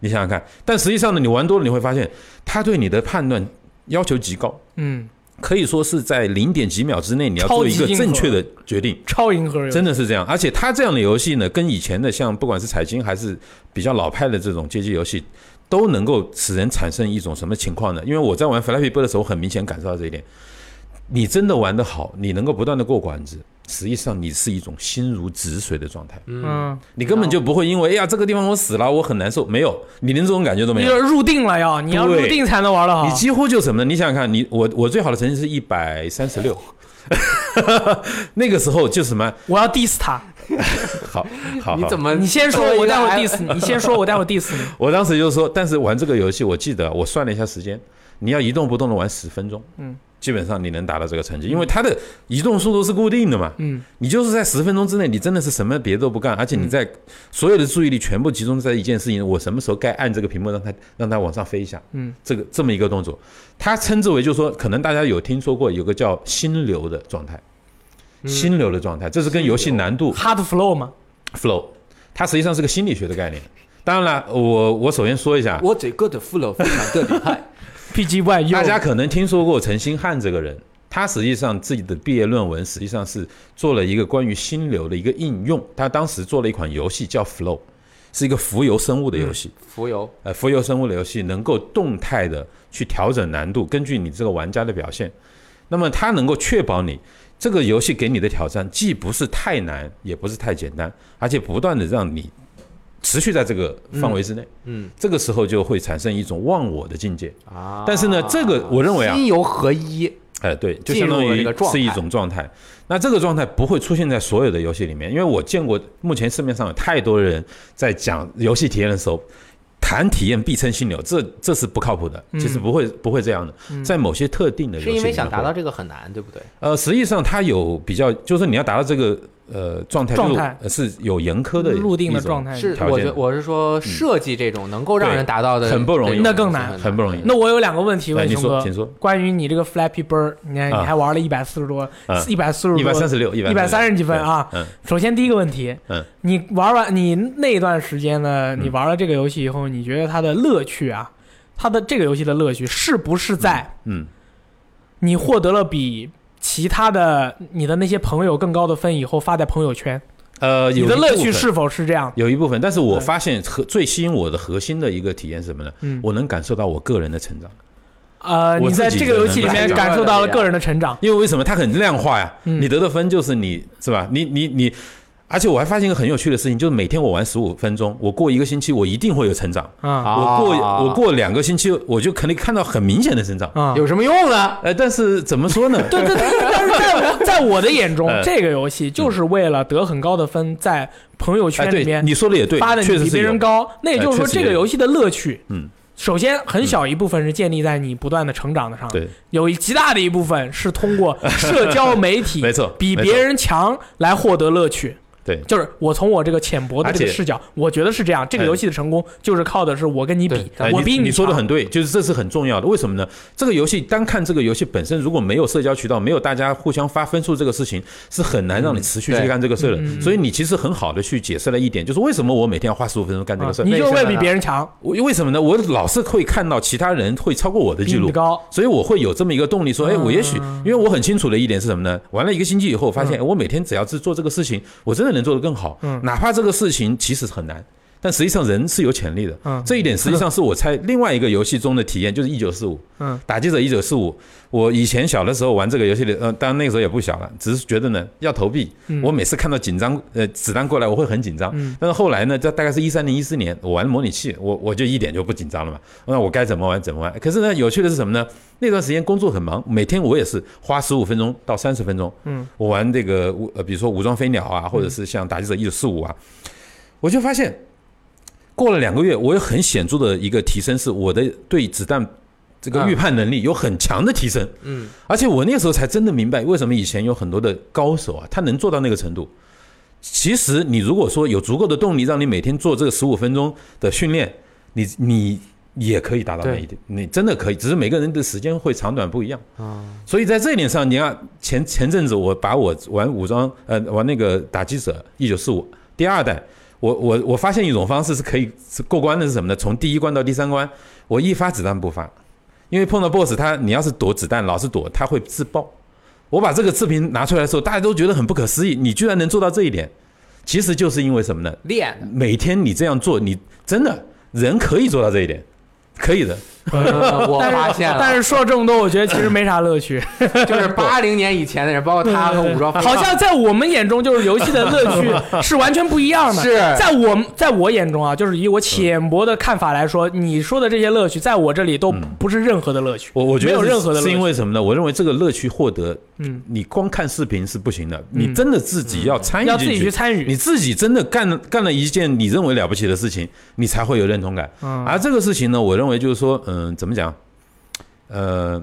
你想想看，但实际上呢，你玩多了你会发现，他对你的判断要求极高，嗯，可以说是在零点几秒之内你要做一超个级硬核正确的决定。超银河游戏真的是这样，而且它这样的游戏呢，跟以前的像不管是彩金还是比较老派的这种街机游戏，都能够使人产生一种什么情况呢？因为我在玩 Flappy Bird 的时候，很明显感受到这一点。你真的玩得好，你能够不断的过关子，实际上你是一种心如止水的状态，嗯，嗯，你根本就不会因为哎呀这个地方我死了，我很难受，没有，你连这种感觉都没你有。要入定了要，你要入对定才能玩得好你。几乎就什么呢？你想想看，你我我最好的成绩是一百三十六， 那个时候就什么我要 diss 他，好好好，你怎么？你先说，怎么我一个哎待会儿还 diss 你，你先说，我待会儿 diss 你。我当时就说，但是玩这个游戏，我记得我算了一下时间，你要一动不动的玩十分钟，嗯，基本上你能达到这个成绩，因为它的移动速度是固定的嘛，嗯，你就是在十分钟之内，你真的是什么别的都不干，而且你在所有的注意力全部集中在一件事情，我什么时候该按这个屏幕让它让它往上飞一下，嗯，这个这么一个动作，它称之为就是说，可能大家有听说过有个叫心流的状态，嗯心流的状态，这是跟游戏心流难度 hard flow 嘛， flow，它实际上是个心理学的概念。当然了，我我首先说一下，哎我这个的俘虏非常的厉害， PGY 又大家可能听说过陈星汉这个人，他实际上自己的毕业论文实际上是做了一个关于心流的一个应用。他当时做了一款游戏叫 Flow，是一个浮游生物的游戏。浮游呃，浮游生物的游戏能够动态的去调整难度，根据你这个玩家的表现。那么它能够确保你这个游戏给你的挑战既不是太难，也不是太简单，而且不断的让你持续在这个范围之内。嗯嗯这个时候就会产生一种忘我的境界。啊但是呢这个我认为啊心游合一，哎，对，就进相入当了这于个状是一态种状态。那这个状态不会出现在所有的游戏里面，因为我见过目前市面上有太多人在讲游戏体验的时候。谈体验必称心流，这这是不靠谱的，其嗯实不会、不会这样的，在某些特定的游戏是里面因会，为想达到这个很难，对不对？呃，实际上它有比较，就是你要达到这个呃状态，状就是态嗯呃是有严苛的入定的一种状态是，条我件嗯觉我是说设计这种能够让对人达到的很不容易这种那更难是很不容易那我有两个问题来问哎你熊说哥，请说关于你这个 Flappy Bird，你看你啊还玩了一百四十多啊，一百四十多，一百三十六，一一百三十几分对啊嗯，首先第一个问题，嗯，你玩完你那段时间呢，你玩了这个游戏以后，你觉得它的乐趣啊，它的这个游戏的乐趣是不是在嗯，你获得了比其他的你的那些朋友更高的分以后发在朋友圈，呃，你有的一乐部趣分是否是这样？有一部分，但是我对发现核最吸引我的核心的一个体验是什么呢？嗯我能感受到我个人的成长。呃，我你在自己这个觉游得戏里能面感感受受到到了这个样人的成长，因为为什么它很量化呀？嗯你得的分就是你是吧？你你你，而且我还发现一个很有趣的事情，就是每天我玩十五分钟，我过一个星期我一定会有成长。啊啊我过我过两个星期我就肯定看到很明显的成长。啊，有什么用呢？呃，但是怎么说呢？ 对对对，但是在我在我的眼中 嗯，这个游戏就是为了得很高的分，在朋友哎，圈里对，面你说的也对发的，你确实比是别有人。高，那也就是说哎确实这个游戏的乐趣，嗯，首先很小一部分是建立在你不断的成长的上，对，有一极大的一部分是通 过社交媒体，没错比没别错人强来获得乐趣。对就是我从我这个浅薄的这而个且视角，我觉得是这样。这个哎游戏的成功就是靠的是我跟你比，哎我比你说的强很对，就是这是很重要的。为什么呢？这个游戏单看这个游戏本身，如果没有社交渠道，没有大家互相发分数这个事情，是很难让你持续嗯去对干这个事的。所以你其实很好的去解释了一点，就是为什么我每天要花十五分钟干这啊个事儿。你那就个会是比的别人强，我为什么呢？我老是会看到其他人会超过我的比记你录。高。所以我会有这么一个动力，嗯说，哎，我也许，因为我很清楚的一点是什么呢？玩了一个星期以后，发现、哎我每天只要是做这个事情，我真的能做得更好，嗯哪怕这个事情其实很难，但实际上人是有潜力的，嗯这一点实际上是我猜另外一个游戏中的体验，就是一九四五，嗯，打击者一九四五，我以前小的时候玩这个游戏的，呃，当然那个时候也不小了，只是觉得呢要投币，嗯我每次看到紧张呃子弹过来，我会很紧张，嗯但是后来呢，这大概是一三年、一四年，我玩模拟器，我我就一点就不紧张了嘛，那我该怎么玩怎么玩。可是呢，有趣的是什么呢？那段时间工作很忙，每天我也是花十五分钟到三十分钟，嗯，我玩这个武呃，比如说武装飞鸟啊，或者是像打击者一九四五啊，我就发现过了两个月，我有很显著的一个提升，是我的对子弹这个预判能力有很强的提升。嗯，而且我那个时候才真的明白，为什么以前有很多的高手啊，他能做到那个程度。其实你如果说有足够的动力，让你每天做这个十五分钟的训练，你你也可以达到那一点，你真的可以，只是每个人的时间会长短不一样。啊，所以在这一点上，你看前前阵子我把我玩武装呃玩那个打击者一九四五第二代，我我我发现一种方式是可以是过关的是什么呢？从第一关到第三关，我一发子弹不发，因为碰到 BOSS 他你要是躲子弹老是躲，他会自爆。我把这个视频拿出来的时候，大家都觉得很不可思议，你居然能做到这一点，其实就是因为什么呢？练 的每天你这样做，你真的人可以做到这一点，可以的。呃我但是发现了，但是说了这么多，我觉得其实没啥乐趣。就是八零年以前的人，包括他和武装，好像在我们眼中，就是游戏的乐 趣是完全不一样的。是在我们在我眼中啊，就是以我浅薄的看法来说，你说的这些乐趣，在我这里都不是任何的乐趣。我我觉得没有是任何的乐是因趣为什么呢？我认为这个乐趣获得，嗯，你光看视频是不行的，你真的自己要参与要进自己去参与你自己真的干干了一件你认为了不起的事情，你才会有认同感。嗯而这个事情呢，我认为就是说，嗯，怎么讲？呃，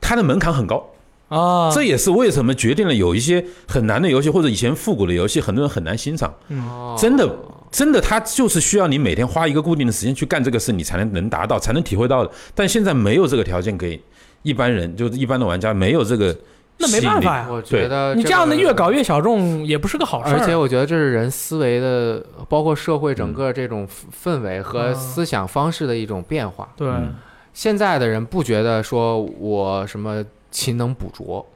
它的门槛很高，啊，这也是为什么决定了有一些很难的游戏或者以前复古的游戏，很多人很难欣赏。哦真的，真的，它就是需要你每天花一个固定的时间去干这个事，你才能能达到，才能体会到的。但现在没有这个条件给一般人，就是一般的玩家没有这个，那没办法呀、哎啊我觉得你这个样的越搞越小众也不是个好事儿。而且我觉得这是人思维的，包括社会整个这种氛围嗯和思想方式的一种变化。对，嗯现在的人不觉得说我什么勤能补 拙，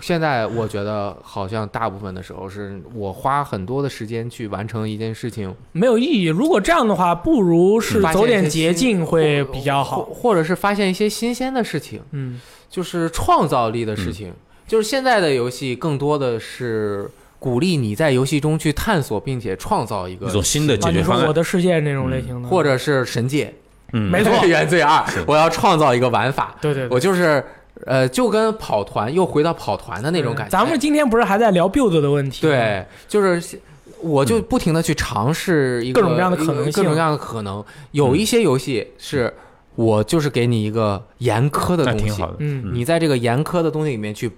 现在我觉得好像大部分的时候是我花很多的时间去完成一件事情，没有意义。如果这样的话，不如是发现走一点些捷新径会或比较好。或或者是发现一些新鲜的事情，嗯，就是创造力的事情。嗯就是现在的游戏更多的是鼓励你在游戏中去探索，并且创造一个一种新的啊，解你决说方我案。的世界那种类型的，嗯或者是神界， 嗯，没错 原罪二，我要创造一个玩法，对对对我就是呃，就跟跑团又回到跑团的那种感觉。咱们今天不是还在聊 build 的问题？，对，就是我就不停的去尝试一个各种各样的可能性一个各种各样的可能。有一些游戏是我就是给你一个严苛的那东挺西，好的。嗯你在这个严苛的东西里面去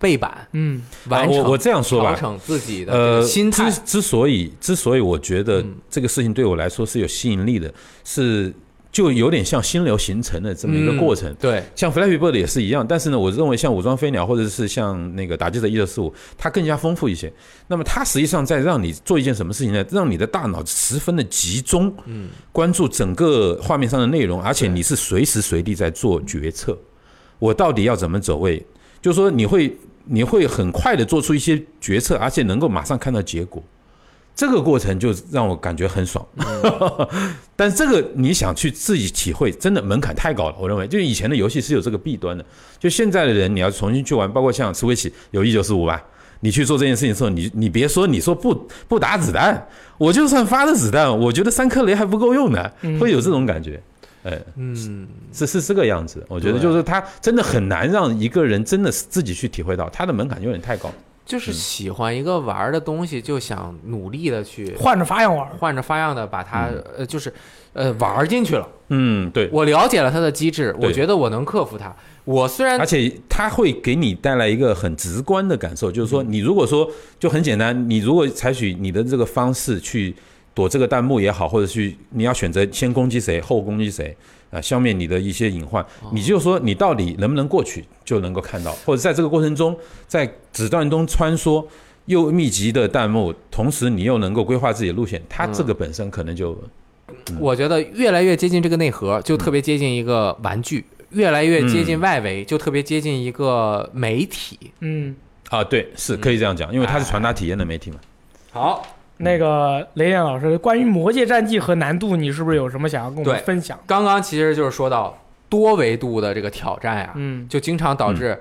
背板嗯完啊成，我我这样说调吧，整自己的这呃，个心态之。之所以之所以我觉得嗯这个事情对我来说是有吸引力的，是就有点像心流形成的这么一个嗯过程。对，像 Flappy Bird 也是一样，但是呢，我认为像武装飞鸟或者是像那个打击者一九四五，它更加丰富一些。那么它实际上在让你做一件什么事情呢？让你的大脑十分的集中，嗯，关注整个画面上的内容，而且你是随时随地在做决策，我到底要怎么走位？就是说你会你会很快的做出一些决策，而且能够马上看到结果。这个过程就让我感觉很爽，但这个你想去自己体会，真的门槛太高了。我认为，就是以前的游戏是有这个弊端的，就现在的人你要重新去玩，包括像 Switch 有一九四五吧，你去做这件事情的时候，你你别说你说不不打子弹，我就算发了子弹，我觉得三颗雷还不够用呢，会有这种感觉。哎，嗯，是是这个样子，我觉得对就是他真的很难让一个人真的自己去体会到，他的门槛有点太高。就是喜欢一个玩儿的东西，就想努力的去换着法样玩儿。换着花样的把它、呃，就是呃玩儿进去了。嗯，对，我了解了它的机制，对我觉得我能克服它。我虽然而且它会给你带来一个很直观的感受，就嗯是说，你如果说就很简单，你如果采取你的这个方式去躲这个弹幕也好，或者去你要选择先攻击谁，后攻击谁，啊、消灭你的一些隐患，哦你就说你到底能不能过去，就能够看到，或者在这个过程中，在子弹中穿梭。又密集的弹幕，同时你又能够规划自己的路线，它这个本身可能就嗯我觉得越来越接近这个内核，就特别接近一个玩具；嗯越来越接近外围，就特别接近一个媒体。嗯，啊，对，是可以这样讲，因为它是传达体验的媒体嘛。好，那个雷电老师，关于《魔界战记》和难度，你是不是有什么想要跟我们对分享？刚刚其实就是说到多维度的这个挑战呀、嗯就经常导致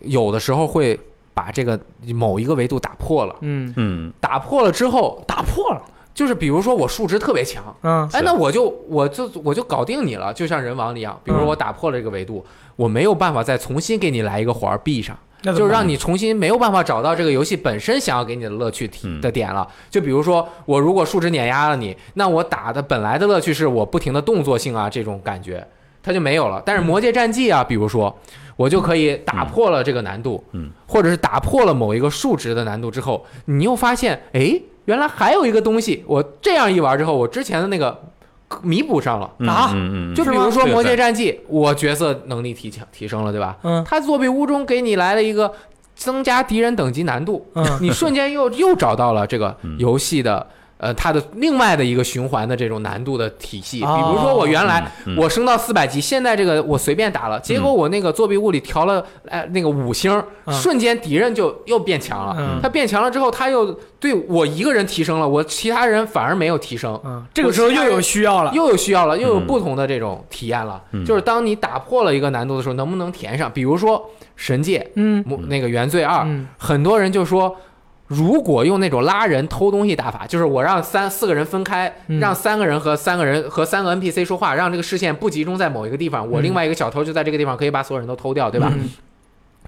有的时候会把这个某一个维度打破了。嗯，嗯，打破了之后，打破了。就是比如说我数值特别强，嗯哎，是那我就我就我就搞定你了，就像人王一样。比如说我打破了这个维度，我没有办法再重新给你来一个环儿闭上，那怎就么办让你重新没有办法找到这个游戏本身想要给你的乐趣体嗯的点了。就比如说，我如果数值碾压了你，那我打的本来的乐趣是我不停的动作性啊这种感觉，它就没有了。但是《魔界战记》啊，比如说，我就可以打破了这个难度，嗯，或者是打破了某一个数值的难度之后，你又发现，诶，原来还有一个东西，我这样一玩之后，我之前的那个弥补上了。嗯啊嗯嗯，就比如是吗说《魔这个界战记》，我角色能力提强提升了，对吧？嗯他作弊屋中给你来了一个增加敌人等级难 度，嗯你瞬间又又找到了这个嗯游戏的。呃，它的另外的一个循环的这种难度的体系，比哦如说我原来嗯嗯嗯我升到四百级，现在这个我随便打了，结果我那个作弊物理调了，哎，那个五星，嗯瞬间敌人就又变强了。嗯他变强了之后，他又对我一个人提升了，我其他人反而没有提升。嗯，这个时候又有需要了，又有需要了，又有不同的这种体验了。嗯就是当你打破了一个难度的时候，能不能填上？比如说《神界嗯》魔那个《原罪二》嗯很多人就说。如果用那种拉人偷东西打法，就是我让三四个人分开，嗯让三个人和三个人和三个 NPC 说话，让这个视线不集中在某一个地方，我嗯另外一个小偷就在这个地方可以把所有人都偷掉，对吧？嗯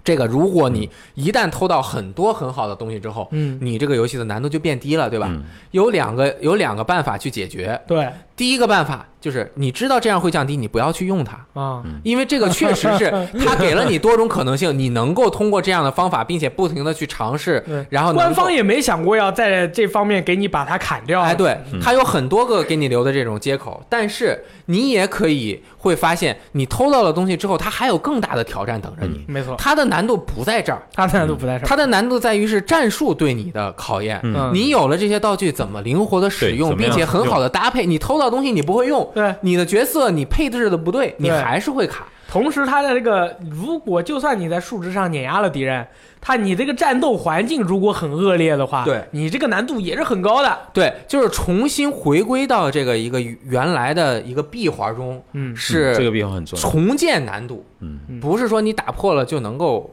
这个如果你一旦偷到很多很好的东西之后，嗯，你这个游戏的难度就变低了，对吧？嗯有两个有两个办法去解决，对第一个办法就是你知道这样会降低，你不要去用它，啊，因为这个确实 是它给了你多种可能性，你能够通过这样的方法，并且不停的去尝试对，然后能够官方也没想过要在这方面给你把它砍掉。哎，对，嗯它有很多个给你留的这种接口，但是你也可以会发现，你偷到了东西之后，它还有更大的挑战嗯等着你，没错，它的难度不在这儿，他态度不在上。它的难度在于是战术对你的考验。嗯嗯你有了这些道具，怎么灵活的使对用，怎么并样且很好的搭配？你偷到东西你不会用，对，你的角色你配置的不对，你对还是会卡。同时他的这个，如果就算你在数值上碾压了敌人，他你这个战斗环境如果很恶劣的话，对你这个难度也是很高的。对，就是重新回归到这个一个原来的一个闭环中，嗯是这个地方很重要，重建难度，嗯嗯不是说你打破了就能够，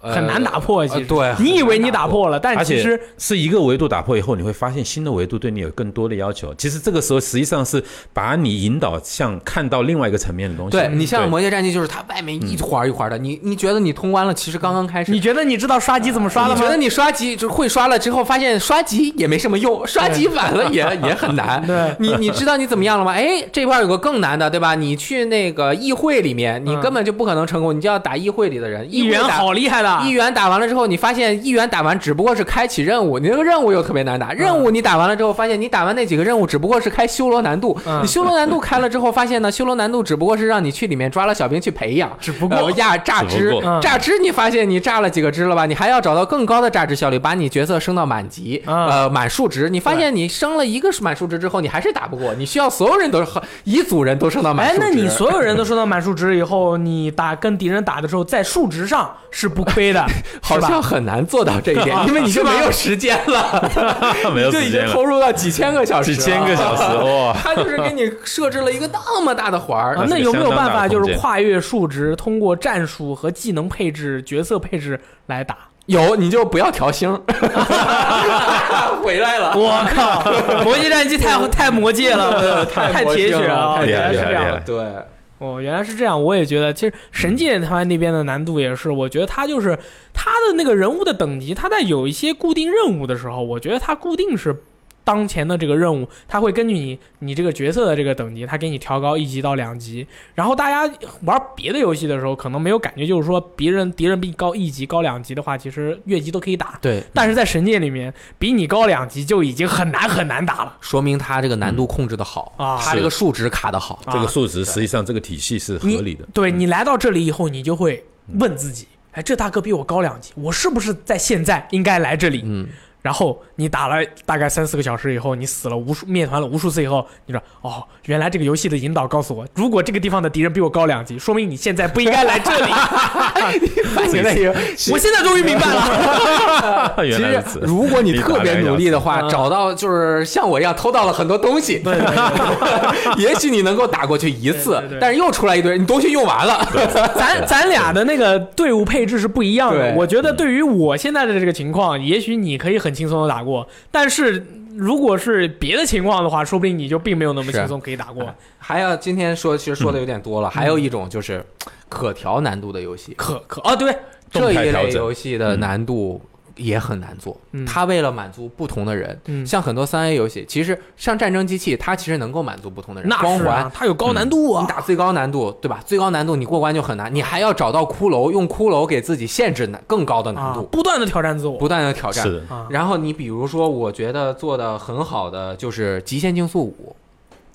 呃很难打破，其呃实。对，你以为你很难打打破了，但而其且实是一个维度打破以后，你会发现新的维度对你有更多的要求。其实这个时候实际上是把你引导向看到另外一个层面的东西。对你像《对魔界战记》，就是它外面一环一环的，你你觉得你通关了，其实刚刚开嗯始。你你觉得你知道刷机怎么刷了觉得吗？你刷级就是会刷了之后，发现刷级也没什么用，刷级晚了 也也很难。对你你知道你怎么样了吗？哎，这块儿有个更难的，对吧？你去那个议会里面，你嗯根本就不可能成功，你就要打议会里的人。议会员打好厉害的，一元打完了之后，你发现一元打完只不过是开启任务，你那个任务又特别难嗯打。任务你打完了之后，发现你打完那几个任务只不过是开修罗难度。嗯你修罗难度开了之后，发现呢，修罗难度只不过是让你去里面抓了小兵去培养。只不呃过压榨只汁不过嗯，榨汁，你发现你榨了几个汁了吧？你还要找到更高的榨汁效率，把你角色升到满级，嗯呃，满数值。你发现你升了一个满数值之后，你还是打不过，你需要所有人都一组人都升到满哎数，值。那你所有人都升到满数值以后，你打跟敌人打的时候，在数值上是不亏 的，好是吧像很难做到这一 点，因为你就没有时间了。 没有就已时经间了投，入到几千个小时几了，千个小时哇！他就是给你设置了一个那么大的环啊儿。那那是有个没有相当办法大的空就是间跨越数值，通过战术和技能配置、角色配置来打？有你就不要调星儿， 回来了。我靠， 魔界战机太太魔界了，太太魔铁界血了了，啊太原来厉是害这厉害样厉的害。啊对，哦，原来是这样，我也觉得，其实《神界》他那边的难度也是，我觉得他就是他的那个人物的等级，他在有一些固定任务的时候，我觉得他固定是当前的这个任务，他会根据你你这个角色的这个等级，他给你调高一级到两级。然后大家玩别的游戏的时候，可能没有感觉，就是说别人敌人比你高一级、高两级的话，其实越级都可以打。对，但是在《神界》里面，比你高两级就已经很难很难打了说明他这个难度控制的好，啊！他这个数值卡的好。啊这个数值实际上这个体系是合理的。对你来到这里以后，你就会问自己：哎，这大哥比我高两级，我是不是在现在应该来这里？嗯，然后你打了大概三四个小时以后，你死了无数灭团了无数次以后，你说哦，原来这个游戏的引导告诉我，如果这个地方的敌人比我高两级，说明你现在不应该来这 里。现在也，我现在终于明白了， 原其来实如此。如果你特别努力的你话打，两个小时找到就是像我一样偷到了很多东西，对对 也许你能够打过去一次对对对，但是又出来一堆，你东西用完了。咱咱俩的那个队伍配置是不一样的。对我觉得对于我现在的这个情况，也许你可以很轻松的打过，但是如果是别的情况的话，说不定你就并没有那么是轻松可以打过。还有嗯今天说，其实说的有点多了。还有一种就是可调难度的游戏，可可哦，对，这动一态调类整游戏的难度也很难做。嗯它为了满足不同的人，嗯像很多三 A 游戏，其实像《战争机器》，它其实能够满足不同的人。那光是啊环。嗯它有高难度啊你，打最高难度，对吧？最高难度你过关就很难，你还要找到骷髅，用骷髅给自己限制难更高的难啊度，，不断的挑战自我不断的挑战。是的，啊，然后你比如说，我觉得做的很好的就是《极限竞速五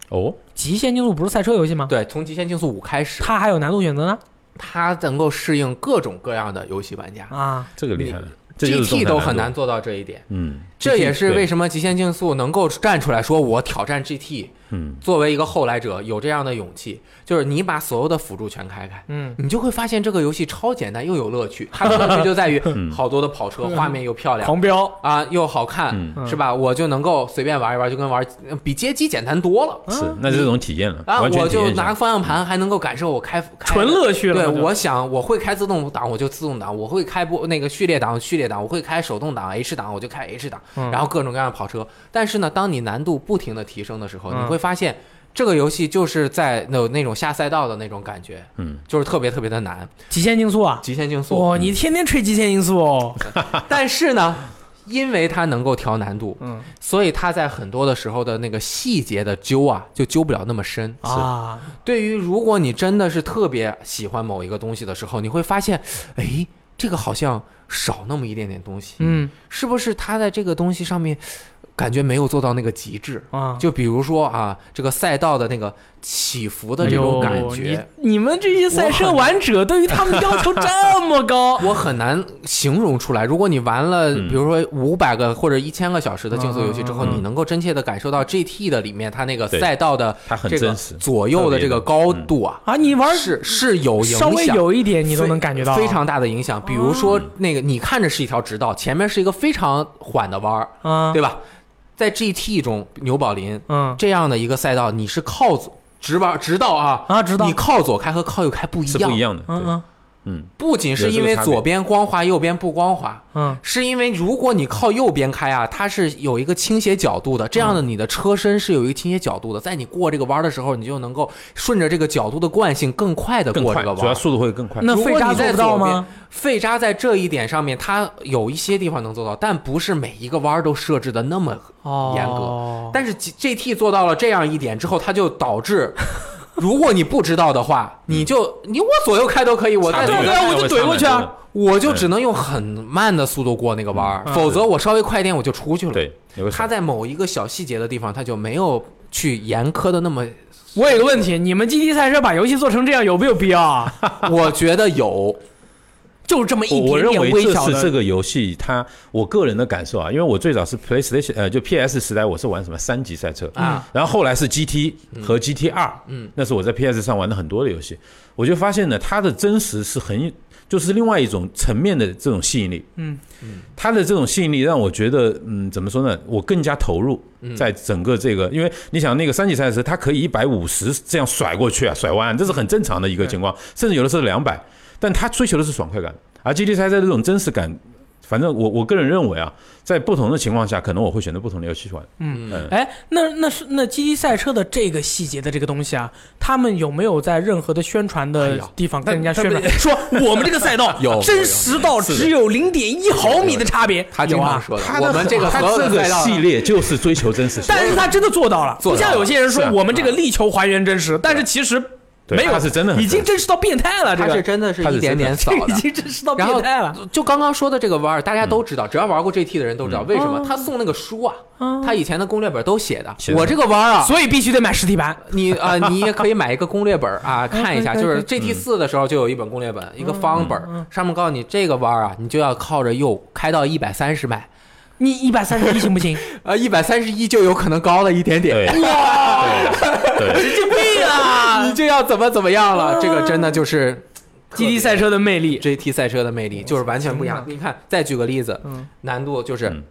哦，极限竞速不是赛车游戏》，吗？对，从《极限竞速五》开始，它还有难度选择呢它能够适应各种各样的游戏玩家。啊，这个厉害了，这就是动 GT 态都很度难，做到这一点，嗯，这也是为什什么《极限竞速》能够站出来说我挑战 GT，嗯作为一个后来者有这样的勇气，就是你把所有的辅助全开开，嗯，你就会发现这个游戏超简单又有乐趣。它的乐趣就在于 嗯好多的跑车，画面又漂亮，狂飙啊，又好看，嗯嗯是吧？我就能够随便玩一玩，就跟玩比街机简单多了是，那这种体验了，啊！完全我体验就一拿下，方向盘，还能够感受我开开纯乐趣了对，那就我想我会开自动挡，我就自动挡；我会开不那个序列档，序列档；我会开手动挡 H 档，我就开 H 档。嗯然后各种各样的跑车。但是呢，当你难度不停的提升的时候，嗯你会发现这个游戏就是在有那种下赛道的那种感觉，嗯，就是特别特别的难，极限竞速啊，极限竞速。嗯哇，你天天吹极限竞速哦，但是呢，因为它能够调难度，嗯所以它在很多的时候的那个细节的揪啊，就揪不了那么深。啊，对于如果你真的是特别喜欢某一个东西的时候，你会发现，哎，这个好像少那么一点点东西，嗯是不是？它在这个东西上面感觉没有做到那个极致。啊，就比如说啊，这个赛道的那个起伏的这种哎感觉，哎你你们这些赛车玩者对于他们要求这么 高我很难形容出来。如果你玩了，嗯比如说五百个或者一千个小时的竞速游戏之后，嗯嗯嗯你能够真切的感受到 GT 的里面它那个对赛道的它很这个真实嗯左右的这个高度啊，啊！你玩是是有影响，稍微有一点你都能感觉到，啊哦非常大的影响。比如说那个你看着是一条直道，前面是一个非常缓的弯儿，啊，对吧？在 GT 中，牛宝林嗯这样的一个赛道，你是靠左直弯直道啊，啊，知道，你靠左开和靠右开不一是样，不一样的，嗯对嗯嗯，不仅是因为左边光滑，右边不光滑，嗯是因为如果你靠右边开啊，它是有一个倾斜角度的，这样的嗯你的车身是有一个倾斜角度的，在你过这个弯儿的时候，你就能够顺着这个角度的惯性更快的更过快这个，主要弯儿。速度会更快，那费渣如果你做在不到左边吗？费扎在这一点上面，它有一些地方能做到，但不是每一个弯儿都设置的那么哦，严格。但是 G GT 做到了这样一点之后，它就 导致，如果你不知道的话，嗯你就你我左右开都可以，我在差左不右多对啊我就怼过去啊差不多我就只能用很慢的速度过那个弯儿，嗯否则我稍微快一点我就出去了。，对，有个他在某一个小细节的地方，他就没有去严苛的 那么，我有个问题，你们 GT 赛车把游戏做成这样有没有必要啊？我觉得有，就是这么我一我点认点为微这小是这的，个游戏它我个人的感受啊，因为我最早是 PlayStation 呃就 PS 时代，我是玩什么三级赛车嗯啊，然后后来是 GT 和 GT 二，嗯，那是我在 PS 上玩的很多的游戏，我就发现呢，它的真实是很就是另外一种层面的这种吸引力，嗯，它的这种吸引力让我觉得嗯怎么说呢，我更加投入在整个这个，因为你想那个三级赛车，它可以一百五十这样甩过去啊，甩弯，这是很正常的一个情况，甚至有的时候两百。但他追求的是爽快感，而 GT 赛车这种真实感，反正我我个人认为啊，在不同的情况下，可能我会选择不同的游戏玩。哎，那那是那 GT 赛车的这个细节的这个东西啊，他们有没有在任何的宣传哎的呀地方跟人家宣传那说我们这个赛 道有真实到只有零点一毫米的差别？他经有常啊，说的，他的我们这个他所有这的个赛道系列就是追求真实性，但是他真的做到了，做不到了像有些人说是啊啊我们这个力求还原真实，但是其实对没有，他是真的很已经真真实到变态了。这他是个真的是他是一点真的点扫这个 已的。 经真实到然变后态了。就刚刚说的这个弯儿，大家都知道，只要玩过 GT 的人都知道，为什嗯么他送那个书啊，他以前的攻略本都写的写。的我这个弯儿 啊，所以必须得买实体盘，你啊、你也可以买一个攻略本儿 啊，看一下。可以就可是 GT 四的时候就有一本攻略本，一个方本儿，嗯上面告诉你这个弯儿啊，你就要靠着右开到一百三十迈，你一百三十一行不 行？呃，一百三十一就有可能高了一点对点。对神经病啊 你就要怎么怎么样了，这个真的就是！GT 赛车的魅力， GT 赛车的魅力，就是完全不一样。你看，再举个例子，嗯难度就是嗯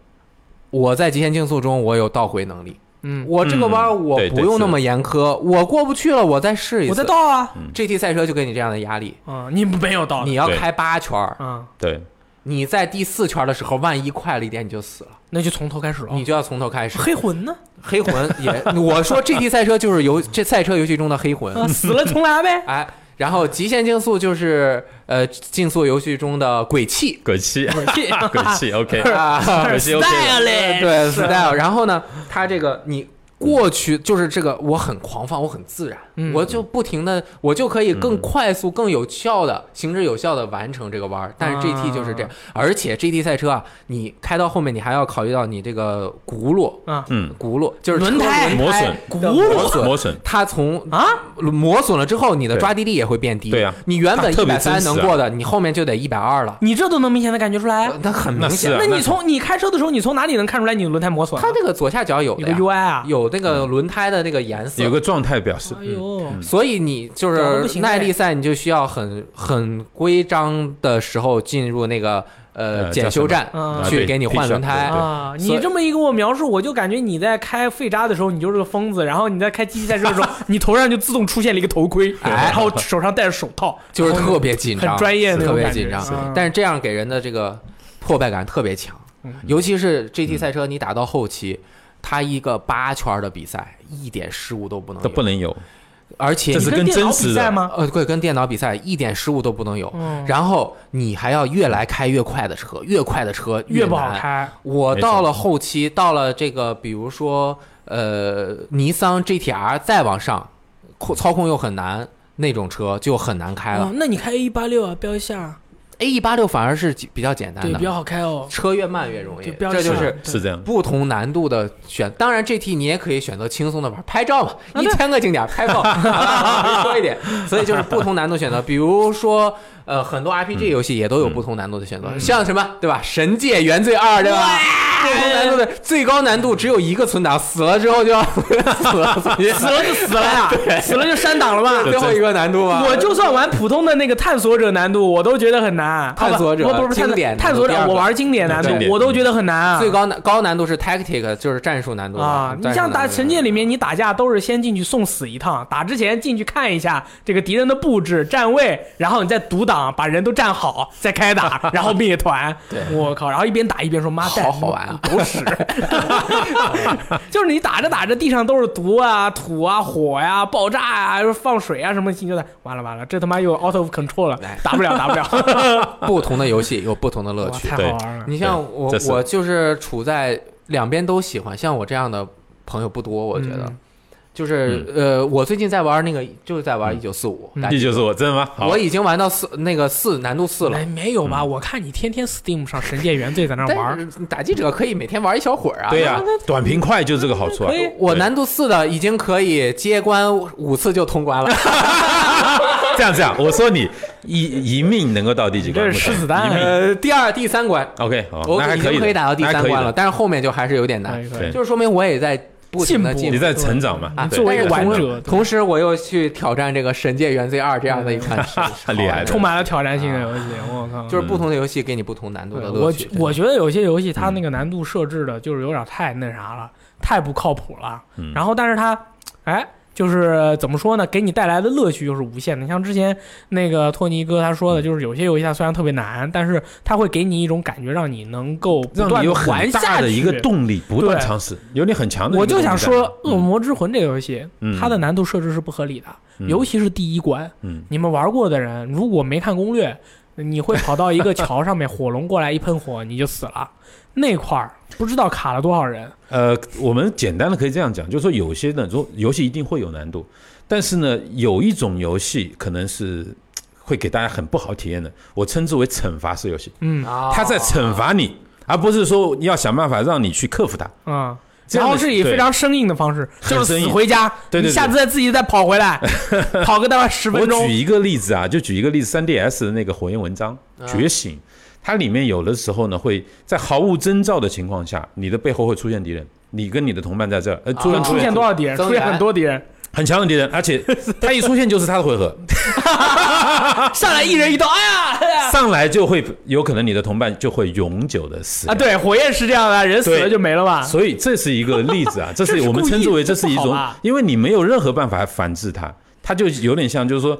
我在极限竞速中我有倒回能力，嗯，我这个弯儿我对不对用是那么严苛，我过不去了，我再试一次。我在倒啊， GT 赛车就给你这样的压力，啊，你没有倒，你要对开八圈儿。啊，对你在第四圈的时候，万一快了一点，你就死了，那就从头开始了。你就要从头开 始。黑魂呢？黑 魂也，我说 GT 赛车就是游这赛车游戏中的黑魂， 啊，死了重来呗。哎，然后极限竞速就是呃竞速游戏中的鬼泣鬼泣，鬼 泣鬼泣，OK，啊，鬼泣 OK， Stylish 呃对 style。然后呢，它这个你。过去就是这个，我很狂放，我很自然，嗯我就不停的，我就可以嗯更快速、更有效的、行之有效的完成这个弯儿。但是 GT 就是这样，而且 GT 赛车啊，你开到后面，你还要考虑到你这个轱辘，啊，嗯，轱辘就是车轮胎磨损，轱磨辘损，磨损，它从啊磨损了之后，你的对抓地力也会变低。对呀你原本它特一别百真三实啊能过的，你后面就得一百二了。你这都能明显的感觉出来？那很呃明那是显啊，那你从你开车的时候，你从哪里能看出来你的轮胎磨损啊？它这个左下角有你的的呀嗯 UI 啊？有那个轮胎的那个颜色嗯有，个状态表示哎，呦，所以你就搞得不是行哎耐力赛，你就需要很很规章的时候进入那个呃呃检叫什修么站啊去对给你换 P-shirt，轮胎。对啊！所你以这么一给我描述，我就感觉你在开废渣的时候，你就是个疯子；然后你在开机器赛车的时 候，你头上就自动出现了一个头盔，哎然后手上戴着手套，就是然后特别紧张，很专业的那特种别感觉嗯紧张是的。嗯但是这样给人的这个挫败感特别强，嗯尤其是 GT 赛车，你打到后期，它一个八圈的比赛，一点失误都不能都不有，能有，而且这你是你跟跟电脑真实比的赛吗？呃，对，跟电脑比赛一点失误都不能有。嗯然后你还要越来开越快的车，越快的车越不好难。开。我没到错了后期，到了这个，比如说呃，尼桑 GTR 再往上，控操控又很难，那种车就很难开了哦。，那你开 A 一八六啊，标一下啊， A 一八六反而是比较简单对，的比，较好开哦。车越慢越容易，对标这志就是上是这样。不同难度的选。当然，GT 你也可以选择轻松的玩，拍照嘛，啊一对千个景点拍照 多一点。所以就是不同难度选择，比如说呃，很多 RPG 游戏也都有不同难度的选择，像什么对吧，《神界原罪二》对吧？不同难度的最高难度只有一个存档，死了之后就要 死了，死了就死了 呀，死了就删档了吧。最后一个难度嘛。我就算玩普通的那个探索者难度，我都觉得很难。探索者好吧不不是探经典难度探索第者二，个我玩经典难度经，典我都觉得很难啊。最高难高难度是 tactic，就是战术难度啊，你像打神界里。里面，你打架都是先进去送死一趟，打之前进去看一下这个敌人的布置、站位，然后你再独挡，把人都站好，再开打，然后灭 团。我靠！然后一边打一边说：“妈蛋，好好玩啊，狗屎！ 就是你打着打着，地上都是毒啊、土啊、火呀、爆炸呀、放水啊什么，你就在完了完了，这他妈又 out of control 了哎，打不了打不了，不同的游戏有不同的 乐哇趣太。好玩了。你像对我这，是我就是处在两边都喜欢，像我这样的朋友不多，我觉得嗯。就是嗯呃，我最近在玩那个，就是在玩一九四嗯五，大家这就是我真的吗？好我，已经玩到四那个四难度四了哎，。没有嗯吧？我看你天天 Steam 上《神界原罪》在那玩但儿，是打击者可以每天玩一小会儿啊。对呀，短平快就是这个好处啊可以。我难度四的已经可以接关五次就通关 了。这样这样，我说你一一命能够到第几关？这是目前狮子蛋一命呃，第二、第三关， OK，好，我哦那还已可经以可的，以打到第那还三可以关的了，，但是后面就还是有点难哎。对就是说明我也在不停的进步进步你。在成长嘛啊？作为一个但是王同者，同时我又去挑战这个《神界原罪二》这样的一款很嗯 厉害的嗯充满了挑战性的游戏，我靠！就是不同的游戏给你不同难度的乐我趣觉。我觉得有些游戏它那个难度设置的就是有点太那啥了，太不靠谱了。嗯然后，但是它，哎，就是怎么说呢？给你带来的乐趣就是无限的。像之前那个托尼哥他说的，嗯就是有些游戏它虽然特别难，但是它会给你一种感觉，让你能够不让断你地有很玩大下的去一个。动力，不断对尝试，有你很强的一我个动就力在。想说，《恶魔之魂》这个游戏，嗯它的难度设置是不合理的，嗯尤其是第一关。嗯，你们玩过的人，如果没看攻略，你会跑到一个桥上面，火龙过来一喷火，你就死了。那块儿不知道卡了多少人，呃，我们简单的可以这样讲，就是说有些呢，如游戏一定会有难度，但是呢，有一种游戏可能是嘖会给大家很不好体验的，我称之为惩罚式游戏，嗯 啊它在惩罚你，而不是说要想办法让你去克服它。啊、这然后样的是以对非常生硬的方式，很就是生死硬回家，对对对你下次再自己再跑回来，跑个大概十我分举钟。一个例子啊，就举一个例子，3 DS 的那个《火焰纹章啊》觉醒，它里面有的时候呢，会在毫无征兆的情况下，你的背后会出现敌人，你跟你的同伴在这儿，呃，突然啊出现多少敌人？增出援？现很多敌人，很强的敌人，而且他一出现就是他的回合，上来一人一刀，哎呀，哎 呀上来就会有可能你的同伴就会永久的死啊，。对，啊火焰是这样的，人死了对就没了吧？所以这是一个例子啊， 这是我们称之为这是这是故意一的不种好吧，因为你没有任何办法反制它，它就有点像就是说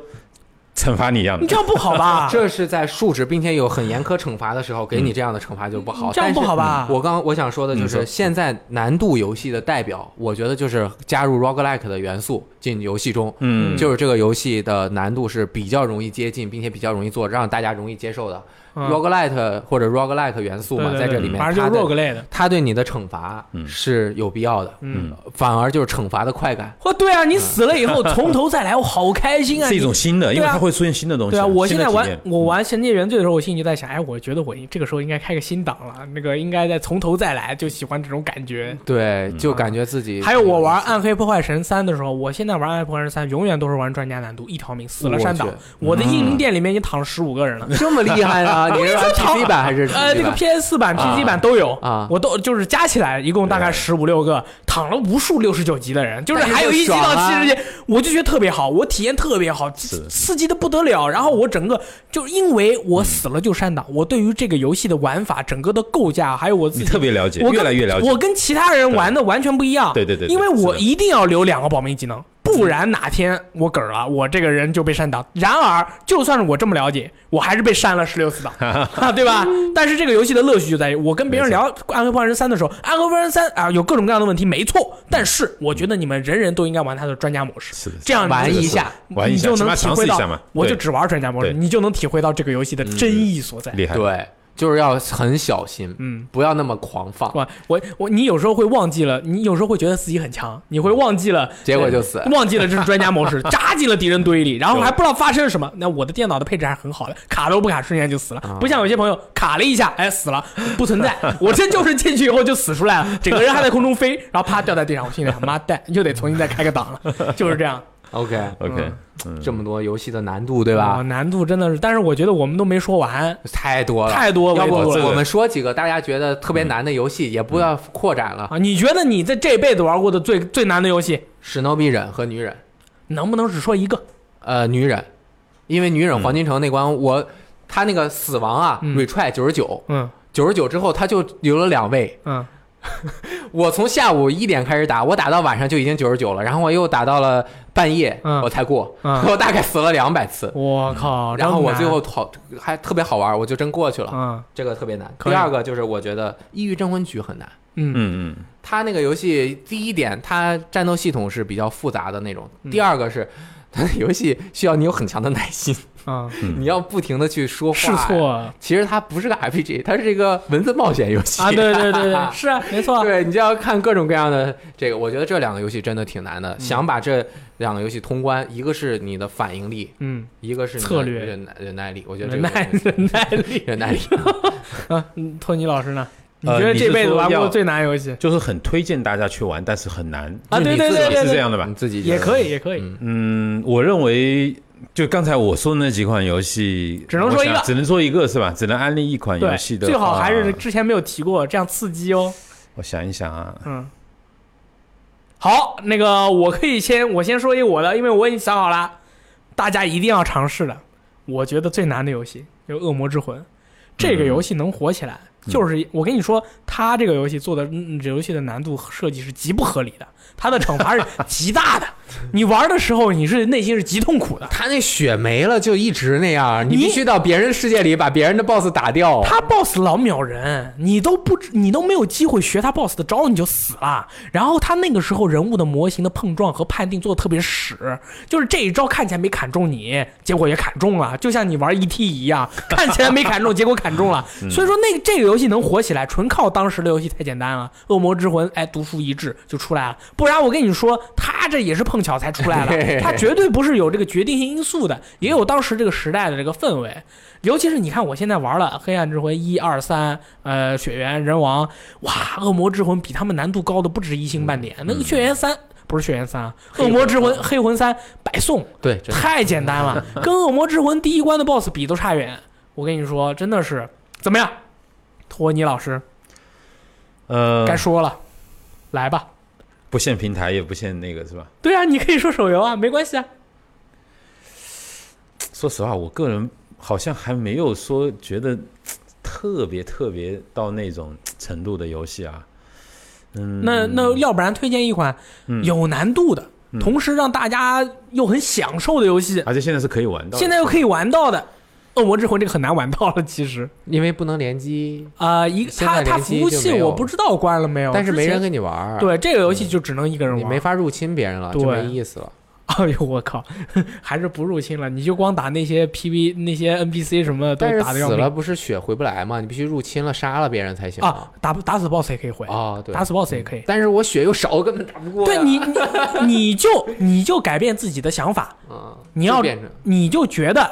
惩罚你一样的你。这样不好吧 这是在述职并且有很严苛惩罚的时候，给你这样的惩罚就不好。这样不好吧但是我刚我想说的就嗯是，说现在难度游戏的代表，我觉得就是加入 roguelike 的元素进游戏中，嗯就是这个游戏的难度是比较容易接近，并且比较容易做，让大家容易接受的。嗯 roguelike 或者 roguelike 元素嘛，对对在这对里面，反正它就是 rogue 的类的。它对你的惩罚嗯是有必要的，嗯，反而就是惩罚的快感。哇，对啊，你死了以后从头再来，我好开心啊！是一种你新的，因为对啊它会出现新的东西。对啊，我现在新的体玩验嗯我玩《神界原罪》的时候，我心里就在想，哎，我觉得我这个时候应该开个新档了，那个应该再从头再来，就喜欢这种感觉。对，就感觉自己嗯还有我玩《暗黑破坏神三》的时候，我现在玩《暗黑破坏神三》永远都是玩专家难度，一条命死了删档我去。我嗯的英灵殿里面已经躺了十五个人了，这么厉害 啊！你是玩 PC 版还是 PC 版？呃，那个 PS 版、啊 PC 版都有啊我都就是加起来一共大概十五六个，躺了无数六十九级的人，就是但是还有一级爽到啊七十级，我就觉得特别好，我体验特别好，是刺激的不得了。然后我整个就因为我死了就删档，我对于这个游戏的玩法、整个的构架，还有我自你己特别了解，我跟越来越了解。我跟其他人玩的完全不一样。对对对对因为是我的一定要留两个保命技能，不然哪天我梗儿了，我这个人就被删档。然而，就算是我这么了解，我还是被删了十六 次档，啊对吧？但是这个游戏的乐趣就在于，我跟别人聊《暗黑破坏神三》的时候，《暗黑破坏神三》啊有各种各样的问题，没错。但是我觉得你们人人都应该玩它的专家模式，是的这样玩你就一下，玩一你下就起能码体尝试会一到下嘛。我就对只玩专家模式，对嗯你就能体会到这个游戏的真意所在。厉害，对，就是要很小心，嗯，不要那么狂放，我我我，你有时候会忘记了，你有时候会觉得自己很强，你会忘记了， 结果就死呃忘记了这是专家模式，扎进了敌人堆里，然后还不知道发生了什么。那我的电脑的配置还是很好的，卡都不卡，瞬间就死啊了。不像有些朋友卡了一下，哎，死了，不存在。我这就是进去以后就死出来了，整个人还在空中飞，然后啪掉在地上，我心里想妈蛋，又得重新再开个档了，就是这样。 OK， OK，这么多游戏的难度，对哦吧？难度真的是，但是我觉得我们都没说完，太多了，太多了要不这个我们说几个大家觉得特别难的游戏，也不要扩展了。啊。你觉得你在这辈子玩过的最最难的游戏，史努比忍和女忍，能不能只说一个？呃，女忍，因为女忍黄金城那关，我他那个死亡啊嗯，retry 九十九，嗯九十九之后他就留了两位，嗯，我从下午一点开始打，我打到晚上就已经九十九了，然后我又打到了半夜，嗯我才过，嗯我大概死了两百次，我靠！嗯然后真我难最后好还特别好玩，我就真过去了，嗯这个特别难。可以第二个就是我觉得《异域镇魂曲》很难，嗯嗯嗯，它那个游戏第一点，它战斗系统是比较复杂的那种，嗯第二个是。 它游戏需要你有很强的耐心，啊，嗯你要不停的去说话。试错啊，其实它不是个 RPG，它是一个文字冒险游戏 对对对对，是啊，没错啊，对，你就要看各种各样的这个。我觉得这两个游戏真的挺难的。想把这两个游戏通关，一个是你的反应力，嗯，一个是你的策略忍耐忍耐力。我觉得这忍个耐忍 耐 力忍耐力，啊，嗯托尼老师呢？你呃觉得你是这辈子说玩过要最难游戏就是很推荐大家去玩，但是很难，啊？是对你对自对己对是这对，样的吧你？自己觉也得可以，也可以，嗯嗯，我认为就刚才我说的那几款游戏，只能说我想一个只能说一个是吧？只能安利一款嗯游对戏，的话，最好还是之前没有提过，这样刺激哦。我想一想啊，嗯，好，那个我可以先我先说一我的，因为我已经想好了，大家一定要尝试的。我觉得最难的游戏就是《恶魔之魂》，这个游戏能火起来，就是我跟你说，它这个游戏做的嗯游戏的难度设计是极不合理的，它的惩罚是极大的。你玩的时候，你是内心是极痛苦的。他那血没了就一直那样，你你必须到别人世界里把别人的 BOSS 打掉。啊他 boss 老秒人，你都不知你都没有机会学他 boss 的招，你就死了。然后他那个时候人物的模型的碰撞和判定做的特别屎，就是这一招看起来没砍中你，结果也砍中了，就像你玩 ET 一样，看起来没砍中，结果砍中了。 所以说那个这个游戏能火起来，纯靠当时的游戏太简单了，《恶魔之魂》哎独树一帜就出来了。不然我跟你说，他这也是碰巧才出来了，他绝对不是有这个决定性因素的，也有当时这个时代的这个氛围。尤其是你看，我现在玩了《黑暗之魂》一二三，呃，《血缘》《人王》，哇，《恶魔之魂》比他们难度高的不止一星半点。那个《血缘三》不是《血缘三》啊，《恶魔之魂》《嗯黑魂三》白送，对，真的太简单 了，跟《恶魔之魂》第一关的 BOSS 比都差远。我跟你说，真的是怎么样？托尼老师呃该，说了，来吧。不限平台也不限那个是吧？对啊，你可以说手游啊，没关系啊。说实话，我个人好像还没有说觉得特别特别到那种程度的游戏啊。嗯，那那要不然推荐一款嗯有难度的，同时让大家又很享受的游戏，而且现在是可以玩到的。现在又可以玩到的。恶魔之魂这个很难玩到了，其实因为不能联机，啊、一现在它它联服机务就器没有我不知道关了没有，但是没人之前跟你玩儿，，对这个游戏就只能一个人你玩，没法入侵别人了，就对没意思了。哎呦，我靠， 还是不入侵了，你就光打那些 PV 那些 NPC 什么的都但是打的要死命了不是血回不来吗？你必须入侵了，杀了别人才行啊！打打死 BOSS 也可以回，啊，对嗯打。死 BOSS 也可以。但是我血又少，我根本打不过呀。对你，你你就你就改变自己的想法，啊，你就要变成你就觉得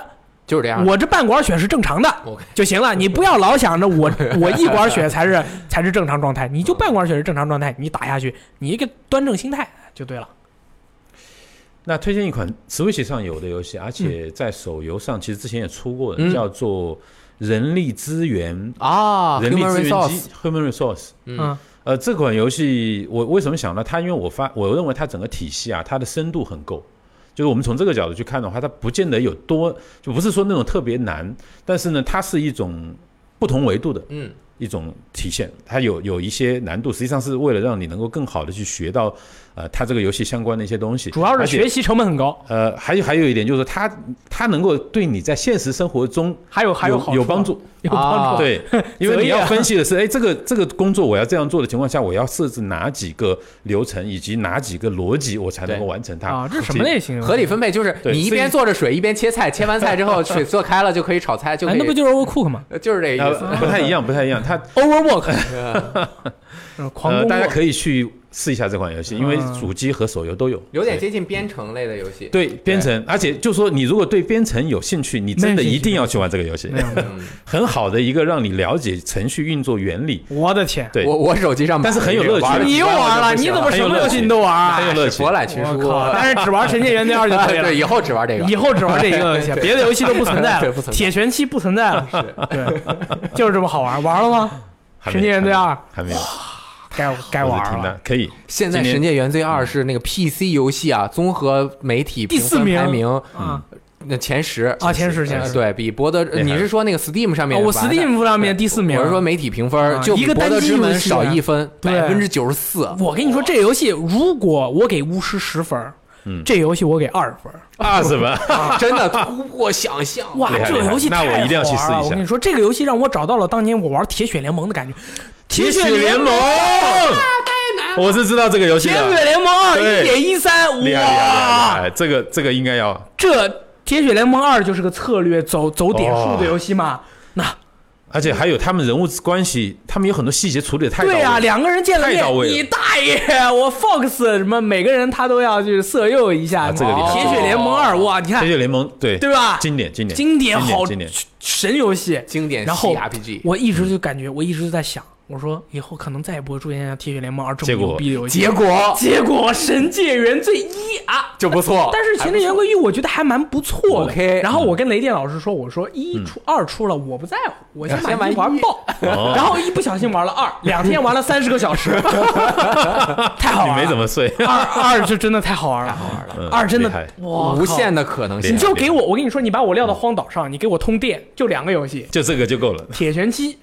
就是这样。我这半管血是正常的 OK 就 行了，你不要老想着我我一管血才是才是正常状态，你就半管血是正常状态，你打下去，你一个端正心态就对了。那推荐一款 Switch 上有的游戏，而且在手游上其实之前也出过的，嗯叫做《人力资源》啊人力，human 资源 resource，机 Human Resource。啊嗯，呃，这款游戏我为什么想到它？因为我发，我认为它整个体系啊，它的深度很够。就是我们从这个角度去看的话，它不见得有多，就不是说那种特别难，但是呢，它是一种不同维度的嗯一种体现。它有有一些难度，实际上是为了让你能够更好的去学到，呃，它这个游戏相关的一些东西。主要而是且学习成本很高，呃，还有还有一点就是它它能够对你在现实生活中还有还有好有处帮，助，有帮啊助。 对，因为你择业要啊分析的是，哎，这个这个工作我要这样做的情况下，我要设置哪几个流程以及哪几个逻辑，我才能够对完成它啊，这是什么类型的游戏？合理分配就是对你一边所做着水，一边切菜，切完菜 之后水做开了就可以炒菜，就可哎，以那不就是 Overcook 吗呃就是这个意思。啊呃，不太一样，不太一样。它 ？Overwork，嗯嗯 狂呃，攻大家过可以去试一下这款游戏，因为嗯主机和手游都有，有点接近编程类的游戏。对编程，而且就说你如果对编程有兴趣，你真的一定要去玩这个游戏没，有没有，嗯，很好的一个让你了解程序运作原理，我的 天！对我我手机上买但是很有这个乐趣玩了你几又关我玩就了，不你怎么行了很什有么乐游趣戏你都玩啊？很有乐趣博。览群我书靠！但是只玩《神界原罪二》就可以对了。 对，以后只玩这个以。后只玩这一个游 戏，别的游戏都不存在对了不存。在铁拳七不存在了，对， 就是这么好玩。玩了吗？还没神界原罪二还没有，该该我玩是听了。啊的，可以。现在《今年神界原罪二》是那个 PC 游戏啊，综合媒体第四评分名排名嗯啊那前十啊！前十呃前十，对比《博德》呃，厉害你是说那个 Steam 上啊面的我吧？ Steam 上面第四名。我是说，媒体评分啊就比一个《博单德机之门游》戏啊少一分，对百分之九十四。我跟你说，这游戏如果我给巫师十分，嗯这游戏我给二分。二十分， 真的突破想象。哇厉，害这个厉害游戏那太我一定要去试好一玩了下我跟你说，这个游戏让我找到了当年我玩《铁血联盟》的感觉。铁血血联盟盟，，啊我是知道这个游戏铁的。血联盟一对点一三，厉害厉害厉害厉哇，害！这个这个应该要这《铁血联盟二》就是个策略走走点数哦的游戏嘛。那而且还有他们人物关系，他们有很多细节处理的太到位对了啊，两个人见了太面到，位了你大爷！我 Fox 什么，每个人他都要去色诱一下。啊这个哦厉害《铁血联盟二》哇，你铁看血联盟对对吧？经典经典经典好经典神游戏，经典然后 C RPG，我一直就感觉，我一直就在想，我说以后可能再也不会出现像《铁血联盟二》这结么果牛逼的游戏。结果结果《神界原罪一》啊，就不错。但是《前任言归一》我觉得还蛮不错的。 OK 然后我跟雷电老师说，我说一出二出了，我不在乎，我嗯先先把玩一一玩爆。哦然后一不小心玩了二，两天玩了三十个小 时，太好玩了。你没怎么睡， 二二就真的太好玩了，好玩嗯二真的厉害哇，无限。的可能厉你性害。就给我，我跟你说，你把我撂到荒岛上，你给我通电，就两个游戏，就这个就够了。铁拳 七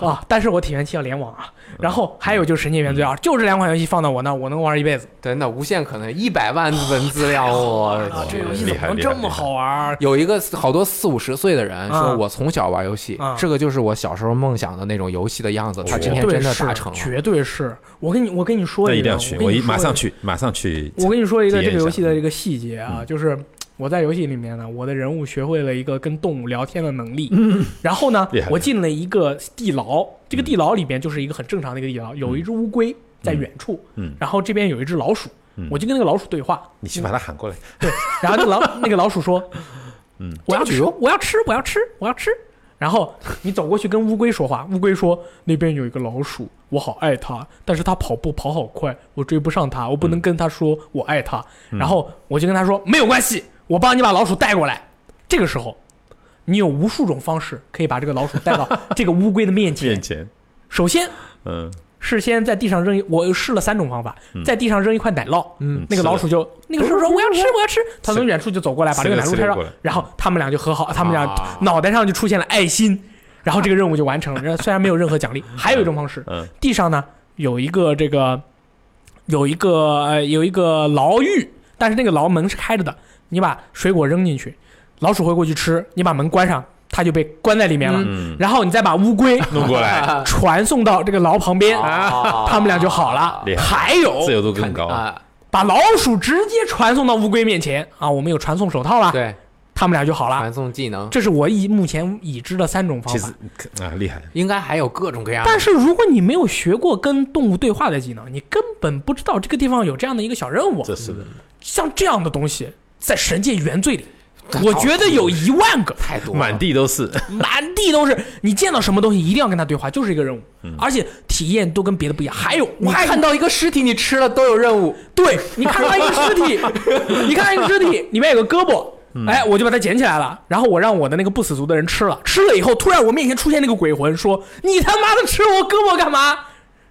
啊，但是我铁拳七要联网啊，嗯然后还有就是神界原罪二，就这两款游戏放到我那儿，我能玩一辈子。真的无限可能，一百万文字量，我啊，这去游戏嗯怎么能这么好玩儿？有一个好多四五十岁的人啊说，我从小玩游戏啊，这个就是我小时候梦想的那种游戏的样子。他今天绝对真的是达成了。绝对是。我跟你，我跟你说那个，一定要去，我我跟你一说马上个。去，马上去。我跟你说一个体这验一个游戏下嗯的一个细节啊，就是我在游戏里面呢，我的人物学会了一个跟动物聊天的能力。 然后呢嗯厉害，嗯我进了一个地牢，这个地牢里面就是一个很正常的一个地牢，有一只乌龟在远处，嗯然后这边有一只老鼠嗯，我就跟那个老鼠对话，你去把他喊过来，然后那个老那个老鼠说：“嗯，我要吃，我要吃，我要吃，我要吃。”然后你走过去跟乌龟说话，乌龟说：“那边有一个老鼠，我好爱它，但是它跑步跑好快，我追不上它，我不嗯能跟它说我爱它。然后我就跟他说：“没有关系，我帮你把老鼠带过来。”这个时候，你有无数种方式可以把这个老鼠带到 这个乌龟的面前面。前，首先嗯，是先在地上扔一，我试了三种方法，在地上扔一块奶酪，嗯那个老鼠就那个时候说我要吃我要吃，它从远处就走过来把这个奶吃酪了拆吃了上过来，然后他们俩就和好，他们俩啊脑袋上就出现了爱心，然后这个任务就完成了。 然后虽然没有任何奖励，还有一种方式 嗯，地上呢有一个这个有一个呃有一个牢狱，但是那个牢门是开着的，你把水果扔进去，老鼠会过去吃，你把门关上，它就被关在里面了。嗯，然后你再把乌 龟弄过来，传送到这个牢旁边，啊他们俩就好了厉。害还有自由度更高。啊，把老鼠直接传送到乌龟面前啊，我们有传送手套了，对，他们俩就好了。传送技能这是我以目前已知的三种方其法实。啊，厉害，应该还有各种各样的，但是如果你没有学过跟动物对话的技能，你根本不知道这个地方有这样的一个小任务。这是的，哦像这样的东西，在《神界原罪》里，我觉得有一万 个，太多了满地都是。满地都是。你见到什么东西一定要跟他对话，就是一个任务，嗯而且体验都跟别的不一样。还有，你我还看到一个尸体，你吃了都有任务，对你看到一个尸 体，你看到一个尸体里面有个胳膊，嗯哎，我就把它捡起来了，然后我让我的那个不死族的人吃了，吃了以后，突然我面前出现那个鬼魂，说：“你他妈的吃我胳膊干嘛？”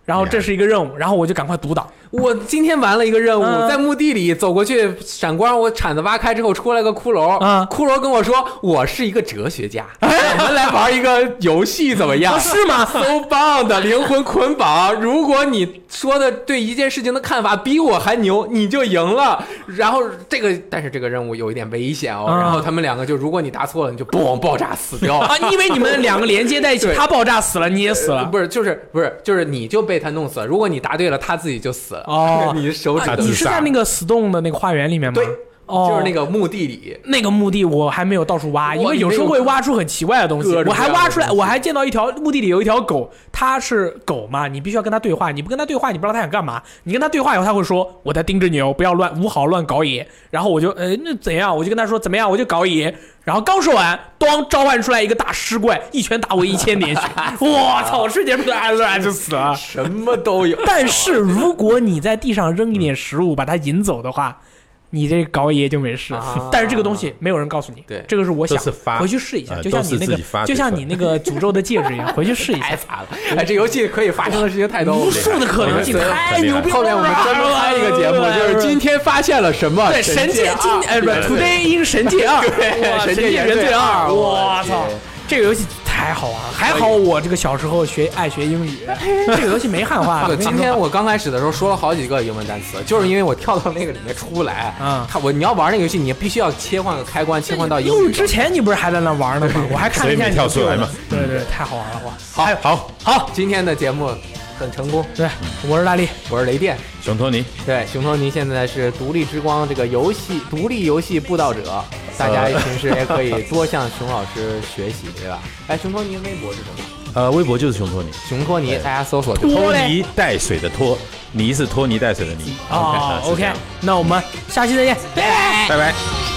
然后这是一个任务，然后我就赶快独挡。我今天完了一个任务，嗯在墓地里走过去，闪光，我铲子挖开之后出来个骷髅，嗯骷髅跟我说我是一个哲学 家，我们来玩一个游戏怎么样？啊是吗 ？So bound 灵魂捆绑，如果你说的对一件事情的看法比我还牛，你就赢了。然后这个，但是这个任务有一点危险哦。嗯然后他们两个就，如果你答错了，你就嘣爆炸死掉了 啊，你以为你们两个连接在一起，对他爆炸死了，你也死呃了。不是，就是不是，就是你就被他弄死了。如果你答对了，他自己就死了。哦 你手指啊都你是伤在那个死洞的那个花园里面吗？对，哦，就是那个墓地里，那个墓地我还没有到处挖，哇因为有时候会挖出很奇怪的东西各。我种还挖出来，各样的东西我还见到一条墓地里有一条狗，它是狗嘛，你必须要跟它对话，你不跟它对话，你不知道它想干嘛。你跟它对话以后，它会说我在盯着你哦，不要乱无好乱搞野。然后我就呃那怎样，我就跟他说怎么样，我就搞野。然后刚说完，咣召唤出来一个大尸怪，一拳打我一千点血，我操，我瞬间啪就死了。什么都 有。但是如果你在地上扔一点食物把它引走的话，你这搞野就没事啊。但是这个东西没有人告诉你，对这个是我想都是发回去试一下，呃就像你那都是自个己发，就像你那个诅咒的戒指一 样，回去试一 太下。惨了！哎，这游戏可以发生的事情太多了。无数的可能性，对太牛逼了！后面我们专门开一个节目，就是今天发现了什么？ 对神界今啊哎不是对对 Today in 神界二，对哇神神界界原原罪罪二二，我我去操！这个游戏太好玩了，还好我这个小时候学爱学英语，这个游戏啊没汉化。 啊对，我跟你说今天我刚开始的时候说了好几个英文单词，就是因为我跳到那个里面出不来。啊他我你要玩那个游戏，你必须要切换个开关，切换到英录语。哎之前你不是还在那玩呢 吗？我还看了一下你的所以没跳出来嘛记录呢。对对，太好玩了哇！好，好，好，今天的节目很成功。对，我是大力，我是雷电，熊托尼，对，熊托尼现在是独立之光这个游戏独立游戏布道者，大家平时也可以多向熊老师学习，对吧？呃哎，熊托尼微博是什么？呃，微博就是熊托尼，熊托尼，大家搜索就拖泥带水的拖，泥是拖泥带水的泥。哦是这，OK，样那我们下期再见，拜拜。拜拜。